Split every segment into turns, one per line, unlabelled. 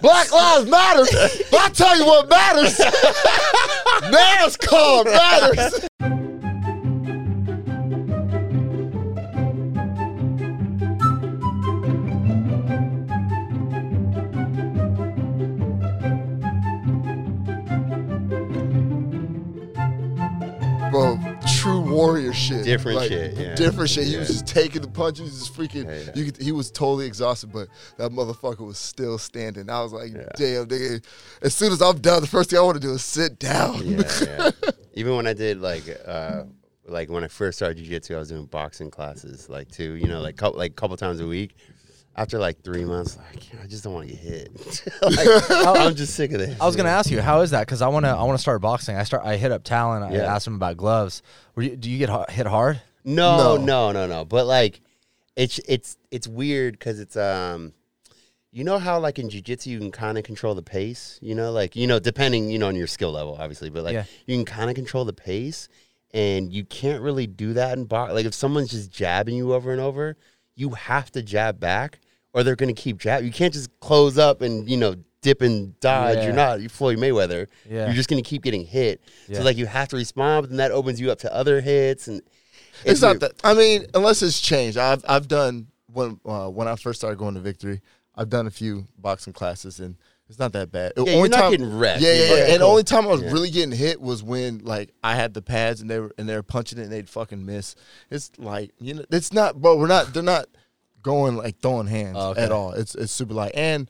Black Lives Matter. But I tell you what matters. NASCAR matters. Bro, true warrior shit.
Different shit, yeah.
Different shit. He was
Yeah.
just taking the punches, just freaking.
Yeah, yeah.
You could, he was totally exhausted, but that motherfucker was still standing. I was like,
Yeah.
damn, nigga. As soon as I'm done, the first thing I want to do is sit down.
yeah, yeah. Even when I did like uh like when I first started jujitsu, I was doing boxing classes like too, you know, like couple like couple times a week. After like three months, like you know, I just don't want to get hit. like, I'm just sick of this.
I was gonna ask you how is that because I wanna I wanna start boxing. I start I hit up Talon. I
Yeah.
asked him about gloves. Were you, do you get ha- hit hard?
No,
No.
no, no, no. But like, it's it's it's weird because it's um, you know how like in jujitsu you can kind of control the pace. You know, like you know depending you know on your skill level, obviously. But like
Yeah.
you can kind of control the pace, and you can't really do that in box. Like if someone's just jabbing you over and over, you have to jab back, or they're gonna keep jab. You can't just close up and you know dip and dodge.
Yeah.
You're not you're Floyd Mayweather.
Yeah.
You're just gonna keep getting hit.
Yeah.
So like you have to respond, but then that opens you up to other hits and.
It's, not
weird.
that. I mean, unless it's changed. I've I've done when uh, when I first started going to Victory. I've done a few boxing classes and it's not that bad.
Yeah, you're not getting wrecked.
Yeah, yeah, yeah.
Okay,
and
cool.
only time I was
Yeah.
really getting hit was when like I had the pads and they were and they were punching it and they'd fucking miss. It's like you know, it's not. But we're not. They're not going like throwing hands
Oh, okay.
at all. It's it's super light. And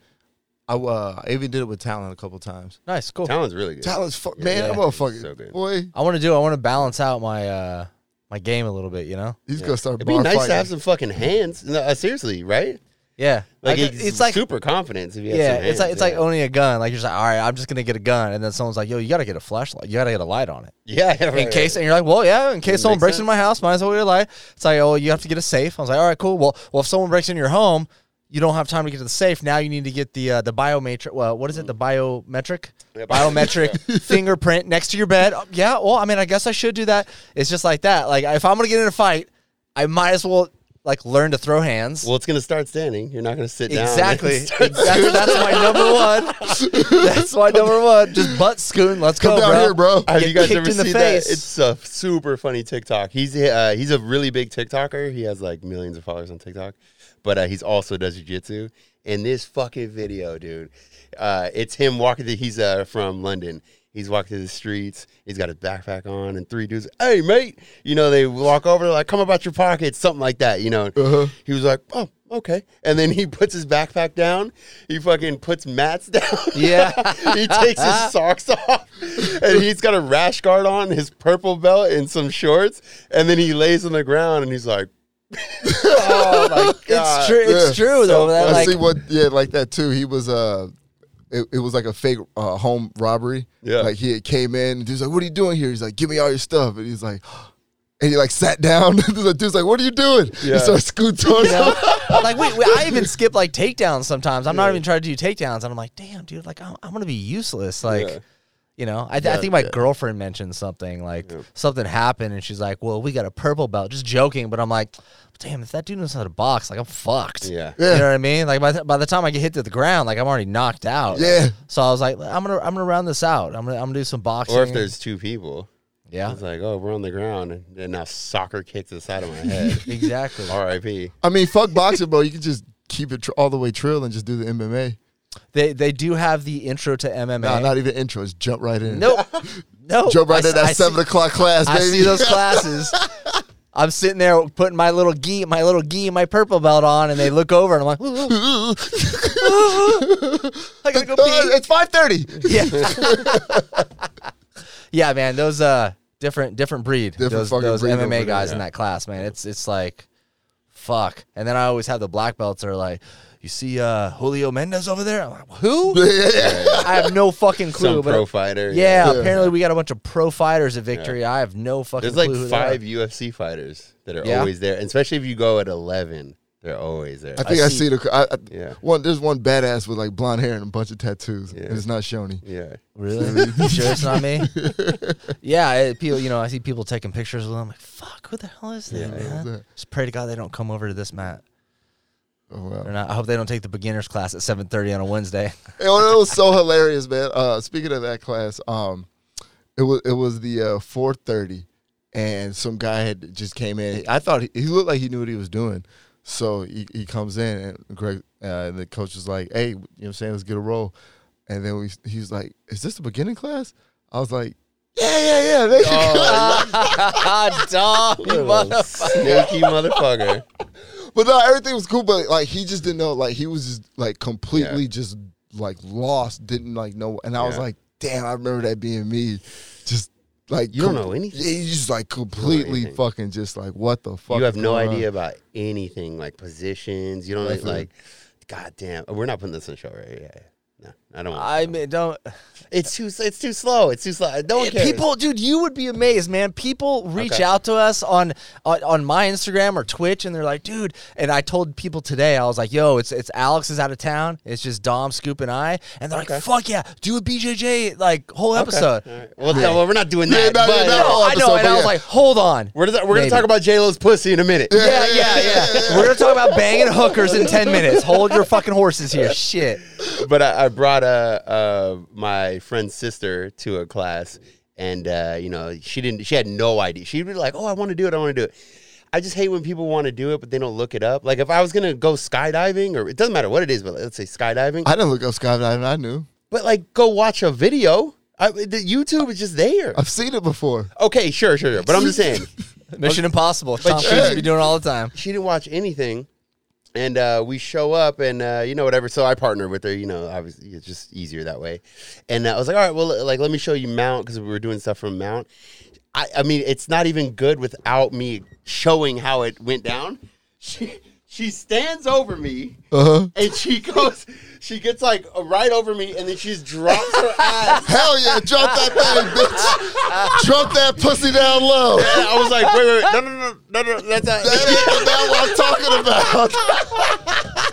I uh, I even did it with Talon a couple times.
Nice, cool.
Talon's really good.
Talon's fuck man,
Yeah.
that motherfucker,
So good.
boy,
I want to do. I want to balance out my uh my game a little bit. You know.
he's gonna start.
It'd be nice to
fighting.
have some fucking hands. No, uh, seriously, right?
Yeah.
Like
I-
it's, like super confidence. If you had
yeah.
some
It's like
hands,
it's
yeah.
like owning a gun. Like you're just like all right, I'm just gonna get a gun, and then someone's like, yo, you gotta get a flashlight. You gotta get a light on it.
yeah, yeah,
In
right,
case, and you're like, well, yeah. In case someone
makes
breaks into
sense.
my house, might as well get a light. It's like, oh, you have to get a safe. I was like, all right, cool. Well, well, if someone breaks into your home, you don't have time to get to the safe. Now you need to get the uh, the biometric. Well, what is it? The biometric,
Mm. Yeah,
biometric fingerprint next to your bed. Oh, yeah. Well, I mean, I guess I should do that. It's just like that. Like if I'm gonna get in a fight, I might as well like learn to throw hands.
right. Well, it's gonna start standing. You're not gonna sit down. and
Exactly.
start-
exactly. That's my number one. That's my number one. Just butt scooting. Let's
Come
go,
down
bro.
here, bro.
Have
Get
you guys
kicked
ever
in the
seen that?
face.
It's a super funny TikTok. He's uh, he's a really big TikToker. He has like millions of followers on TikTok, but uh, he's also does jujitsu. And this fucking video, dude, uh, it's him walking. Through, he's uh, from London. He's walking through the streets. He's got his backpack on, and three dudes, hey mate, you know they walk over they're like, come about your pockets, something like that, you know.
Uh-huh.
He was like, oh. Okay, and then he puts his backpack down. He fucking puts mats down.
Yeah.
he takes his socks off and he's got a rash guard on, his purple belt, and some shorts. And then he lays on the ground and he's like, Oh my God.
It's true. It's
Yeah.
true though. that,
I
like,
see what yeah, like that too. He was uh it, it was like a fake uh, home robbery.
Yeah.
Like he had came in and dude's like, What are you doing here? He's like, Give me all your stuff and he's like and he like sat down. the dude's like, What are you doing? He
Yeah.
starts scooting towards
you
him.
know? like wait, wait, I even skip like takedowns sometimes. I'm not even trying to do takedowns, and I'm like, damn, dude, like I'm, I'm gonna be useless. Like,
Yeah.
you know, I, I think my girlfriend mentioned something like something happened, and she's like, well, we got a purple belt, just joking. But I'm like, damn, if that dude knows how to box, like I'm fucked.
Yeah.
You know what I mean? Like by, th- by the time I get hit to the ground, like I'm already knocked out.
Yeah.
So I was like, I'm gonna I'm gonna round this out. I'm gonna I'm gonna do some boxing.
Or if there's two people,
yeah,
it's like, Oh, we're on the ground. And then now soccer kicks the side of my head.
exactly.
RIP.
I mean, fuck boxing, bro. You can just keep it tr- all the way trill and just do the MMA.
They they do have the intro to MMA.
Nah, not even intro. Just jump right in.
Nope. nope.
Jump right
I
in
s-
that
I
seven
see-
o'clock class,
I
baby.
see those classes. I'm sitting there putting my little gi, my little gi, my purple belt on, and they look over, and I'm like, "Ooh, ooh, I gotta go pee.
Oh, it's five thirty.
Yeah, yeah, man. Those uh, different different breed.
Different
those
fucking
those
breed over
MMA
there,
guys in that class, man. It's it's like, fuck. And then I always have the black belts that are like, you see uh, Julio Mendez over there? I'm like, who? I have no fucking clue.
Some
but uh,
pro fighter.
yeah,
Yeah.
apparently we got a bunch of pro fighters at Victory. I have no fucking.
There's like
clue who they are.
five UFC fighters that are
Yeah.
always there. And especially if you go at 11, they're always there.
I think I,
see.
see. the. I, I,
Yeah.
One. There's one badass with like blonde hair and a bunch of tattoos. And it's not Shoney.
yeah.
Really? you sure it's not me? yeah, I, people. You know, I see people taking pictures with them. I'm like, fuck, who the hell is that?
Yeah, yeah.
man?
Who's that?
Just pray to God they don't come over to this mat.
Oh, wow.
They're not, I hope they don't take the beginners class at seven thirty on a Wednesday.
it was it was so hilarious, man. Uh, speaking of that class, um, it was it was the uh, four thirty, and some guy had just came in. I thought he, he looked like he knew what he was doing, so he, he comes in and Greg, uh, the coach was like, "Hey, you know, what I'm saying let's get a roll," and then we, he was like, "Is this the beginning class?" I was like, "Yeah, yeah, yeah." They should
Oh,
come."
Dog, mother-
Sneaky motherfucker.
But no, everything was cool. But like, he just didn't know. Like, he was just like completely just like lost. Didn't like know. And I was
Yeah.
like, damn, I remember that being me. Just like
You don't know anything.
Yeah, you just like completely
anything.
fucking just like what the fuck.
you have
is
no
going on?
idea about anything like positions. You don't
Nothing.
like. God damn, we're not putting this in the show right. Yeah, yeah. No, I don't. want-
I mean, don't
it's too. It's too slow. It's too slow. No one cares.
people, dude. You would be amazed, man. People reach
Okay.
out to us on, on on my Instagram or Twitch, and they're like, dude. And I told people today, I was like, yo, it's it's Alex is out of town. It's just Dom, Scoop, and I. And they're
Okay.
like, fuck yeah, do a BJJ like whole episode.
All right. Well, no, well, we're not doing that.
Yeah, no,
but,
yeah,
No, I know.
episode,
And
but
I was
yeah.
like, hold on.
We're, gonna- we're gonna
Maybe.
talk about J Lo's pussy in a minute.
Yeah, yeah, yeah. We're gonna talk about banging hookers in ten minutes. Hold your fucking horses here. Shit.
but I, I brought uh, uh, my friend's sister to a class, and uh, you know she didn't. She had no idea. She'd be like, "Oh, I want to do it. I want to do it." I just hate when people want to do it, but they don't look it up. Like if I was gonna go skydiving, or it doesn't matter what it is, but let's say skydiving.
I didn't look up skydiving. I knew.
but like, go watch a video. I, the YouTube is just there.
I've seen it before.
Okay, sure, sure, sure. But I'm just saying,
Mission Impossible. Tom
you-
Cruise be doing it all the time.
she didn't watch anything. And uh, we show up, and uh, you know whatever. So I partner with her. You know, obviously it's just easier that way. And uh, I was like, all right, well, like let me show you Mount because we were doing stuff from Mount. I, I mean, it's not even good without me showing how it went down. She she stands over me,
Uh huh.
and she goes, she gets like right over me, and then she just drops her ass.
Hell yeah! Drop that thing, bitch. Drop that pussy down low.
And I was like, wait, wait, wait, no, no, no, no, no, that's
That
not.
ain't the mount I'm talking about.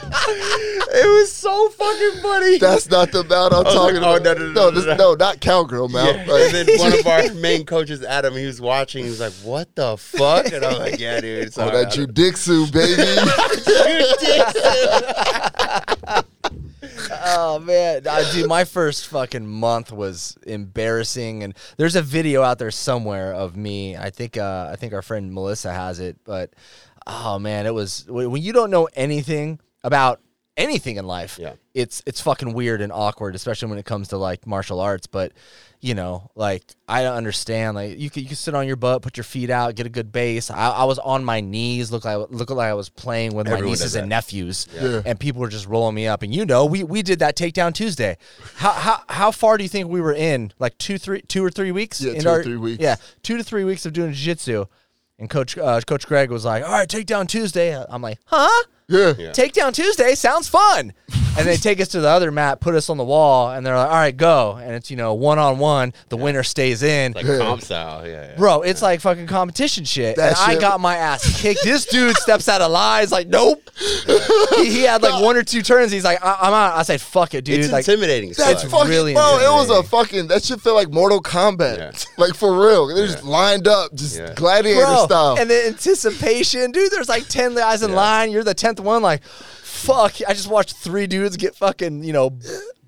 It was so fucking funny.
That's not the mount I'm
was like,
talking
oh,
about.
no, no, no, no,
this,
no.
no, not cowgirl mount.
Yeah.
Like,
and then one of our main coaches, Adam, he was watching. He was like, "What the fuck?" And I'm like, "Yeah, dude, it's
Oh,
all
that
right."
juditsu, baby.
Oh man, uh, dude, my first fucking month was embarrassing, and there's a video out there somewhere of me. I think uh, I think our friend Melissa has it, but oh man, it was when when you don't know anything about anything in life.
Yeah.
it's it's fucking weird and awkward, especially when it comes to like martial arts. But you know, like I don't understand. Like you could you could sit on your butt, put your feet out, get a good base. I, I was on my knees, look like look like I was playing with my
Everyone does
nieces and
that.
nephews,
Yeah.
and people were just rolling me up. And you know, we we did that takedown Tuesday. How how how far do you think we were in? Like two three two or three weeks?
Yeah,
In
two or three weeks.
Yeah, two to three weeks of doing jiu-jitsu. And coach uh, Coach Greg was like, "All right, takedown Tuesday." I'm like, "Huh?
yeah.
Yeah.
Takedown Tuesday sounds fun. And they take us to the other mat, put us on the wall, and they're like, all right, go. And it's, you know, one on one, the winner stays in.
like comp style, yeah. yeah.
Bro, it's like fucking competition shit.
That
and
shit-
I got my ass kicked. this dude steps out of lines, like, nope. he, he had like one or two turns. He's like, I- I'm out. I said, fuck it, dude.
It's
like,
intimidating. as
That's
fuck.
fuck-
fucking
really
bro. It was a
intimidating.
fucking that should feel like Mortal Kombat,
Yeah.
like for real. They're just lined up, just
Yeah.
gladiator
bro.
style.
And the anticipation, dude, there's like 10 guys in
Yeah.
line. You're the 10th one. Like, fuck. I just watched three dudes get fucking, you know,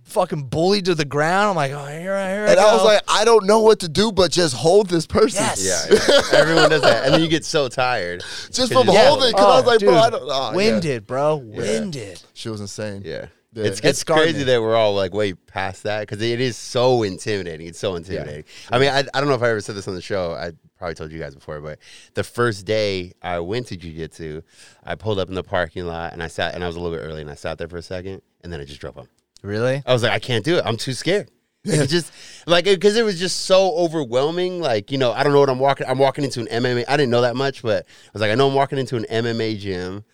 fucking bullied to the ground. I'm like, oh, here I, here
And
I,
I
go.
was like, I don't know what to do, but just hold this person.
Yes.
yeah, yeah. Everyone does that, and then you get so tired
Just from
Yeah.
holding, because I was like, bro, I don't. Oh, Yeah.
winded, bro. Winded.
She was insane.
Yeah.
Yeah.
It's,
It
it's
scarred
crazy
me.
that we're all like way past that because it is so intimidating. It's so intimidating. I mean, I, I don't know if I ever said this on the show. I probably told you guys before, but the first day I went to jujitsu, I pulled up in the parking lot and I sat and I was a little bit early and I sat there for a second and then I just drove home.
Really?
I was like, I can't do it. I'm too scared. It just like because it was just so overwhelming. Like you know, I don't know what I'm walking. I'm walking into an MMA. I didn't know that much, but I was like, I know I'm walking into an MMA gym.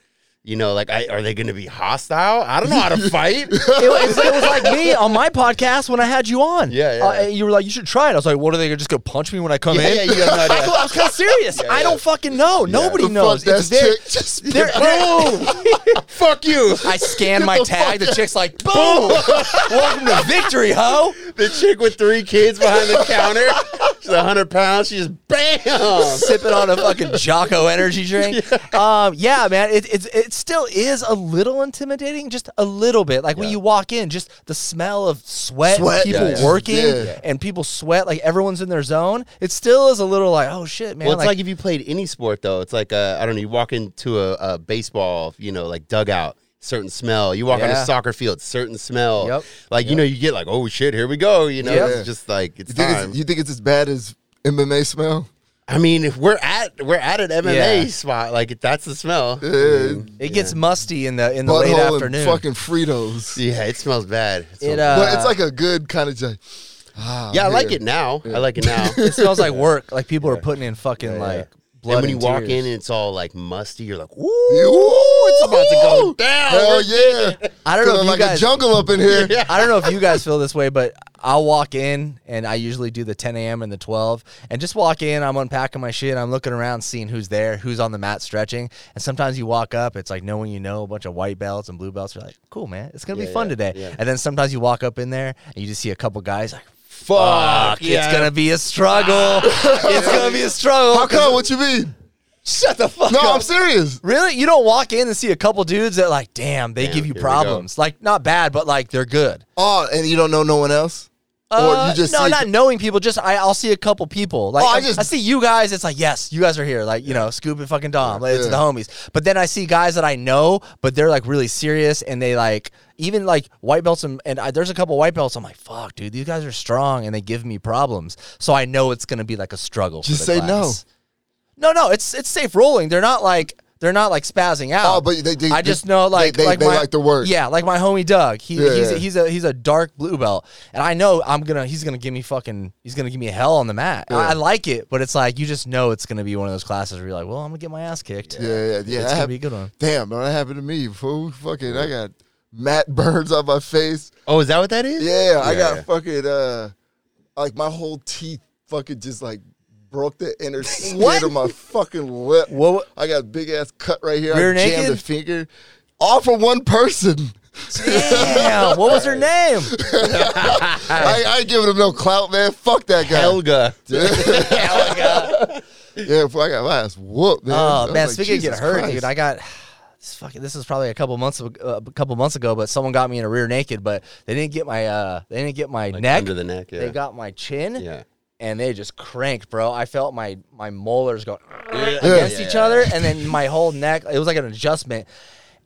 You know, like, I, are they going to be hostile? I don't know how to fight.
It was, it was like me on my podcast when I had you on.
Yeah, yeah.
Uh, and you were like, you should try it. I was like, what are they gonna- just gonna punch me when I come
Yeah,
in?
yeah, you have no idea.
I was kind of serious.
Yeah,
I
yeah.
don't fucking know. Nobody
The
knows.
fuck,
It's
that
there.
chick just
there- there-
Fuck you.
I scan my
the
tag.
fuck
The chick's like, boom! Welcome to victory, ho!
The chick with three kids behind the counter. She's hundred pounds. She's bam.
sipping on a fucking Jocko energy drink. Yeah, um, yeah man, it, it it still is a little intimidating, just a little bit. Like when
Yeah.
you walk in, just the smell of sweat,
Sweat,
people
yeah, yeah.
working,
Yeah.
and people sweat. Like everyone's in their zone. It still is a little like, oh shit, man.
well, it's like, if you played any sport though. It's like uh, I don't know. You walk into a, a baseball, you know, like dugout, certain smell. You walk on
Yeah.
a soccer field, certain smell.
Yep.
Like you know, you get like, oh shit, here we go. You know,
Yeah.
it's just like it's
You think
time.
it's, you think it's as bad as MMA smell?
I mean, if we're at we're at an MMA
Yeah.
spot. Like if that's the smell.
Yeah,
it gets musty in the in the late
butthole and
afternoon.
fucking Fritos.
Yeah, it smells bad. It smells
it,
bad.
uh,
but it's like a good kind of. Just, ah,
yeah, I
I'm
like
here.
it now. I like it now.
it smells like work. Like people are putting in fucking
yeah.
like blood.
and when you walk
tears.
in and it's all like musty, you're like, ooh,
Yeah, ooh,
it's about to go down.
Hell Oh, yeah!
I don't know if
Feeling
you
like
guys-
a jungle up in here.
Yeah.
I don't know if you guys feel this way, but I'll walk in and I usually do the 10 a.m. and the 12 and just walk in. I'm unpacking my shit. I'm looking around, seeing who's there, who's on the mat stretching. And sometimes you walk up, it's like no one you know, a bunch of white belts and blue belts. You're like, cool, man. It's going to
Yeah,
be fun
yeah,
today.
yeah.
And then sometimes you walk up in there and you just see a couple guys like,
Fuck,
fuck, it's going to be a struggle.
Ah.
it's going to be a struggle.
How come? What you mean?
Shut the fuck
No,
up.
I'm serious.
Really? You don't walk in and see a couple dudes that like, damn, they
Damn,
give you
here we go.
problems. Like not bad, but like they're good.
Oh, and you don't know no one else,
Uh, no,
see-
not knowing people. Just I, I'll see a couple people. Like
Oh, I
I,
just-
I see you guys. It's like yes, you guys are here. Like you know, Scoop and fucking Dom. Like, it's
Yeah.
the homies. But then I see guys that I know, but they're like really serious and they like even like white belts and, and I, there's a couple white belts. I'm like fuck, dude, these guys are strong and they give me problems. So I know it's gonna be like a struggle. for
Just say
the
no.
class. No, no, it's it's safe rolling. They're not like. They're not like spazzing out.
Oh, but they- they-
I just know
they-
like
they-
like
they
my,
like to work.
Yeah, yeah, like my homie Doug. He,
Yeah,
he's,
yeah.
he's a he's a dark blue belt, and I know I'm gonna he's gonna give me fucking he's gonna give me hell on the mat. I, I like it, but it's like you just know it's gonna be one of those classes where you're like, well, I'm gonna get my ass kicked.
Yeah, yeah, yeah.
It's
that
gonna
hap-
be a good one.
Damn, bro, that happened to me. Fool, fucking, I got Matt Burns on my face.
Oh, is that what that is?
Yeah, I
Yeah,
got
yeah.
fucking uh, like my whole teeth fucking just like broke the inner skin
What?
of my fucking lip.
What-
I got a big ass cut right here.
Rear
I jammed
naked?
a finger, all for one person.
Damn, what was her name?
Oh I, I ain't giving him no clout, man. Fuck that guy.
Helga.
Yeah, fool, I got my ass whooped, man. I
Oh
was
man,
like,
speaking of
Jesus
get hurt,
Christ.
dude, I got this fucking. This is probably a couple months ag- uh, a couple months ago, but someone got me in a rear naked, but they didn't get my uh they didn't get my neck.
Under the neck. Yeah.
They got my chin.
yeah.
and they just cranked, bro. I felt my my molars go against
Yeah.
each other, and then my whole neck. It was like an adjustment.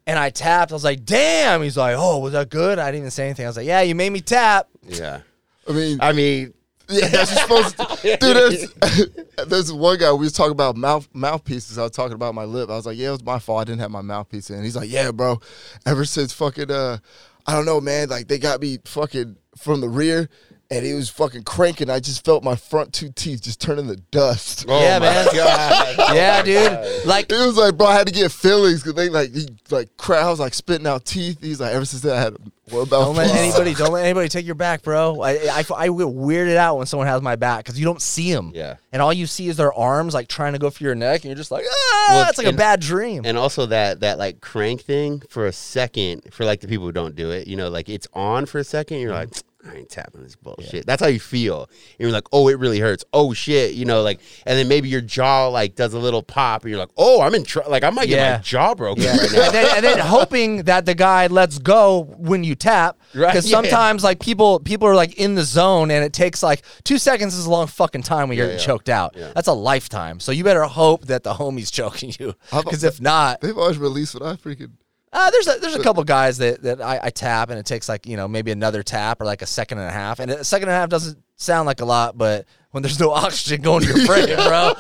And I tapped. I was like, "Damn!" He's like, "Oh, was that good?" I didn't even say anything. I was like, "Yeah, you made me tap."
Yeah.
I mean,
I mean,
Yeah, that's supposed to. Dude, there's, there's one guy we was talking about mouth mouthpieces. I was talking about my lip. I was like, yeah, it was my fault. I didn't have my mouthpiece in. He's like, yeah, bro. Ever since fucking uh, I don't know, man. Like they got me fucking from the rear, and he was fucking cranking. I just felt my front two teeth just turn into dust.
oh
Yeah,
my
man.
God. Oh
yeah, dude. Like,
It was like, bro, I had to get fillings because they like he, like crap. I was like spitting out teeth. He's like, ever since then, I had what about
don't let anybody don't let anybody take your back, bro. I, I, I get weirded out when someone has my back because you don't see them.
Yeah.
And all you see is their arms like trying to go for your neck, and you're just like, ah,
Well,
it's like a
and-
bad dream.
And also that that like crank thing for a second for like the people who don't do it, you know, like it's on for a second. You're like,
Mm-hmm.
I ain't tapping this bullshit. That's how you feel. And you're like, oh, it really hurts. Oh shit, you know, like, and then maybe your jaw like does a little pop, and you're like, oh, I'm in trouble. Like I might get
Yeah.
my jaw broken
Yeah.
right now.
and, then, and then hoping that the guy lets go when you tap.
Right,
Because
yeah.
sometimes like people people are like in the zone and it takes like two seconds is a long fucking time when you're getting
yeah.
choked out.
Yeah.
That's a lifetime. So you better hope that the homie's choking you.
I've-
Because if not,
They've always released what I freaking.
uh, there's a, there's a couple guys that that I, I tap and it takes like you know maybe another tap or like a second and a half and a second and a half doesn't sound like a lot, but when there's no oxygen going to your brain, bro,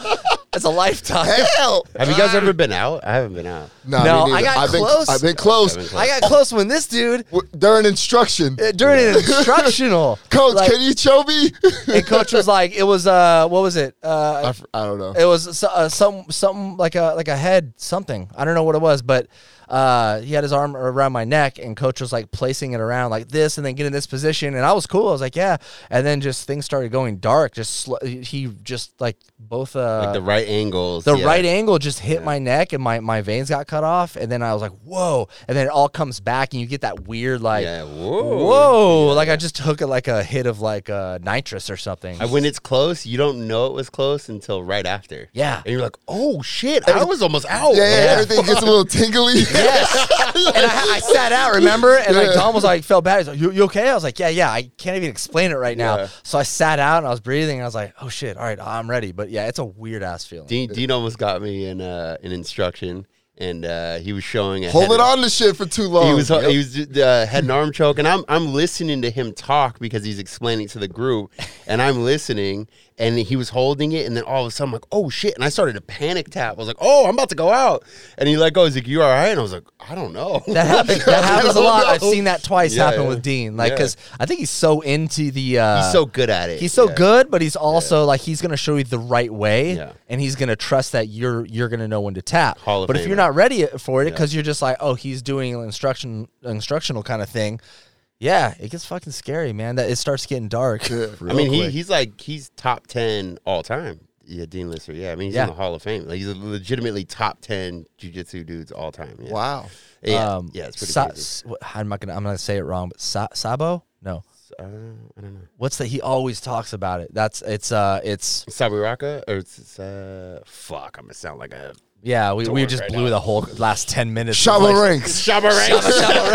it's a lifetime.
Hell,
Have you guys
Ah.
ever been out? I haven't been out.
Nah,
No,
me
I
neither.
got
I've
close.
Been, I've been close.
been close.
I got close when this dude
W- During instruction,
uh, during an instructional
coach,
like-
can you show me?
and coach was like, it was uh, what was it?
I,
Uh,
f- I don't know.
it was so- uh, some something like a like a head something. I don't know what it was, but uh, he had his arm around my neck, and coach was like placing it around like this, and then get in this position, and I was cool. I was like, yeah, and then just things started going dark. Just sl- he just like both uh,
like the right angles.
the
yeah.
right angle just hit my neck and my, my veins got cut off. And then I was like, whoa. And then it all comes back and you get that weird, like,
Yeah,
whoa.
whoa.
Like I just took it like a hit of like uh, nitrous or something.
And when it's close, you don't know it was close until right after.
Yeah.
And you're like, oh shit, I was almost out.
Yeah, yeah,
Yeah.
everything gets a little tingly.
Yes. and I, I sat out, remember? And like
Yeah.
Tom was like, felt bad. He's like, you, you okay? I was like, yeah, yeah. I can't even explain it right now.
Yeah.
So I sat out and I was breathing and I was like, oh shit, all right, I'm ready. But yeah, it's a weird ass feeling.
Dean, Dean almost got me in uh, an instruction, and uh, he was showing a
Holding
head-
on to shit for too long.
He was
Yep.
he was uh, had an arm choke, and I'm I'm listening to him talk because he's explaining to the group, and I'm listening, and he was holding it, and then all of a sudden I'm like, oh shit, and I started to panic tap. I was like, oh, I'm about to go out, and he let go. He's like, you all right? And I was like, I don't know.
That happens. That happens a lot. I've
know.
seen that twice
Yeah,
happen
yeah.
with Dean. Like,
Yeah.
because I think he's so into the. Uh,
he's so good at it.
He's so
Yeah.
good, but he's also like he's gonna show you the right way,
Yeah.
and he's gonna trust that you're you're gonna know when to tap.
Hall of
but if you're
Famer.
not ready for it, because you're just like, oh, he's doing an instruction instructional kind of thing. Yeah, it gets fucking scary, man. That it starts getting dark.
I mean, he, he's like he's top ten all time. Yeah, Dean Lister. Yeah, I mean he's
Yeah.
in the Hall of Fame. Like he's a legitimately top ten jujitsu dudes all time. Yeah.
Wow.
Yeah, yeah, it's pretty
Um, Sa-
crazy.
s- what- I'm not gonna I'm gonna say it wrong, but Sa- Sabo? No,
Uh, I don't know.
what's that? He always talks about it. That's it's uh it's
Sabiraka or it's, it's, uh fuck. I'm gonna sound like a
yeah. We, we
work
just
right
blew
now.
the whole last ten minutes. of,
Shabba
like,
ranks.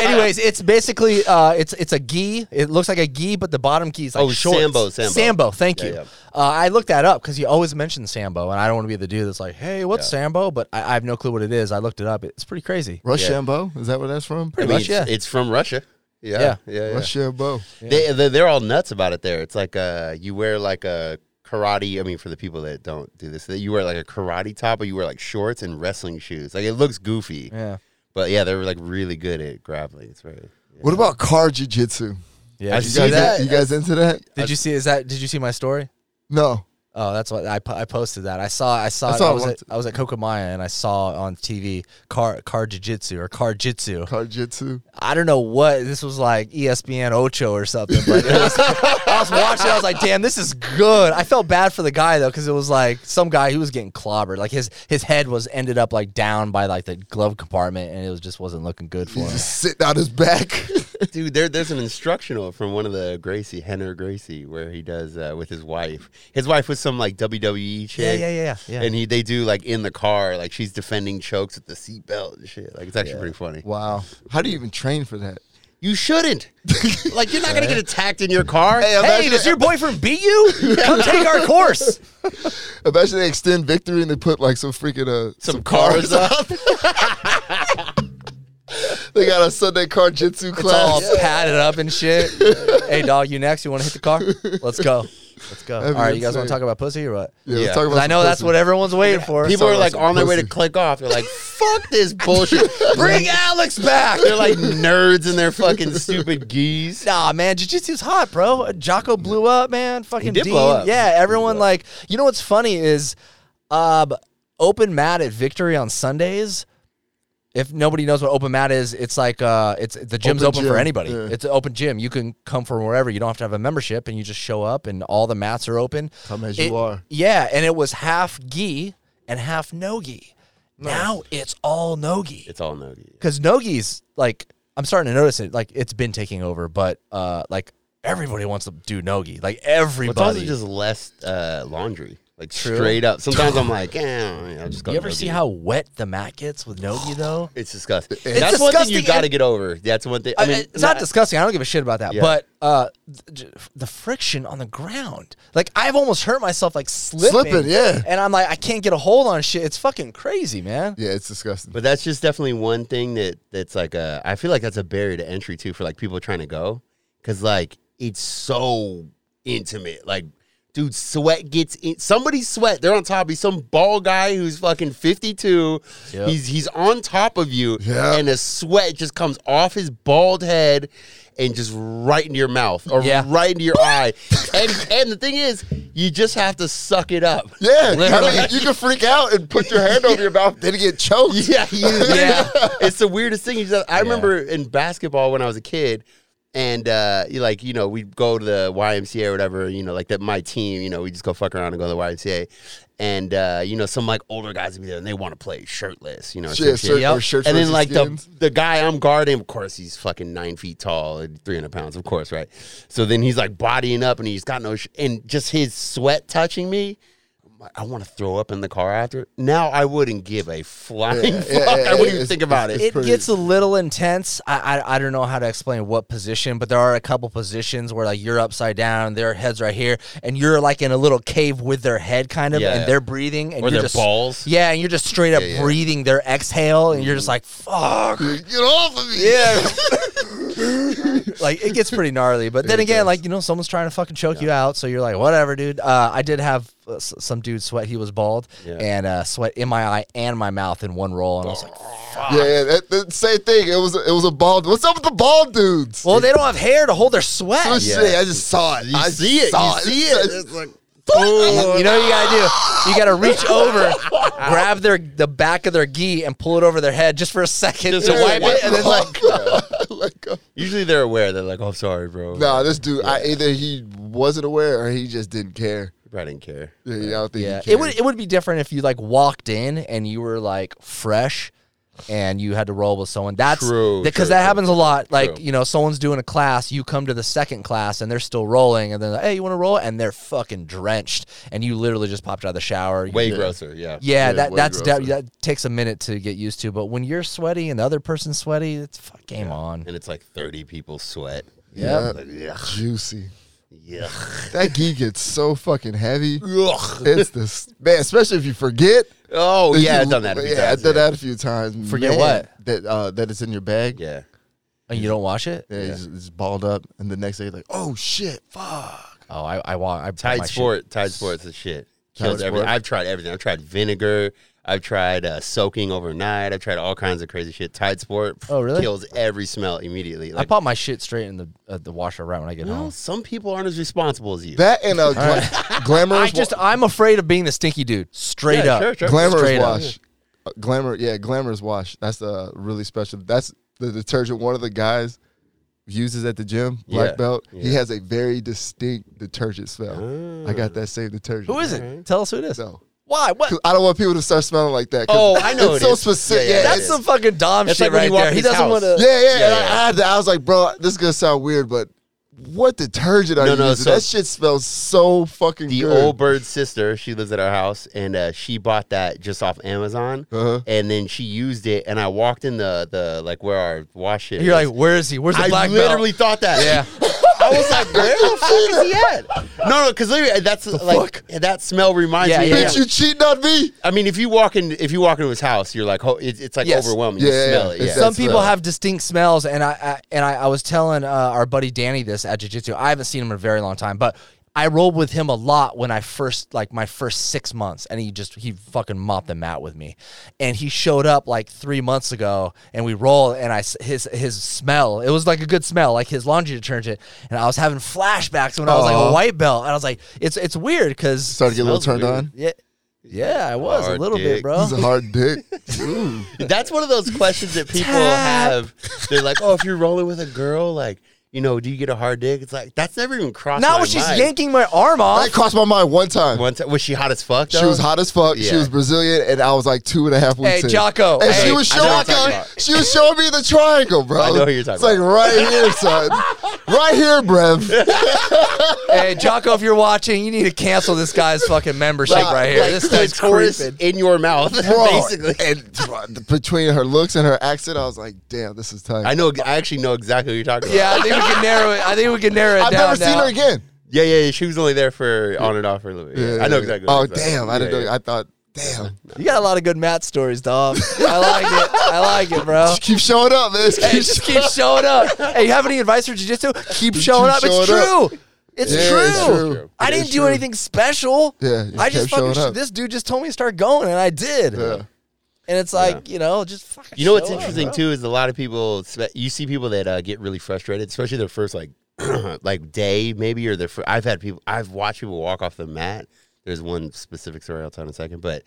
Anyways, it's basically uh, it's it's a gi. It looks like a gi, but the bottom gi is like
Oh,
shorts.
Sambo, Sambo.
Thank
Yeah,
you.
yeah.
Uh, I looked that up because you always mention Sambo, and I don't want to be the dude that's like, "Hey, what's Sambo?" But I, I have no clue what it is. I looked it up. It's pretty crazy.
Rochambeau? Is that where that's from?
I
Pretty
mean,
much,
it's,
yeah.
it's from Russia. Yeah,
Yeah.
yeah, yeah.
Rochambeau.
They, they they're all nuts about it there. It's like uh you wear like a karate. I mean, for the people that don't do this, that you wear like a karate top, but you wear like shorts and wrestling shoes. Like it looks goofy,
yeah,
but yeah, they're like really good at grappling. It's right.
What about car jiu-jitsu?
yeah.
I
Did
You
see
you,
guys,
see that?
you guys into that?
Did you see? Is that? Did you see my story?
No.
Oh, that's what I, po- I posted that. I saw I saw,
I
it.
saw
I
it
was
once.
at, I was at Kokomaya and I saw on TV car car jiu-jitsu or car jitsu.
Car jiu-jitsu?
I don't know what this was like E ESPN Ocho or something, but it was, I was watching. I was like, "Damn, this is good." I felt bad for the guy though, because it was like some guy who was getting clobbered. Like his his head was ended up like down by like the glove compartment, and it was just wasn't looking good for
He's
him.
just sitting out his back.
Dude, there, there's an instructional from one of the Gracie, Henner Gracie, where he does uh, with his wife. His wife was some like WWE
Yeah,
chick.
yeah, yeah, yeah.
And he, they do like in the car, like she's defending chokes with the seatbelt and shit. Like it's actually pretty funny.
wow. How do you even train for that?
You shouldn't. like you're not gonna get attacked in your car.
Hey,
hey,
imagine,
does your boyfriend beat you? Come take our course.
imagine they extend victory and they put like some freaking uh, some,
some cars up.
They got a Sunday car jitsu
It's all
class.
padded up and shit. hey, dog, you next? You want to hit the car? Let's go. Let's go.
That'd be
All right, you guys
insane.
want to talk about pussy or what?
Yeah, let's
Yeah.
talk
'Cause
about
I know
some
that's
pussy.
what everyone's waiting for.
People
So
are like
awesome.
on their way to
Pussy.
click off. They're like, fuck this bullshit.
Bring Alex back.
They're like nerds in their fucking stupid geese.
Nah, man, jiu-jitsu's hot, bro. Jocko blew up, man. Fucking
did
Dean.
blow up.
Yeah, everyone like, you know what's funny is, uh, open mat at Victory on Sundays. If nobody knows what open mat is, it's like uh, it's the gym's
Open
open, for
gym,
anybody.
yeah.
It's an open gym. You can come from wherever. You don't have to have a membership, and you just show up, and all the mats are open.
Come as you
It-
are.
Yeah, and it was half gi and half no gi. Now it's all no gi
It's all no gi.
because nogi's like I'm starting to notice it. Like it's been taking over, but uh, like everybody wants to do nogi. Like
It's also
everybody.
just less uh, laundry. Like
True.
straight up. Sometimes I'm like, eh, I'll just go.
you ever
no
see
gi."
how wet the mat gets with nogi though?
It's disgusting.
It's
That's one thing
disgusting
you got to get over. That's one thing. I mean,
it's not disgusting. I don't give a shit about that.
Yeah.
But uh, th- j- the friction on the ground, like I've almost hurt myself, like slipping.
Slipping, yeah.
And I'm like, I can't get a hold on shit. It's fucking crazy, man.
Yeah, it's disgusting.
But that's just definitely one thing that that's like a. I feel like that's a barrier to entry too for like people trying to go, because like it's so intimate. Like, Dude, sweat gets in somebody's sweat. They're on top of you. Some ball guy who's fucking 52.
Yep.
He's he's on top of you.
Yeah.
And a sweat just comes off his bald head and just right into your mouth or
Yeah.
right into your eye. And and the thing is, you just have to suck it up.
Yeah,
Literally.
I mean, you can freak out and put your hand over your mouth, then you get choked.
Yeah, you,
Yeah.
It's the weirdest thing. You just, I remember in basketball when I was a kid, and uh, you like you know we'd go to the YMCA or whatever. You know, like that my team. You know, we just go fuck around and go to the YMCA, and uh, you know some like older guys would be there and they want to play shirtless. You know, or some
Shit,
shit.
shirt,
Yep.
or shirts
and then
versus
like
skins.
the the guy I'm guarding, of course he's fucking nine feet tall and three hundred pounds, of course, right? So then he's like bodying up, and he's got no, sh- and just his sweat touching me. I'm like, I want to throw up in the car after. Now I wouldn't give a flying
Yeah,
fuck.
yeah, yeah,
I wouldn't even
it's-
think about
it's-
it.
it's-
it
pretty-
gets a little intense. I, I I don't know how to explain what position, but there are a couple positions where like you're upside down, their heads right here, and you're like in a little cave with their head kind of,
Yeah,
and
yeah.
they're breathing, and
Or
you're
their
just,
balls.
Yeah, and you're just straight up
Yeah, yeah.
breathing their exhale, and you're just like fuck.
get off of me.
Yeah. like it gets pretty gnarly, but then
It
again,
does.
like you know, someone's trying to fucking choke you out, so you're like, whatever, dude. Uh, I did have uh, s- some dude sweat. He was bald,
Yeah.
and uh, sweat in my eye and my mouth in one roll, and I was like,
yeah, yeah that, that same thing. It was it was a bald. What's up with the bald dudes?
well, they don't have hair to hold their sweat.
Let's
yeah.
see, I just saw it.
You
I
see it.
saw
You see it. It's like, boom.
Oh.
You know what you gotta do? You gotta reach over, grab their the back of their gi and pull it over their head just for a second
Just
to
to
wipe
wipe
it, and then like
Let go.
Usually they're aware. They're like, "Oh, sorry, bro."
No, this dude. I, either he wasn't aware or he just didn't care.
I didn't care.
Yeah, I don't think.
yeah.
he
It
cared.
would it would be different if you like walked in and you were like fresh. And you had to roll with someone. That's
True,
because
true,
that
true,
happens a lot. Like
true.
you know, someone's doing a class. You come to the second class and they're still rolling, and they're like, "Hey, you want to roll?" And they're fucking drenched, and you literally just popped out of the shower. You
Way grosser. Yeah.
Yeah,
Yeah,
that
way
that's de-
grosser.
that takes a minute to get used to, but when you're sweaty and the other person's sweaty, it's fuck game on.
And it's like thirty people sweat.
Yeah.
Like, yuck.
juicy.
Yuck.
That gi gets so fucking heavy. It's this man, especially if you forget.
Oh
If
yeah,
you-
I've done that. A few
yeah,
times,
I've done
yeah.
that a few times.
Forget
Man,
what?
that uh, that it's in your bag.
Yeah.
And you don't wash it?
Yeah, It's, it's balled up, and the next day, like, oh shit, fuck.
Oh, I I wa- I put my
Tide
shit-
Sport, Tide Sport's the shit. Kills
Tide
everything.
Sport?
I've tried everything. I've tried vinegar. I've tried uh, soaking overnight. I've tried all kinds of crazy shit. Tide Sport.
Oh, really?
Kills every smell immediately.
I
Like,
pop my shit straight in the uh, the washer right when I get
well,
home.
some people aren't as responsible as you.
That and a gla-
I
glamorous,
just I'm afraid of being the stinky dude. Straight
Yeah,
up.
sure,
wa-
sure.
glamorous
straight up.
wash, Uh, glamour. Yeah, glamorous wash. That's uh, really special. That's the detergent. One of the guys uses at the gym, black
Yeah,
belt. He
yeah.
has a very distinct detergent smell. I
Ah.
got that same detergent.
Who is it? Tell us who it is.
No.
Why? What?
'Cause I don't want people to start smelling like that. 'cause
Oh, I know
It's
it
so
is.
specific.
Yeah, yeah,
Yeah,
it
it's-
That's some fucking dom
It's
shit
like when
right
you walk
there.
in
He
his
doesn't want
house.
to.
Yeah, yeah.
Yeah,
and I,
yeah.
I had to, I was like, bro, this is gonna sound weird, but what detergent are
No,
you
no,
using?
so-
that shit smells so fucking
the
good.
old bird's sister, she lives at our house, and uh, she bought that just off Amazon,
Uh-huh.
and then she used it. And I walked in the the like where our wash it.
You're like, where is he? Where's the
I
black
literally thought that.
Yeah.
I was like, where the fuck is he at? No, no, because that's like that smell reminds
Yeah,
me.
yeah,
of-
yeah.
Bitch, you cheating on me?
I mean, if you walk in, if you walk into his house, you're like, ho- it's, it's like
Yes.
overwhelming.
Yeah,
you
yeah,
smell it.
it's
yeah.
Some
that
people
smell.
have distinct smells, and I, I and I, I was telling uh, our buddy Danny this at Jiu Jitsu. I haven't seen him in a very long time, but I rolled with him a lot when I first like my first six months, and he just he fucking mopped the mat with me, and he showed up like three months ago, and we rolled, and I s- his his smell it was like a good smell, like his laundry detergent, and I was having flashbacks when I was like a
Aw.
white belt, and I was like, it's it's weird because
Started to get a little
Smells
turned
weird.
on.
yeah, yeah, I was a
Hard
little bit,
dick.
bro.
He's a hard dick. Ooh.
That's one of those questions that people
Tap.
have. They're like, oh, if you're rolling with a girl, like, you know, do you get a hard dick? It's like that's never even crossed.
Now
my
she's
mind.
yanking my arm off.
That crossed my mind one time.
One time, was she hot as fuck? Though?
She was hot as fuck. She
Yeah.
was Brazilian, and I was like two and a half weeks.
Hey,
in.
Jocko.
And
Hey,
she was
I know what you're
showing.
talking about.
She was showing me the triangle, bro.
I know who you're talking
It's like right here, son. right here, Brev.
Hey, Jocko, if you're watching, you need to cancel this guy's fucking membership
Nah,
right here.
Like,
this guy's
clitoris
creeping.
in your mouth,
Bro,
basically.
And bro, between her looks and her accent, I was like, damn, this is tight.
I know. I actually know exactly what you're talking about.
Yeah, I think we can narrow it. I think we can narrow it
I've
down
never seen
now.
her again.
Yeah, yeah, yeah. She was only there for on and off for a little bit. Yeah, I know exactly.
Oh
what you're talking
damn!
about.
I didn't
Yeah,
know.
yeah.
I thought, damn.
You got a lot of good Matt stories, dog. I like it. I like it, bro.
Just keep showing up, man. Just
Hey,
keep
just
showing
keep showing up. Hey, you have any advice for jujitsu? Keep showing up.
showing
It's
up.
true. It's
Yeah,
true.
it's true.
I
It
didn't
is
do
true.
anything special.
Yeah, you
I just
kept showing
fucking.
up.
This dude just told me to start going, and I did.
Yeah.
And it's like you know, just fucking.
You know what's
show up,
interesting
bro.
too is a lot of people. spe- You see people that uh, get really frustrated, especially their first like like day maybe or their. Fir- I've had people. I've watched people walk off the mat. There's one specific story I'll tell in a second, but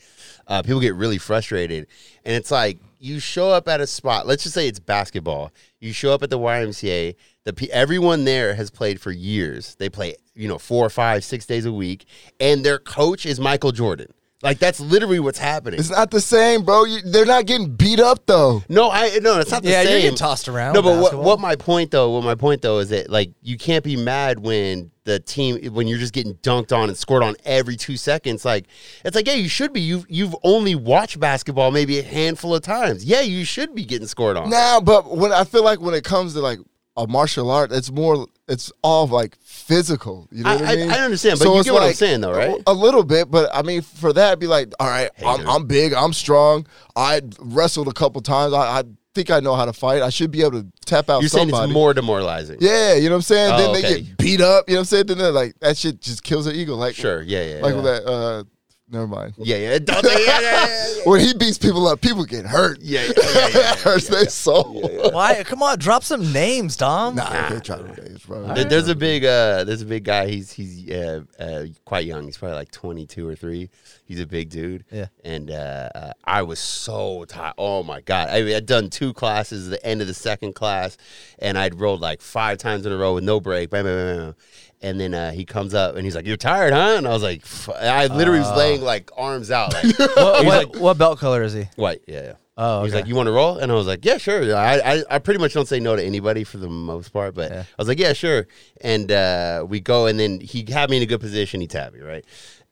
uh, people get really frustrated, and it's like you show up at a spot. Let's just say it's basketball. You show up at the YMCA. The pe everyone there has played for years. They play you know four, five, six days a week, and their coach is Michael Jordan. Like that's literally what's happening.
It's not the same, bro. You, they're not getting beat up though.
No, I no, it's not the
Yeah,
same.
you're getting tossed around.
No, but what,
basketball.
what my point though, what my point though is that like you can't be mad when the team when you're just getting dunked on and scored on every two seconds. Like it's like yeah, you should be. You've you've only watched basketball maybe a handful of times. Yeah, you should be getting scored on.
Now, but when I feel like when it comes to like a martial art, it's more it's all like physical. You know
I-
what
I-
I mean?
I understand, but you
it's oh,
get what I'm saying, though, right?
A little bit, but I mean for that, it'd be like, all right, I'm,
dude.
I'm big, I'm strong. I wrestled a couple times. I, I think I know how to fight. I should be able to tap out
you're saying
somebody.
it's more demoralizing.
yeah, you know what I'm saying?
Oh,
then they
okay.
get beat up. You know what I'm saying? Then they're like, that shit just kills their ego. Like,
Sure. Yeah. Yeah.
like
yeah.
with that. Uh, never mind.
yeah. Yeah. Don't- yeah, yeah, yeah, yeah.
When he beats people up, people get hurt.
Yeah, yeah, yeah, yeah, yeah,
hurts their soul.
Why? Come on, drop some names, Dom.
Nah, I can't try to raise, bro.
There- There's a big uh, there's a big guy. He's he's uh, uh, quite young. He's probably like 22 or three. He's a big dude.
Yeah.
And uh, uh, I was so tired. Oh my god! I mean, I'd done two classes. The end of the second class, and I'd rolled like five times in a row with no break. Bam, bam, bam, bam. And then uh, he comes up and he's like, "You're tired, huh?" And I was like, F-. "I literally was laying like arms out, like
What,
He's
what, what belt color is he?
white." Yeah. yeah.
Oh,
He was
okay.
like, "You want to roll?" And I was like, "Yeah, sure." I, I I pretty much don't say no to anybody for the most part, but I was like, "Yeah, sure." And uh, we go, and then he had me in a good position. He tapped me right,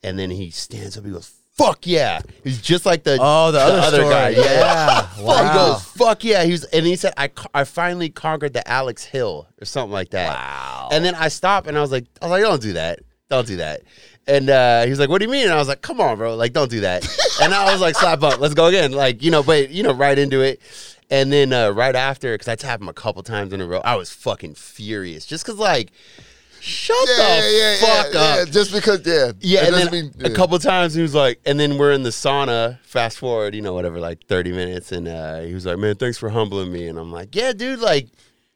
and then he stands up. He goes, "Fuck yeah!" He's just like the
Oh, the, other, story.
guy. Yeah.
Yeah.
Fuck, He
wow.
goes, "Fuck yeah!" He was, and he said, "I co- I finally conquered the Alex Hill or something like that."
Wow.
And then I stopped and I was like, I was like, don't do that. Don't do that. And uh, he was like, what do you mean? And I was like, come on, bro. Like, don't do that. and I was like, slap up. Let's go again. Like, you know, but, you know, right into it. And then uh, right after, because I tapped him a couple times in a row, I was fucking furious. Just because, like, shut the fuck
yeah,
up.
yeah. Just because, yeah,
Yeah,
it
and
doesn't
then
mean
a
yeah.
couple times he was like, and then we're in the sauna. Fast forward, you know, whatever, like thirty minutes, and uh, he was like, "Man, thanks for humbling me." And I'm like, "Yeah, dude, like,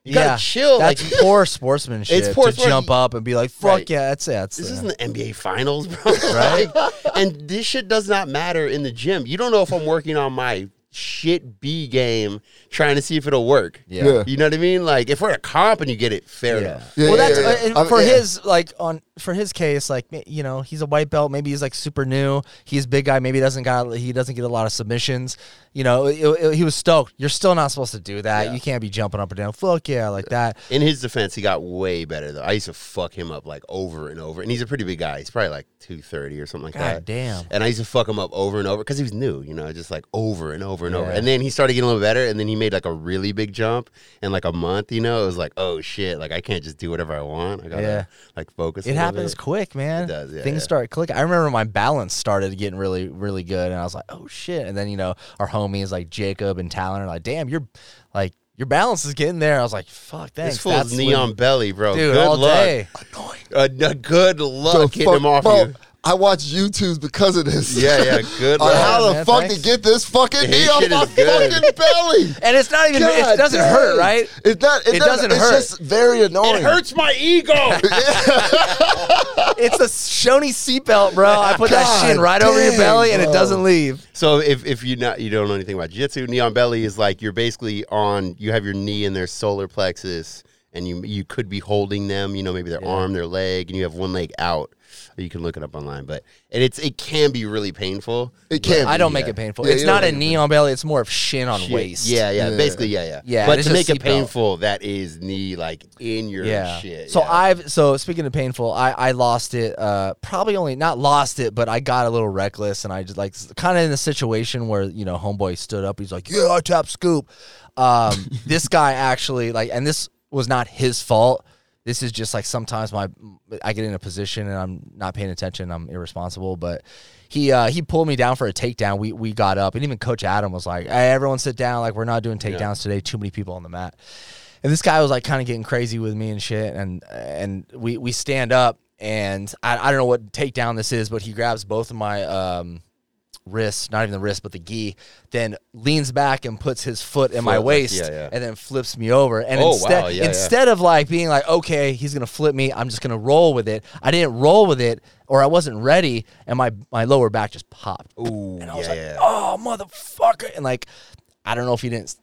you
yeah.
gotta chill.
That's
like,
poor sportsmanship.
It's poor
to
sport-
jump up and be like, "Fuck
Right.
yeah, that's it." That's
This
the-
isn't the NBA Finals, bro. right? and this shit does not matter in the gym. You don't know if I'm working on my shit B game, trying to see if it'll work.
yeah.
Yeah.
You know what I mean? Like if we're at a comp and you get it, fair
Yeah.
enough.
Yeah,
well,
yeah,
that's
yeah, yeah.
uh, and
I'm-
for
yeah.
his like on for his case, like ma- you know, he's a white belt. Maybe he's like super new. He's a big guy. Maybe doesn't got he doesn't get a lot of submissions. You know, it- it- he was stoked. You're still not supposed to do that. You can't be jumping up and down. Fuck yeah, like that.
In his defense, he got way better though. I used to fuck him up like over and over, and he's a pretty big guy. He's probably like two thirty or something like
God
that.
damn.
And I used to fuck him up over and over because he was new, you know, just like over and over and over.
Yeah.
And then he started getting a little better, and then he made like a really big jump in like a month. You know, it was like, oh shit, like I can't just do whatever I want. I gotta
Yeah.
like focus. a
It
little
happens
bit.
quick, man.
It does, yeah,
Things
yeah.
start clicking. I remember my balance started getting really, really good, and I was like, "Oh shit!" And then you know, our homies like Jacob and Talon are like, "Damn, you're like your balance is getting there." I was like, "Fuck, thanks."
This fool's
That's when-
neon belly, bro.
dude,
good
all
luck.
day.
Uh, no, good luck
The
getting
fuck-
him off
bro,
you.
I watch YouTubes because of this.
Yeah, yeah, good
On
luck.
how the
Man,
fuck
thanks.
to get this fucking
His
knee off
shit
my
is good.
fucking belly.
And it's not even.
God
it doesn't
dang.
hurt, right?
It's not. It,
It
doesn't,
doesn't hurt.
It's just very annoying.
It hurts my ego.
It's a Shoney seatbelt, bro. I put that
God
shit right over your
dang,
belly, and it
bro.
doesn't leave.
So if, if you not you don't know anything about jiu-jitsu, neon belly is like you're basically on you have your knee in their solar plexus and you you could be holding them, you know, maybe their arm, their leg, and you have one leg out. You can look it up online, but and it's it can be really painful.
It can.
I
be.
don't make it painful.
Yeah,
it's
you don't
not a
make it
knee on belly. It's more of shin on
Shit.
waist.
Yeah, yeah,
Yeah.
basically, yeah, yeah.
Yeah,
but
it's
to
a
make it
seatbelt.
painful, that is knee like in your
yeah.
shit.
So
yeah.
I've so speaking of painful, I I lost it. Uh, probably only not lost it, but I got a little reckless, and I just like kind of in the situation where you know homeboy stood up. He's like, "Yeah, I tap scoop." Um, this guy actually like, and this was not his fault. This is just like sometimes my I get in a position and I'm not paying attention. I'm irresponsible, but he uh, he pulled me down for a takedown. We we got up, and even Coach Adam was like, "Hey, everyone sit down. Like we're not doing takedowns today. Too many people on the mat." and this guy was like kind of getting crazy with me and shit and and we we stand up and I, I don't know what takedown this is but he grabs both of my um wrists not even the wrist but the gi then leans back and puts his foot in my
Foot, like,
waist
yeah, yeah.
and then flips me over and
Oh,
instead
wow, yeah, yeah.
instead of like being like okay he's gonna flip me i'm just gonna roll with it i didn't roll with it or i wasn't ready and my my lower back just popped
Ooh,
and I was
yeah,
like,
yeah.
"Oh, motherfucker!" And like, I don't know if he didn't.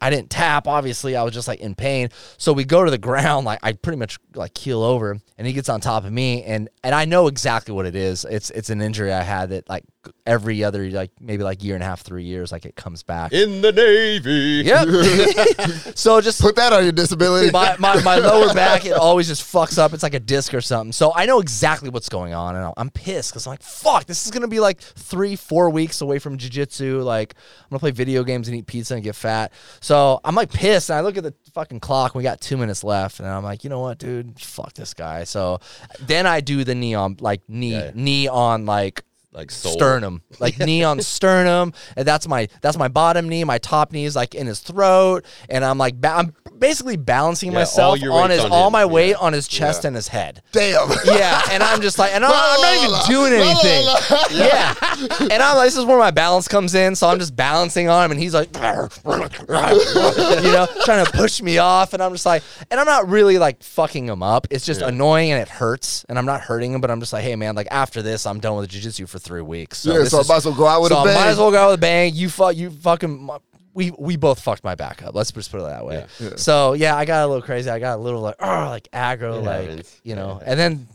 I didn't tap. Obviously, I was just like in pain. So we go to the ground. Like I pretty much like keel over, and he gets on top of me, and and I know exactly what it is. It's it's an injury I had that like every other like maybe like year and a half, three years, like it comes back.
in the navy.
Yep. so just
Put that on your disability.
my, my, my lower back it always just fucks up it's like a disc or something so i know exactly what's going on and i'm pissed because i'm like fuck this is gonna be like three four weeks away from jiu-jitsu like i'm gonna play video games and eat pizza and get fat so i'm like pissed and i look at the fucking clock we got two minutes left and i'm like you know what dude fuck this guy so then i do the knee on like knee
Yeah.
knee on like
Like soul.
sternum, like knee on sternum, and that's my that's my bottom knee. My top knee is like in his throat, and I'm like ba- I'm basically balancing
Yeah, all
myself
your
on
weight's
his
on
all
him.
my
Yeah.
weight on his chest
Yeah.
and his head.
Damn.
Yeah, and I'm just like, and I'm, I'm not even
La, la,
doing
la, la,
anything.
la.
Yeah, and I'm like, this is where my balance comes in. So I'm just balancing on him, and he's like, you know, trying to push me off, and I'm just like, and I'm not really like fucking him up. It's just annoying and it hurts, and I'm not hurting him, but I'm just like, hey man, like after this, I'm done with jujitsu for three weeks. So
Yeah,
this
so I
is-
might as well go out with
so
a
I might
bang.
as well go out with a bang. You fuck, you fucking. We, we both fucked my back up. Let's just put it that way.
Yeah.
So yeah, I got a little crazy. I got a little like oh like aggro
It
like
happens.
you
Yeah,
know.
it
And then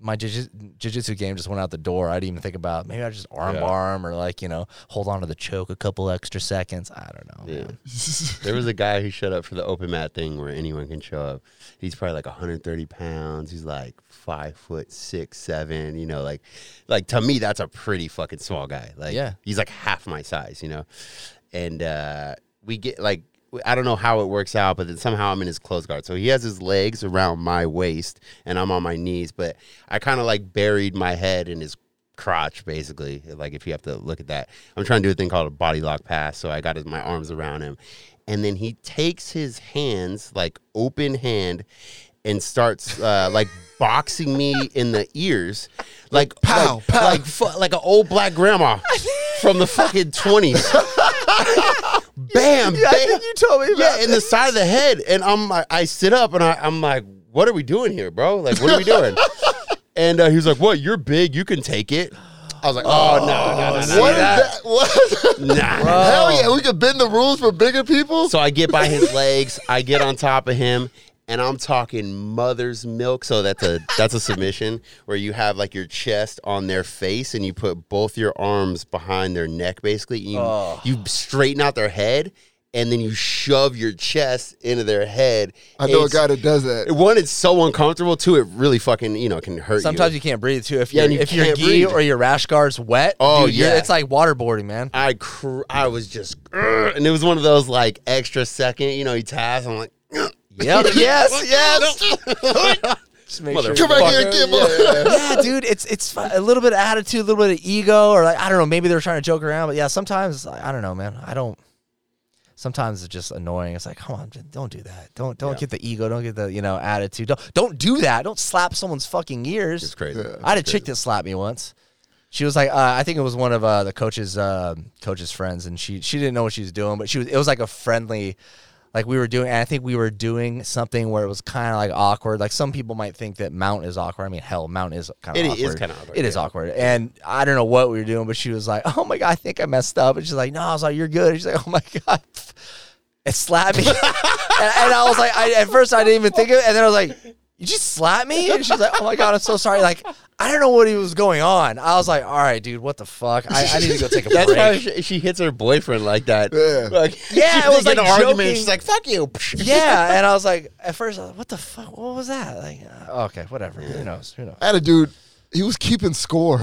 my jiu- jitsu game just went out the door. I didn't even think about maybe I just arm
Yeah.
bar him or like you know hold on to the choke a couple extra seconds. I don't know.
Yeah.
man.
There was a guy who showed up for the open mat thing where anyone can show up. He's probably like 130 pounds. He's like five foot six, seven. You know, like, like to me, that's a pretty fucking small guy. Like,
Yeah.
he's like half my size. You know, and uh, we get like I don't know how it works out, but then somehow I'm in his clothes guard. So he has his legs around my waist, and I'm on my knees. But I kind of like buried my head in his crotch basically like if you have to look at that i'm trying to do a thing called a body lock pass so i got his, my arms around him and then he takes his hands like open hand and starts uh, like boxing me in the ears like
Pow,
like,
pow.
like fu- like an old black grandma from the fucking 20s bam bam
you told me.
yeah, in the side of the head. And I'm like, I sit up and I, I'm like, what are we doing here, bro? Like, what are we doing? and uh, he's like, what? You're big. You can take it. I was like, oh, no, no, no,
What
no,
is that? What?
no, nah.
Oh.
Hell yeah, we could bend the rules for bigger people.
So I get by his legs. I get on top of him. And I'm talking mother's milk. So that's a that's a submission where you have like your chest on their face and you put both your arms behind their neck basically. You
Oh.
you straighten out their head and then you shove your chest into their head.
I know a
It's-
guy that does that.
one, it's so uncomfortable. Two, it really fucking you know can hurt.
Sometimes
you.
you can't breathe too if
Yeah,
your
and you
if your
can't
gi
breathe.
or your rash guard's wet.
Oh,
dude, you're-
yeah.
it's like waterboarding, man.
I cr- I was just "Ugh," and it was one of those like extra second. You know, he taps. I'm like, "Ugh."
Yep. yes. Yes. Just make
Motherfucker.
Come back here and
Yeah,
get my.
yeah, dude, it's it's fu- a little bit of attitude, a little bit of ego, or like I don't know, maybe they're trying to joke around, but yeah, sometimes I I don't know, man. I don't. Sometimes it's just annoying. It's like, come on, just don't do that. Don't don't get the ego. Don't get the you know attitude. Don't don't do that. Don't slap someone's fucking ears.
it's crazy.
Yeah.
I had a chick that slapped me once. She was like, uh, I think it was one of uh, the coach's uh, coach's friends, and she she didn't know what she was doing, but she was. It was like a friendly, like we were doing. And I think we were doing something where it was kind of like awkward. Like some people might think that mount is awkward. I mean, hell, mount is kind of
It
awkward.
is kinda awkward,
It is
yeah.
awkward, and I don't know what we were doing, but she was like, "Oh my god, I think I messed up," and she's like, "No," I was like, "You're good." And she's like, "Oh my god." It slapped me, and, and I was like, I, at first I didn't even think of it, and then I was like, you just slapped me? And she's like, oh my God, I'm so sorry. Like, I don't know what he was going on. I was like, all right, dude, what the fuck? I, I need to go take a
That's
break.
why she, she hits her boyfriend like that.
Yeah.
Like,
Yeah,
she-
it was
they get in
like
an argument.
joking.
She's like, "Fuck you."
yeah. And I was like, at first, I was like, what the fuck? What was that? Like, uh, okay, whatever. Who knows? Who knows?
I had a dude. He was keeping score,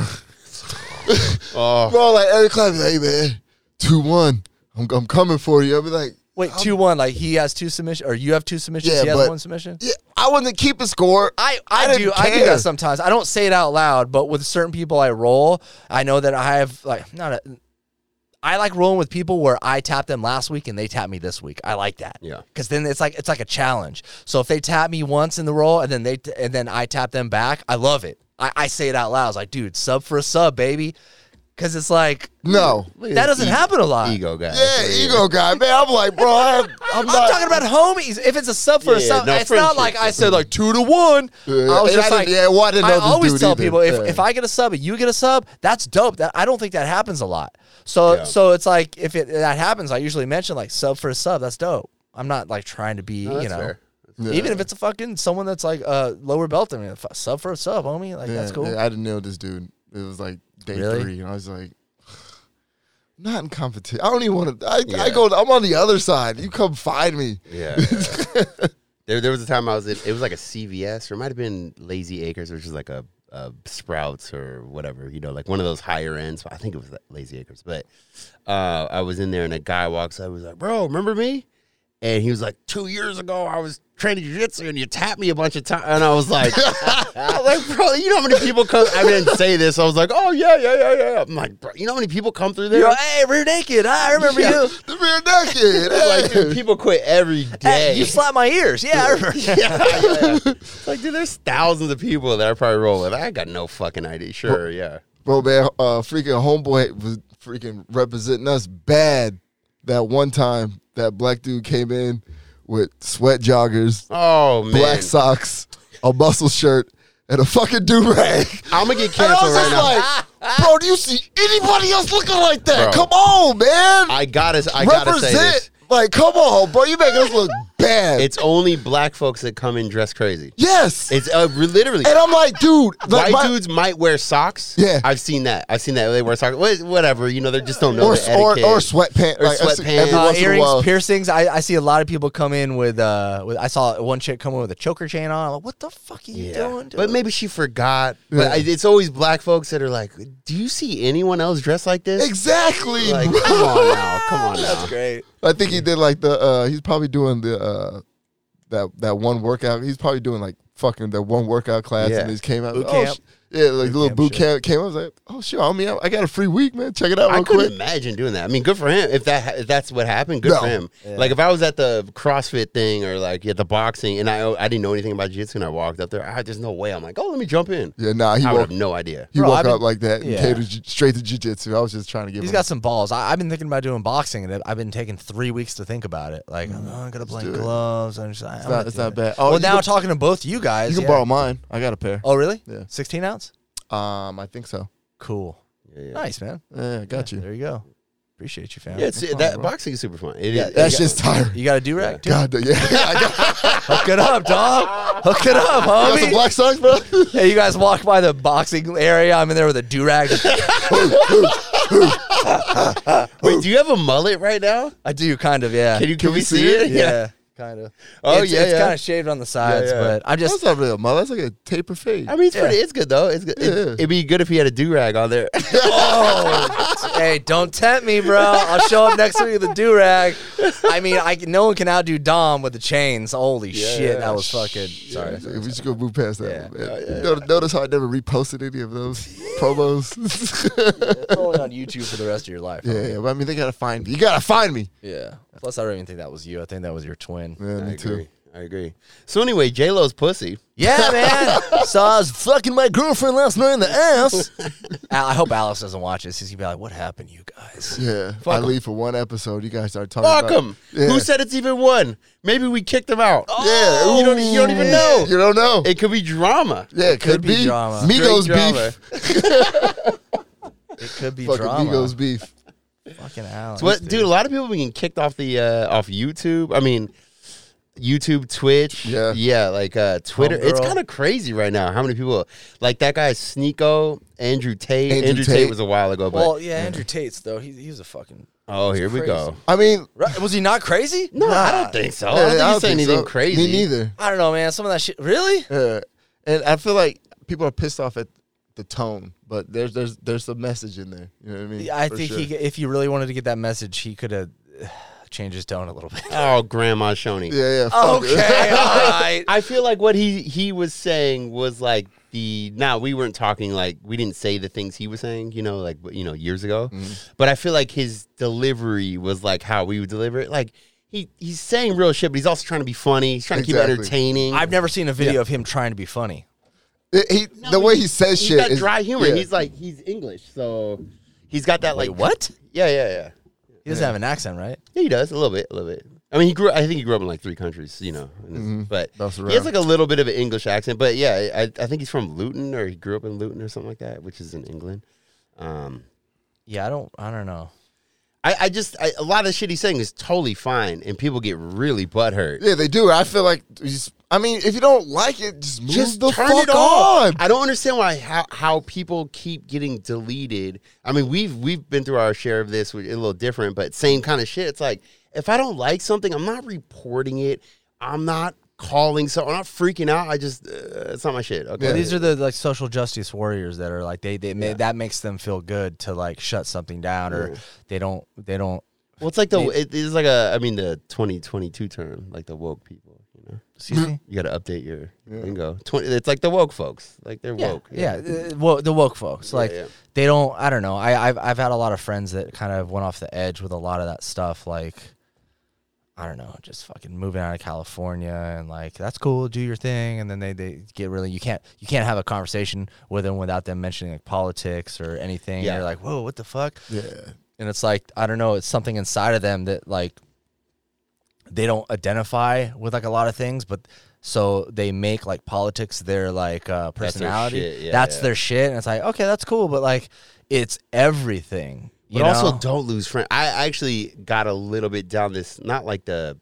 Oh,
bro. Like every class, hey man, two one. I'm, I'm coming for you. I'll be like,
Wait, 2 1. Like, he has two submissions, or you have two submissions,
Yeah,
he has
but-
one submission?
yeah, I wasn't keeping score.
I, I,
I
do
didn't
I do
care.
that sometimes. I don't say it out loud, but with certain people I roll, I know that I have like not a I like rolling with people where I tapped them last week and they tap me this week. I like that.
Yeah.
Because then it's like it's like a challenge. So if they tap me once in the roll and then they t- and then I tap them back, I love it. I, I say it out loud. It's like, dude, sub for a sub, baby. Because it's like
No.
that doesn't happen a lot.
Ego guy.
Yeah, ego guy, man. I'm like, bro, I have, I'm
I'm
not.
talking about homies. If it's a sub for a
Yeah,
sub,
no,
it's not
friendships.
like I said like two to one.
Yeah,
I was
and
just
I didn't-
like,
yeah, well, I didn't know this
always
dude
tell
either.
people if,
Yeah.
if I get a sub and you get a sub, that's dope. That I don't think that happens a lot. So
Yeah.
so it's like if it that happens, I usually mention like sub for a sub. That's dope. I'm not like trying to be you know.
Yeah.
Even if it's a fucking someone that's like uh lower belt than me, f- sub for a sub, homie, like that's
Yeah,
cool.
yeah, I didn't know this dude. It was like day
Really?
three, and I was like, not in competition. I don't even want to. I, I
Yeah.
go. I'm on the other side. You come find me.
Yeah. there, there was a time I was in, it was like a CVS, or it might have been Lazy Acres, which is like a, a Sprouts or whatever, you know, like one of those higher ends. I think it was Lazy Acres. But uh, I was in there and a guy walks up, was like, Bro, remember me? And he was like, Two years ago, I was training jiu jitsu and you tapped me a bunch of times. And I was like, I was like, Bro, you know how many people come? I didn't say this. I was like, Oh, yeah, yeah, yeah, yeah. I'm like, Bro, you know how many people come through there?
You're hey, rear naked. Ah, I remember
Yeah,
you.
the rear naked.
like, dude, people quit every day.
Hey, you slapped my ears. Yeah, I remember.
yeah, yeah. It's like, dude, there's thousands of people that I probably roll with. I got no fucking idea. Sure, yeah.
bro, man. Uh, freaking homeboy was freaking representing us bad. That one time, that black dude came in with sweat joggers,
Oh man,
black socks, a muscle shirt, and a fucking do rag.
I'm gonna get
And I
canceled
was
right
just
now.
like, bro, do you see anybody else looking like that?
Bro.
Come on, man.
I gotta, I gotta say
Represent.
this.
Like, come on, bro. You making us look bad.
It's only black folks that come and dress crazy.
yes.
It's uh, re- literally.
and I'm like, dude, like
White
my,
dudes might wear socks.
Yeah.
I've seen that. I've seen that. They wear socks. Wha- Whatever, you know, they just don't know
or,
the
or,
etiquette.
or sweatpants.
Or
like, I see Every
sweatpants.
Uh,
once in a
earrings,
while.
piercings. I, I see a lot of people come in with uh with I saw one chick come in with a choker chain on. I'm like, what the fuck are you
Yeah.
doing? Dude?
But maybe she forgot. But I, it's always black folks that are like, "Do you see anyone else dressed like this?"
Exactly.
Like,
bro.
come on now, come on now.
great.
I think he did like the uh he's probably doing the uh that that one workout. He's probably doing like fucking that one workout class
Yeah.
and he's came out.
Boot
oh,
camp.
sh- yeah, like little
camp
boot
shit.
camp came. I was like, oh shit, I mean, I got a free week, man. Check it out
I
real
couldn't
quick.
imagine doing that. I mean, good for him. If that if that's what happened, good
No.
for him.
Yeah.
Like if I was at the CrossFit thing or like at the boxing, and I I didn't know anything about jiu-jitsu and I walked up there, I, there's no way. I'm like, oh, let me jump in.
Yeah, nah, he
I would
woke
have no idea.
He
Bro,
woke
I've
up
been-
like that and
yeah.
came to ju- straight to jujitsu. I was just trying to give
He's
him.
got some balls. I, I've been thinking about doing boxing, and I've been taking three weeks to think about it. Like, oh, I'm gonna blank
do it.
gloves. I'm just,
it's not, it's not bad. Oh,
Oh, well,
you
now
can,
talking to both you guys,
you can
yeah.
borrow mine. I got a pair.
Oh, really?
Yeah.
16 ounce.
Um, I think so.
Cool.
Yeah, yeah.
Nice, man.
Yeah, I got
Yeah,
you.
There you go. Appreciate you, fam.
Yeah, it's,
That's fine,
that
bro.
boxing is super fun. It is.
Yeah,
it
that's
got-
just tired.
You got a do rag? too?
God, yeah, I got,
Hook it up, dog. Hook it
I
up,
got some
homie.
black socks, bro.
Hey, you guys walk by the boxing area. I'm in there with a do rag.
Wait, do you have a mullet right now?
I do, kind of, yeah.
Can you can,
we
we
see
see
it?
it?
yeah, kind of.
Oh,
it's,
yeah,
it's
yeah.
kind of shaved on the sides,
yeah.
but I
That's
just
not real, man. That's like a taper fade.
I mean, it's
Yeah.
pretty. It's good though. It's good. It,
Yeah.
would be good if he had a do rag on there.
oh, hey, don't tempt me, bro. I'll show up next week with a do rag. I mean, I no one can outdo Dom with the chains. Holy shit, that was fucking. Sorry.
Yeah, we just go move past that.
Yeah.
one, man. Notice, notice how I never reposted any of those promos.
It's only on YouTube for the rest of your life.
yeah, yeah, but I mean they gotta find me. You gotta find me.
Yeah. Plus, I don't even think that was you. I think that was your twin.
Yeah, me too.
I agree. So anyway, J Lo's pussy.
Yeah, man. so I was fucking my girlfriend last night in the ass. Al- I hope Alice doesn't watch this. He's gonna be like, "What happened, you guys?"
Yeah, I leave for one episode. You guys start talking.
Fuck
about-
him.
Yeah.
Who said it's even one? Maybe we kicked him out.
Yeah,
Oh! you don't, e, you don't even know.
You don't know.
It could be drama.
yeah, it could,
could be drama.
Migos
Straight drama.
beef.
It could be
Fucking
drama.
Migos beef.
Fucking Alice.
What, dude? A lot of people have been getting kicked off the uh, off YouTube. I mean, YouTube, Twitch.
Yeah.
yeah, like uh, Twitter. It's
Homegirl.
kind of crazy right now. How many people like that guy Sneeko, Andrew Tate.
Andrew
Andrew, Tate.
Tate.
was a while ago, but
Well, yeah, Andrew Tate's though. He, he was a fucking.
oh, here we go.
I mean,
Right? Was he not crazy?
No, I don't think so. Oh, I don't think
yeah,
he's
think
saying anything
so.
crazy.
Me neither.
I don't know, man. Some of that shit. Really?
Yeah, and I feel like people are pissed off at the tone, but there's there's there's some message in there. You know what I mean?
I
For
think
sure.
he, if he really wanted to get that message, he could have change his tone a little bit.
Oh, Grandma Shoney.
Yeah, yeah. fuck it.
okay, all right.
I feel like what he he was saying was like the now we weren't talking like we didn't say the things he was saying, you know, like you know years ago.
Mm-hmm.
But I feel like his delivery was like how we would deliver it. Like he he's saying real shit, but he's also trying to be funny. He's trying to
Exactly.
keep entertaining.
I've never seen a video of him trying to be funny.
It- he,
No,
the way he
he's-
says
he's
shit
got
is
dry humor.
yeah.
He's like he's English, so he's got that like
Wait, what?
Yeah, yeah, yeah.
He doesn't have an accent, right?
Yeah, he does a little bit, a little bit. I mean, he grew. I think he grew up in like three countries, you know. and it's- But
That's
he has
right.
like a little bit of an English accent. But yeah, I, I think he's from Luton, or he grew up in Luton, or something like that, which is in England. Um,
Yeah, I don't. I don't know.
I, I just I, a lot of the shit he's saying is totally fine, and people get really butthurt.
Yeah, they do. I feel like you s- I mean, if you don't like it, just move
Just
the
turn
fuck
it off.
on.
I don't understand why how, how people keep getting deleted. I mean, we've we've been through our share of this, which is a little different, but same kind of shit. It's like if I don't like something, I'm not reporting it. I'm not calling. So I'm not freaking out. I just uh, it's not my shit. Okay.
Yeah.
These are the like social justice warriors that are like they they ma- that makes them feel good to like shut something down or they don't they don't
well, it's like the it is like a I mean the 2022 term like the woke people. You know,
excuse me.
you got to update your lingo. 20, it's like the woke folks. Like they're
Yeah,
woke.
yeah. uh, wo- the woke folks, like
yeah.
they don't. I don't know. I, I've I've had a lot of friends that kind of went off the edge with a lot of that stuff. Like, I don't know, just fucking moving out of California and like that's cool, do your thing, and then they, they get really you can't you can't have a conversation with them without them mentioning like politics or anything.
Yeah.
You're like, whoa, what the fuck?
Yeah,
and it's like I don't know, it's something inside of them that like they don't identify with like a lot of things, but so they make like politics their like uh,
That's their
personality.
shit, yeah, yeah.
their shit, and it's like okay, that's cool, but like it's everything. You
But also,
know?
don't lose friends. I actually got a little bit down this, not like the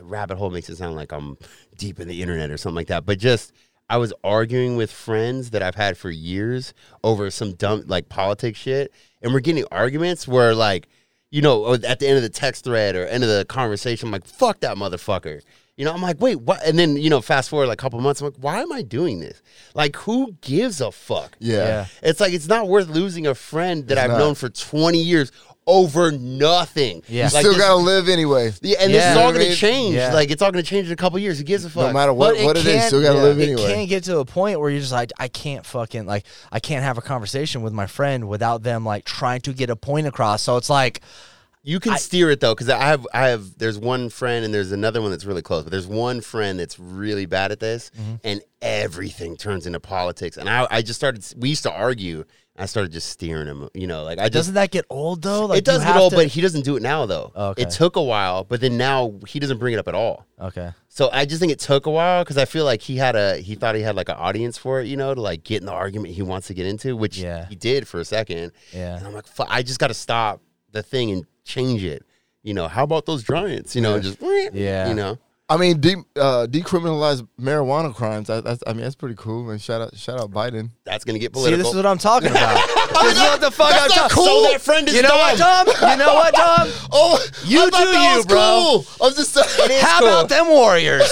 rabbit hole makes it sound like I'm deep in the internet or something like that, but just I was arguing with friends that I've had for years over some dumb, like politics shit. And we're getting arguments where, like, you know, oh, at the end of the text thread or end of the conversation, I'm like, fuck that motherfucker. You know, I'm like, wait, what? And then, you know, fast forward like a couple months, I'm like, why am I doing this? Like, who gives a fuck?
yeah.
Yeah.
It's like it's not worth losing a friend that I've
not.
known for 20 years over nothing.
Yeah. You
You
Like,
still
this-
gotta live anyway.
yeah, and
Yeah.
this is all
You know what I
gonna
mean?
change.
Yeah.
Like it's all gonna change in a couple years. Who gives a fuck?
No matter
But
what, what it is,
can't-
still gotta
yeah,
live
It
anyway.
can't get to a point where you're just like, I can't fucking like, I can't have a conversation with my friend without them like trying to get a point across. So it's like,
you can steer it though, because I have I have there's one friend and there's another one that's really close, but there's one friend that's really bad at this,
Mm-hmm.
and everything turns into politics. And I I just started we used to argue. I started just steering him. You know, like I just
doesn't that get old though? Like
it does
you
it
have
all,
to-
but he doesn't do it now though.
Oh, okay.
It took a while, but then now he doesn't bring it up at all.
okay,
So I just think it took a while because I feel like he had a he thought he had like an audience for it, you know, to like get in the argument he wants to get into, which
Yeah.
he did for a second.
Yeah.
and I'm like, Fuck, I just got to stop the thing and change it. You know, how about those giants? You know, just
Yeah.
you know,
I mean, de- uh, decriminalize marijuana crimes. I, that's, I mean, that's pretty cool. And shout out, shout out Biden.
that's gonna get
See,
political. Oh,
this is what I'm talking about. this is what the fuck I'm
That's not
talking.
cool. So that friend is
You know
dumb.
what, Tom? You know what, Tom?
Oh,
You
I thought
do
that
you,
was
bro.
Cool. I'm just saying.
is
How
cool.
about them Warriors?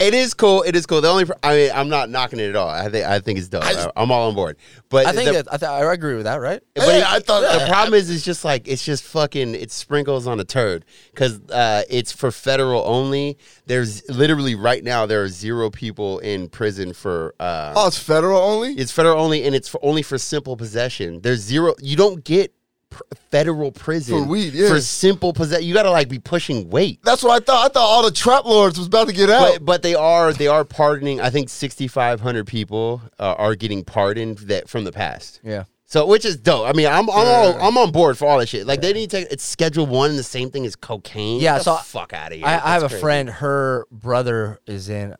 it is cool. It is cool. The only pr- I mean, I'm not knocking it at all. I think I think it's dope. I, am all on board. But
I think
the,
that I, th- I agree with that, right?
But
Hey,
it-
I thought
the
that-
problem is, it's just like it's just fucking. It sprinkles on a turd because uh, it's for federal only. There's literally right now there are zero people in prison for. Uh,
Oh, it's federal only.
It's federal only, and it's for only for simple possession. There's zero. You don't get pr- federal prison
For weed, yeah.
for simple possession. You got to like be pushing weight.
That's what I thought. I thought all the trap lords was about to get out.
But, but they are they are pardoning. I think 6,500 people uh, are getting pardoned that from the past.
Yeah.
So, which is dope. I mean, I'm I'm, all, I'm on board for all that shit. Like, they need to take it's Schedule One, the same thing as cocaine. Get
Yeah,
the
so I-
fuck out of here.
I, I have
That's
a
crazy.
friend. Her brother is in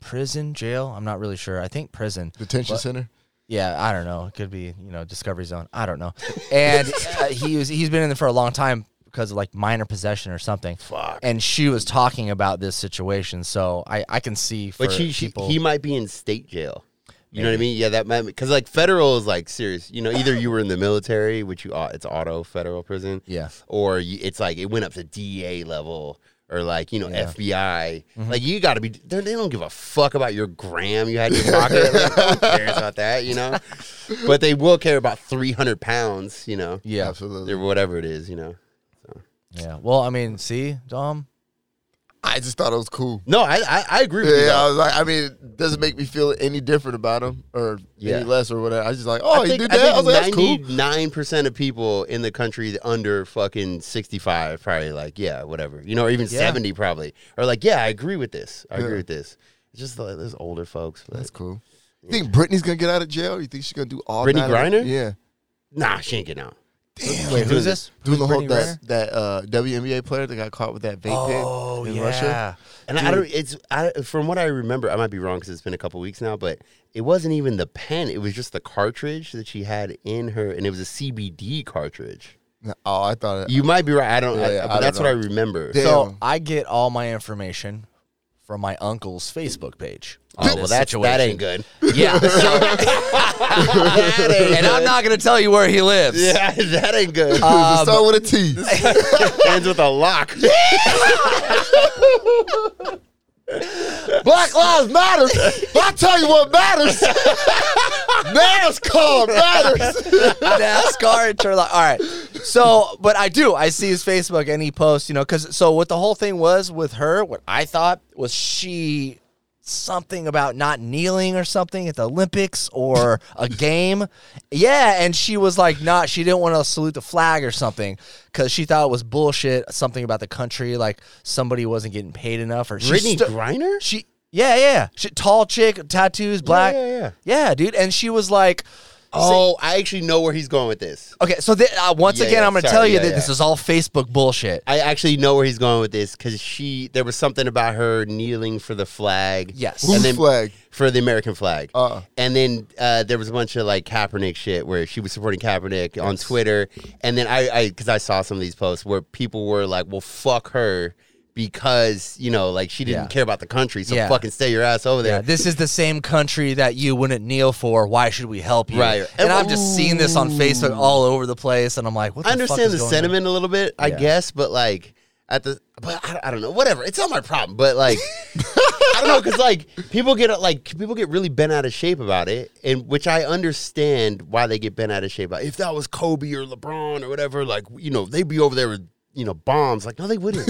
prison, jail. I'm not really sure. I think prison.
Detention center.
Yeah, I don't know. It could be you know Discovery Zone. I don't know. And uh, he was he's been in there for a long time because of like minor possession or something.
Fuck.
And she was talking about this situation, so I I can see. For
but she, she
people,
he might be in state jail. You know what I mean? Yeah, that might because like federal is like serious. You know, either you were in the military, which you au- it's auto federal prison.
Yeah.
or you, it's like it went up to DA level. Or like you know FBI,
Mm-hmm.
like you got to be. They they don't give a fuck about your gram you had in your pocket. Like, who cares about that, you know? But they will care about three hundred pounds, you know,
yeah.
Absolutely.
or whatever it is, you know.
Yeah. Well, I mean, see, Dom.
I just thought it was cool.
No, I I, I agree with you.
Yeah, I
though.
was like, I mean, it doesn't make me feel any different about him or
Yeah.
any less or whatever. I was just like, oh,
I
he
think,
did that. I, was like, that's cool.
ninety-nine percent of people in the country under fucking sixty-five probably like, yeah, whatever, you know, or even
Yeah.
seventy probably are like, yeah, I agree with this. I
Yeah.
agree with this. It's just like those older folks. But
That's cool. You think Britney's gonna get out of jail? You think she's gonna do all?
Brittany
nine of it?
Griner?
Yeah.
nah, she ain't getting out.
Damn.
Wait,
dude.
who's this?
Doing the
Who's
whole
Brittany
that that uh,
Renner?
WNBA player that got caught with that vape
Oh
pen in
yeah.
Russia.
And I don't. It's I, from what I remember. I might be wrong because it's been a couple weeks now, but it wasn't even the pen. It was just the cartridge that she had in her, and it was a CBD cartridge.
Oh, I thought it.
You might be right. I don't. I,
Yeah,
but
I don't
that's what I
know.
remember.
Damn.
So I get all my information from my uncle's Facebook page.
Oh
on
well,
this
that's that
situation.
ain't good.
Yeah.
That ain't
and I'm
good.
not gonna tell you where he lives.
Yeah, that ain't good.
It
Uh,
started with a T.
Ends with a lock.
Black lives matter. I tell you what matters. NASCAR matters.
NASCAR Turlock. All right. So, but I do. I see his Facebook and he posts, you know, because so what the whole thing was with her, what I thought was she something about not kneeling or something at the Olympics or a game. Yeah. And she was like, not, she didn't want to salute the flag or something because she thought it was bullshit, something about the country, like somebody wasn't getting paid enough or she
Brittany
stu-
Griner.
she yeah, yeah. She, tall chick, tattoos, black.
yeah, yeah.
Yeah, dude. And she was like,
Oh, I actually know where he's going with this.
Okay, so th- uh, once
Yeah,
again,
yeah,
I'm going to
sorry,
tell you
yeah,
that
yeah.
this is all Facebook bullshit.
I actually know where he's going with this because she there was something about her kneeling for the flag.
Yes.
and
Whose
then
flag?
for the American flag.
Uh-uh.
and then uh, there was a bunch of like Kaepernick shit where she was supporting Kaepernick on Twitter. And then I I because I saw some of these posts where people were like, "Well, fuck her." Because you know, like she didn't
Yeah.
care about the country, so
Yeah.
fucking stay your ass over there.
Yeah, this is the same country that you wouldn't kneel for. Why should we help you?
Right.
And, I'm just seeing this on Facebook all over the place, and I'm like, what the
I
fuck
understand
is
the
going
sentiment a little bit, I
Yeah.
guess, but like at the but I, I don't know, whatever. It's not my problem, but like I don't know because like people get like people get really bent out of shape about it, and which I understand why they get bent out of shape. About it. if that was Kobe or LeBron or whatever, like you know they'd be over there with you know bombs. Like no, they wouldn't.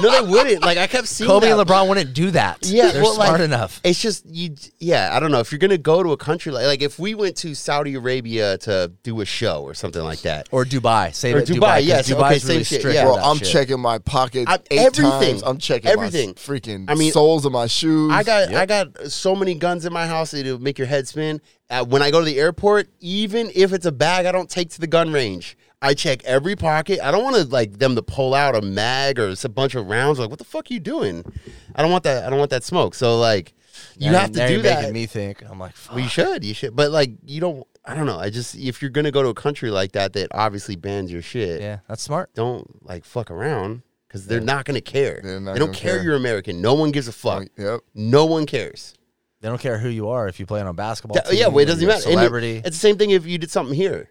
no, they wouldn't. Like I kept
on?
seeing
Kobe
that.
and LeBron wouldn't do that.
Yeah,
they're
well,
smart
like,
enough.
It's just you. Yeah, I don't know if you're gonna go to a country like like if we went to Saudi Arabia to do a show or something like that.
Or Dubai, say
Or
that Dubai.
Dubai,
'cause
yes,
Dubai's
okay, same
really
shit,
strict.
yeah.
with
Bro,
that
I'm
shit.
checking my pockets
I-
eight
everything.
times. I'm checking
Everything.
My freaking
I mean-
soles of my shoes.
I got I got so many guns in my house it'll make your head spin. Uh, when I go to the airport, even if it's a bag I don't take to the gun range, I check every pocket. I don't want to like them to pull out a mag or it's a bunch of rounds. Like what the fuck you doing? I don't want that. I don't want that smoke. So like, you
Now
have to
now
do
you're
that.
Making me think. I'm like, fuck.
Well, you should. You should. But like, you don't. I don't know. I just if you're gonna go to a country like that that obviously bans your shit,
yeah, that's smart.
don't like fuck around because they're not gonna care.
They're not
they don't
gonna
care
care.
you're American. No one gives a fuck.
Oh, Yep.
No one cares.
They don't care who you are if you play on a basketball.
Yeah, yeah,
team,
well, it
or
doesn't
you're a
matter. And it-
Celebrity.
it's the same thing if you did something here.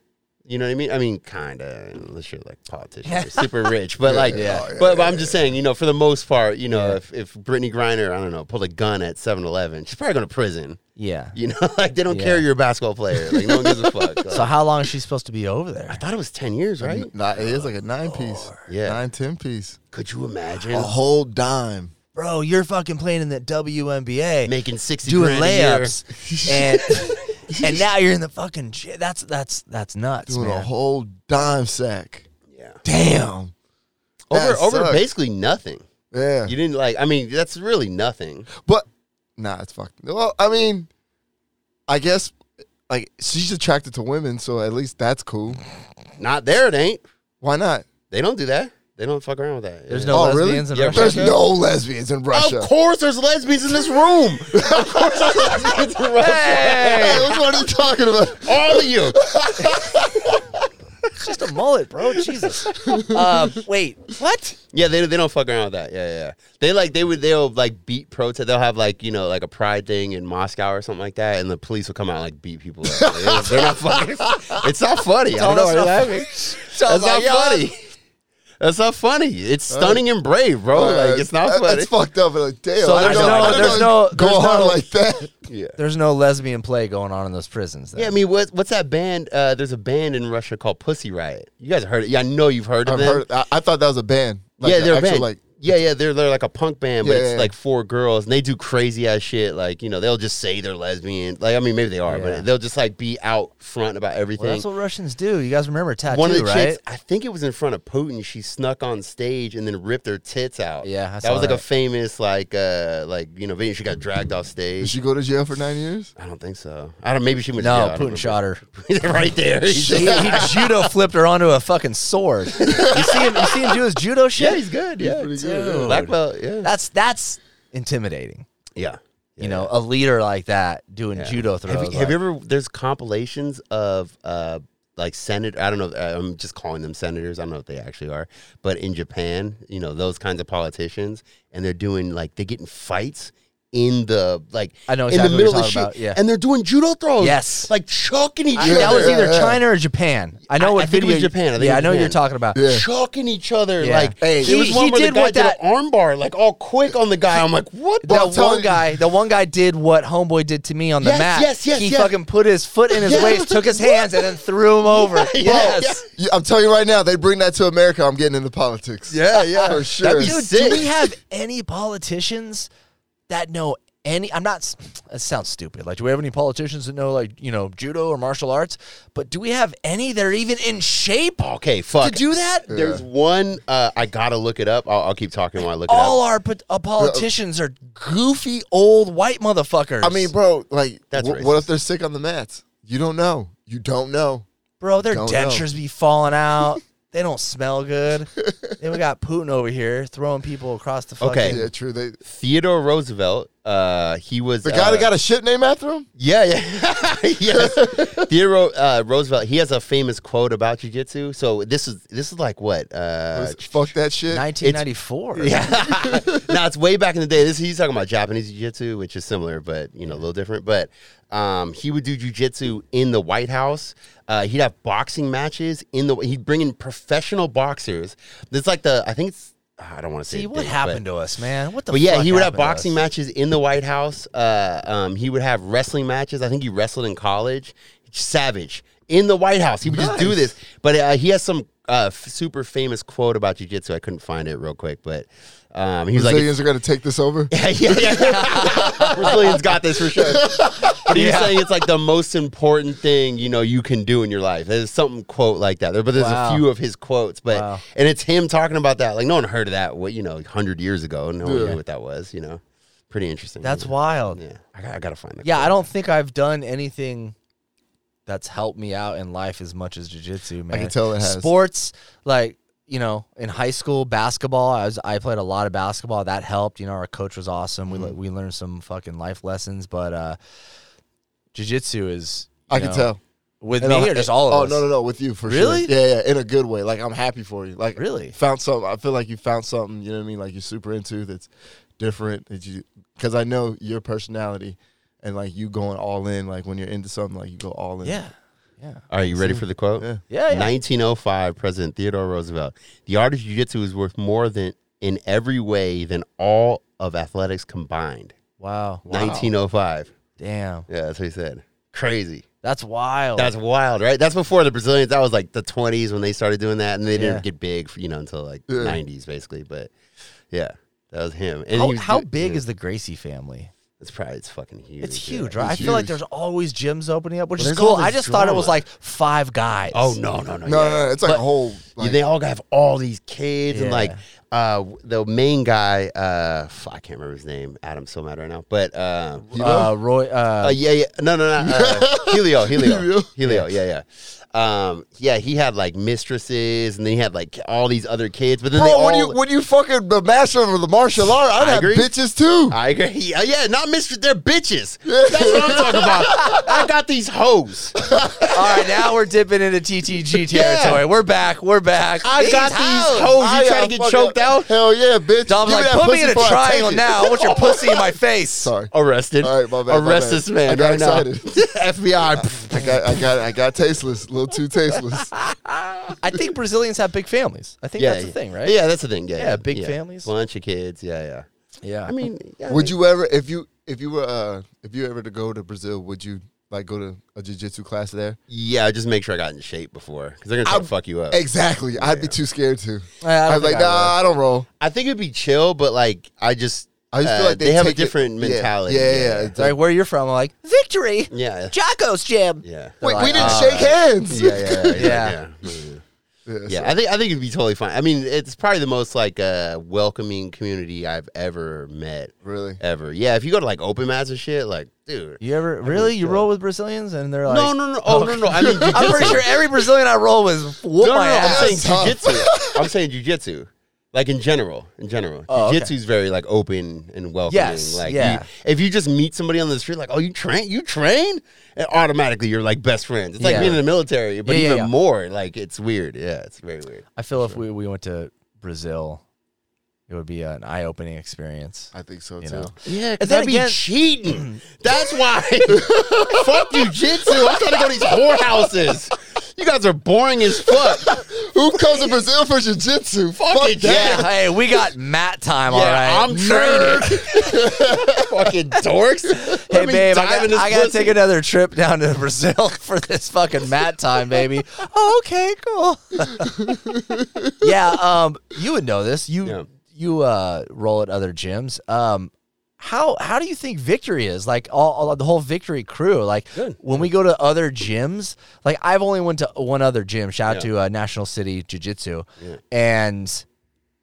You know what I mean? I mean, kind of, unless you're like politicians, or super rich. But like,
Yeah.
Oh, yeah,
but, but I'm just saying, you know, for the most part, you know, if, if Brittany Griner, I don't know, pulled a gun at 7-Eleven, she's probably going to prison.
yeah.
You know, like they don't
Yeah.
care you're a basketball player. Like no one gives a fuck. Like,
So Mm-hmm. how long is she supposed to be over there?
I thought it was ten years, right?
Nah, it is like a nine piece.
Yeah.
Nine ten piece.
Could you imagine
Oh,
A whole dime.
bro, you're fucking playing in the WNBA,
making sixty
doing
grand a year?
layups, and and now you're in the fucking shit. That's that's that's nuts,
Doing a
man.
whole dime sack.
Yeah,
Damn.
over
That
over
sucks.
basically nothing.
Yeah.
You didn't like. I mean, that's really nothing.
But nah, it's fucked. Well, I mean, I guess like she's attracted to women, so at least that's cool.
Not there. It ain't.
Why not?
They don't do that. They don't fuck around with that.
There's
Yeah.
no
Oh, really?
lesbians in
Yeah,
Russia.
There's
Russia?
no lesbians in Russia.
Of course, there's lesbians in this room. of course, there's lesbians in Russia.
Hey, which one are you talking about?
All of you.
It's just a mullet, bro. Jesus. Uh, wait, what?
Yeah, they, they don't fuck around with that. Yeah, yeah, yeah. They like they would they'll like beat protest. They'll have like you know like a pride thing in Moscow or something like that, and the police will come out and like beat people. Up. Like, they're not fucking. It's not funny. I don't know. why
It's
They're
not-
laughing.
So I was
That's not
like, yo,
funny. That's not funny. It's stunning and brave, bro. Oh, like it's not
that,
funny.
That's fucked up. Like, damn,
So
I don't
there's
know.
no-
I don't
there's
know
no-
go
there's
hard
no-
like that.
yeah.
There's no lesbian play going on in those prisons. Then.
Yeah, I mean, what, what's that band? Uh, there's a band in Russia called Pussy Riot. You guys heard it? Yeah, I know you've heard of
I've
them.
heard. I, I thought that was a band. Like
yeah,
an
they're a
actual,
band.
Like
yeah, yeah, they're they're like a punk band, but
Yeah,
it's
yeah, yeah.
like four girls, and they do crazy ass shit. Like you know, they'll just say they're lesbian. Like I mean, maybe they are,
Yeah.
but they'll just like be out front about
Well,
everything.
that's what Russians do. You guys remember tattoo,
One of the
right?
chicks, I think it was in front of Putin. She snuck on stage and then ripped her tits out.
Yeah, I
that
saw
was like a
that.
famous like uh like you know video. She got dragged off
Did
stage.
she go to jail for nine years?
I don't think so. I don't. Maybe she went. to jail, I
No,
don't
Putin
remember.
shot her.
right there. He
He,
just-
he judo flipped her onto a fucking sword. You see him? You see him do his judo shit?
yeah, he's good. Yeah,
pretty good,
yeah.
Black belt. Yeah,
That's that's intimidating.
yeah.
you know, a leader like that doing judo throws.
Have you, have you ever? There's compilations of uh, like senator. I don't know. uh, I'm just calling them senators. I don't know if they actually are, but in Japan, you know, those kinds of politicians, and they're doing like they get in fights in the like
I know
in the
exactly what
middle of
you're talking
shit,
about, yeah.
and they're doing judo throws.
Yes.
like chucking each
I- that was
other.
either
Yeah, yeah.
China or Japan. I know
Uh-huh. I-
what
I think it
video
was Japan. I think it
yeah,
was
I know what
Japan.
you're talking about.
Yeah.
Chucking each other
Yeah.
like
Hey,
there was
he-
one
he
where the
did
guy
what
did
that-
an arm bar like all quick on the guy. I'm like, what? the
Well, I'm
That
telling
one
you-
guy, the one guy did what homeboy did to me on the
Yes,
mat.
yes, yes,
He
yes.
fucking put his foot in his
Yeah.
waist, took his hands, and then threw him over.
Yeah,
yes.
Yeah, I'm telling you right now, they bring that to America. I'm getting into politics.
yeah,
for sure.
be
Dude,
sick.
do we have any politicians that know any? I'm not. That sounds stupid. Like, do we have any politicians that know like you know judo or martial arts? But do we have any that are even in shape
Okay, fuck.
to do that?
There's one. Uh, I gotta look it up. I'll, I'll keep talking while I look
All
it up.
our pot- uh, politicians are goofy old white motherfuckers.
I mean, bro, like,
That's
wh- what
racist.
if they're sick on the mats? You don't know. You don't know.
bro, their
don't know.
dentures be falling out. they don't smell good. then we got Putin over here throwing people across the fucking.
Okay.
Yeah, true. They
Theodore Roosevelt. Uh, he was
the guy
uh,
that got a shit name after him.
Yeah, yeah, yes. Theodore uh, Roosevelt. He has a famous quote about jujitsu. So this is this is like what? Uh,
Was- Fuck that shit.
1994.
yeah. no, it's way back in the day. This he's talking about Japanese jujitsu, which is similar, but you know a little different. But um, he would do jujitsu in the White House. Uh, he'd have boxing matches in the. He'd bring in professional boxers. It's like the. I think it's. I don't want to say.
See
the
what
date,
happened
But,
to us, man? What the?
but yeah,
fuck
he would have
happened to us?
boxing matches in the White House. Uh, um, he would have wrestling matches. I think he wrestled in college. Savage in the White House. He would just do
Nice.
this. But uh, he has some uh, f- super famous quote about jujitsu. I couldn't find it real quick, but um, he was like,
Brazilians are gonna take this over.
yeah, yeah, yeah. Brazilians got this for sure. But he's saying it's like the most important thing you know you can do in your life. There's something quote like that. There, but there's
Wow.
a few of his quotes. But
Wow.
and it's him talking about that. Like no one heard of that. What you know, hundred years ago, no one
Yeah.
knew what that was. You know, pretty interesting.
That's
yeah.
wild.
Yeah, I, got, I gotta find that.
Yeah, I don't think I've done anything that's helped me out in life as much as jujitsu, man.
can tell it has.
Sports, like, you know, in high school, basketball, I was I played a lot of basketball. That helped. You know, our coach was awesome. We le-
Mm-hmm.
we learned some fucking life lessons, but uh jujitsu is
I
you
can
know,
tell.
With
And
me
I'll-
or just all of
oh,
us?
no, no, no, with you for
Really?
sure. Yeah, yeah, in a good way. Like I'm happy for you. Like
Really?
found something. I feel like you found something. You know what I mean? Like you're super into that's different. That you because I know your personality and like you going all in. Like when you're into something, like you go all in.
Yeah. Yeah.
Are you ready for the quote?
Yeah.
Yeah, yeah.
1905, President Theodore Roosevelt. The art of jiu-jitsu is worth more than in every way than all of athletics combined.
Wow.
1905.
Damn.
Yeah, that's what he said. Crazy.
That's wild.
That's wild, right? That's before the Brazilians. That was like the 20s when they started doing that, and they
Yeah.
didn't get big, you know, until like
Yeah.
90s basically. But yeah, that was him. And he
how,
was
how
do-
big
yeah.
is the Gracie family?
It's probably it's fucking huge.
It's
yeah.
huge, right?
It's
I feel like
huge.
there's always gyms opening up, which
Well,
is
there's all
cool. I
this
just thought it was
drama.
like five guys.
Oh no, no, no,
No,
yeah.
no, no, it's like
But-
a whole.
Yeah,
Like,
they all have all these kids and
Yeah.
like uh w- the main guy uh f- I can't remember his name Adam's so mad right now but uh,
Uh, Roy. Uh,
uh yeah yeah no no no uh, Helio Helio
Helio.
Helio yeah yeah um yeah he had like mistresses and then he had like all these other kids but then they
Bro,
all
when you when you fucking the master of the martial art, I'd
I
have
agree.
bitches too.
I agree. Yeah, yeah, not mistress. They're bitches. That's what I'm talking about. I got these hoes.
all right, now we're dipping into TTG territory. We're back. We're back.
I got these hoes.
I
You
am
trying to get
fucking-
choked out?
Hell yeah, bitch.
uh, Dom's
Give
like,
that
put me
pussy
in a
before I take
triangle
it."
now. I want your pussy in my face.
Sorry.
Arrested.
All right, my bad, my
Arrest
bad.
this man
I got
right now.
excited.
FBI.
I got, I got, I got tasteless. A little too tasteless.
I think Brazilians have big families. I think
yeah,
that's
yeah.
the thing, right?
Yeah, that's the thing. Yeah,
Yeah, big families.
bunch of kids. Yeah, yeah.
Yeah.
I mean, yeah,
Would you ever if you if you were uh if you ever to go to Brazil, would you like go to a jiu-jitsu class there?
Yeah, just make sure I got in shape before because they're gonna try to
I-
fuck you up.
Exactly. I'd be too scared to.
I don't
I was like,
think I would.
nah, I don't roll.
I think it'd be chill, but like I just
I just
uh,
feel like they,
have a
take it-
different
yeah,
mentality.
Yeah, yeah.
It's like where you're from, I'm like, victory.
yeah,
Jocko's gym.
yeah, yeah,
Wait,
They're
we
like,
didn't
"Ah."
shake hands.
yeah, yeah, yeah, yeah.
Yeah.
yeah.
yeah,
Yeah,
so-
I think I think it'd be totally fine. I mean, it's probably the most like uh, welcoming community I've ever met,
really.
ever. Yeah, if you go to like open mats and shit, like, dude.
You ever really you
chill.
roll with Brazilians and they're like
no, no, no. Oh, no, no. I mean,
I'm pretty
jujitsu.
sure every Brazilian I roll with whoop
No, no,
my
no,
ass.
I'm saying
That's
jujitsu. I'm saying jujitsu. Like in general, in general,
Oh, okay.
jujitsu's very like open and welcoming.
Yes,
like you-
yeah.
if you just meet somebody on the street, like, oh, you train, you train, and automatically you're like best friends. It's like
Yeah.
being in the military, but
Yeah, yeah,
even
yeah.
more. Like it's weird. Yeah, it's very weird.
I feel if we, we went to Brazil, it would be an eye opening experience.
I think so
You
too.
know.
Yeah,
And
because
then
I'd be
again-
cheating. That's why. fuck jujitsu. I'm trying to go to these whorehouses. You guys are boring as fuck.
Who comes to Brazil for jiu-jitsu? Fuck,
Fucking
that.
Yeah, hey, we got mat time, all
Yeah,
right.
I'm training. fucking dorks.
Hey, babe, I, got, I gotta take another trip down to Brazil for this fucking mat time, baby. oh, okay, cool. yeah, um, you would know this. You
Yeah.
you uh, roll at other gyms. Um, how how do you think victory is? Like all, all- the whole victory crew. Like
Good.
when we go to other gyms. Like I've only went to one other gym. Shout out
Yeah.
to uh, National City Jiu Jitsu,
Yeah.
and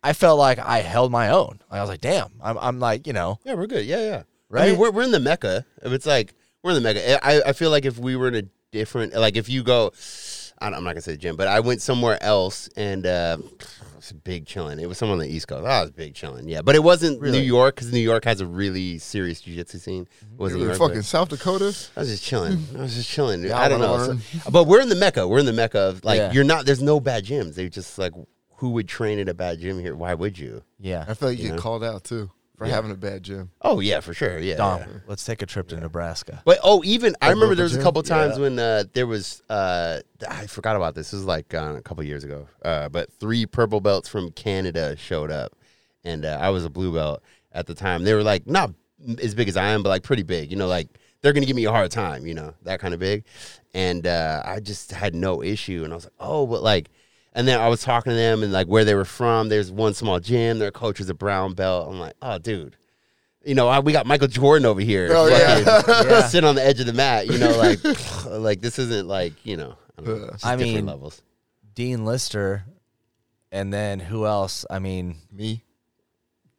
I felt like I held my own. I was like, damn, I'm I'm like you know.
Yeah, we're good. Yeah, yeah. I
Right?
mean, we're, we're in the mecca. If It's like we're in the mecca. I, I feel like if we were in a different, like if you go, I don't, I'm not gonna say gym, but I went somewhere else and uh, it was big chilling. It was somewhere on the East Coast. Ah, it was big chilling. Yeah, but it wasn't New
Really?
York because New York has a really serious jujitsu scene. It wasn't New
You're in
York, but-
fucking South Dakota.
I was just chilling. I was just chilling. dude.
Yeah,
I
I
don't know.
wanna
So-
learn.
but we're in the mecca. We're in the mecca of like
Yeah.
you're not. There's no bad gyms. They just like who would train at a bad gym here? Why would you?
Yeah.
I feel like you
You
get
know?
called out too for having a bad gym.
Oh yeah, for sure. Yeah.
Dom,
yeah.
let's take a trip to Nebraska.
But oh, even I remember
Over
there was a
gym?
couple times when uh, there was uh, th- I forgot about this. This was like uh, a couple years ago. Uh, but three purple belts from Canada showed up, and uh, I was a blue belt at the time. They were like not as big as I am, but like pretty big. You know, like they're gonna give me a hard time. You know, that kind of big. And uh, I just had no issue, and I was like, oh, but like. And then I was talking to them and like where they were from. There's one small gym. Their coach was a brown belt. I'm like, oh, dude, you know, I, we got Michael Jordan over here.
Oh, yeah.
fucking
Yeah.
Sit on the edge of the mat, you know, like, like this isn't like, you know, I, don't know, it's just
I
different
mean-
levels.
Dean Lister, and then who else? I mean,
Me.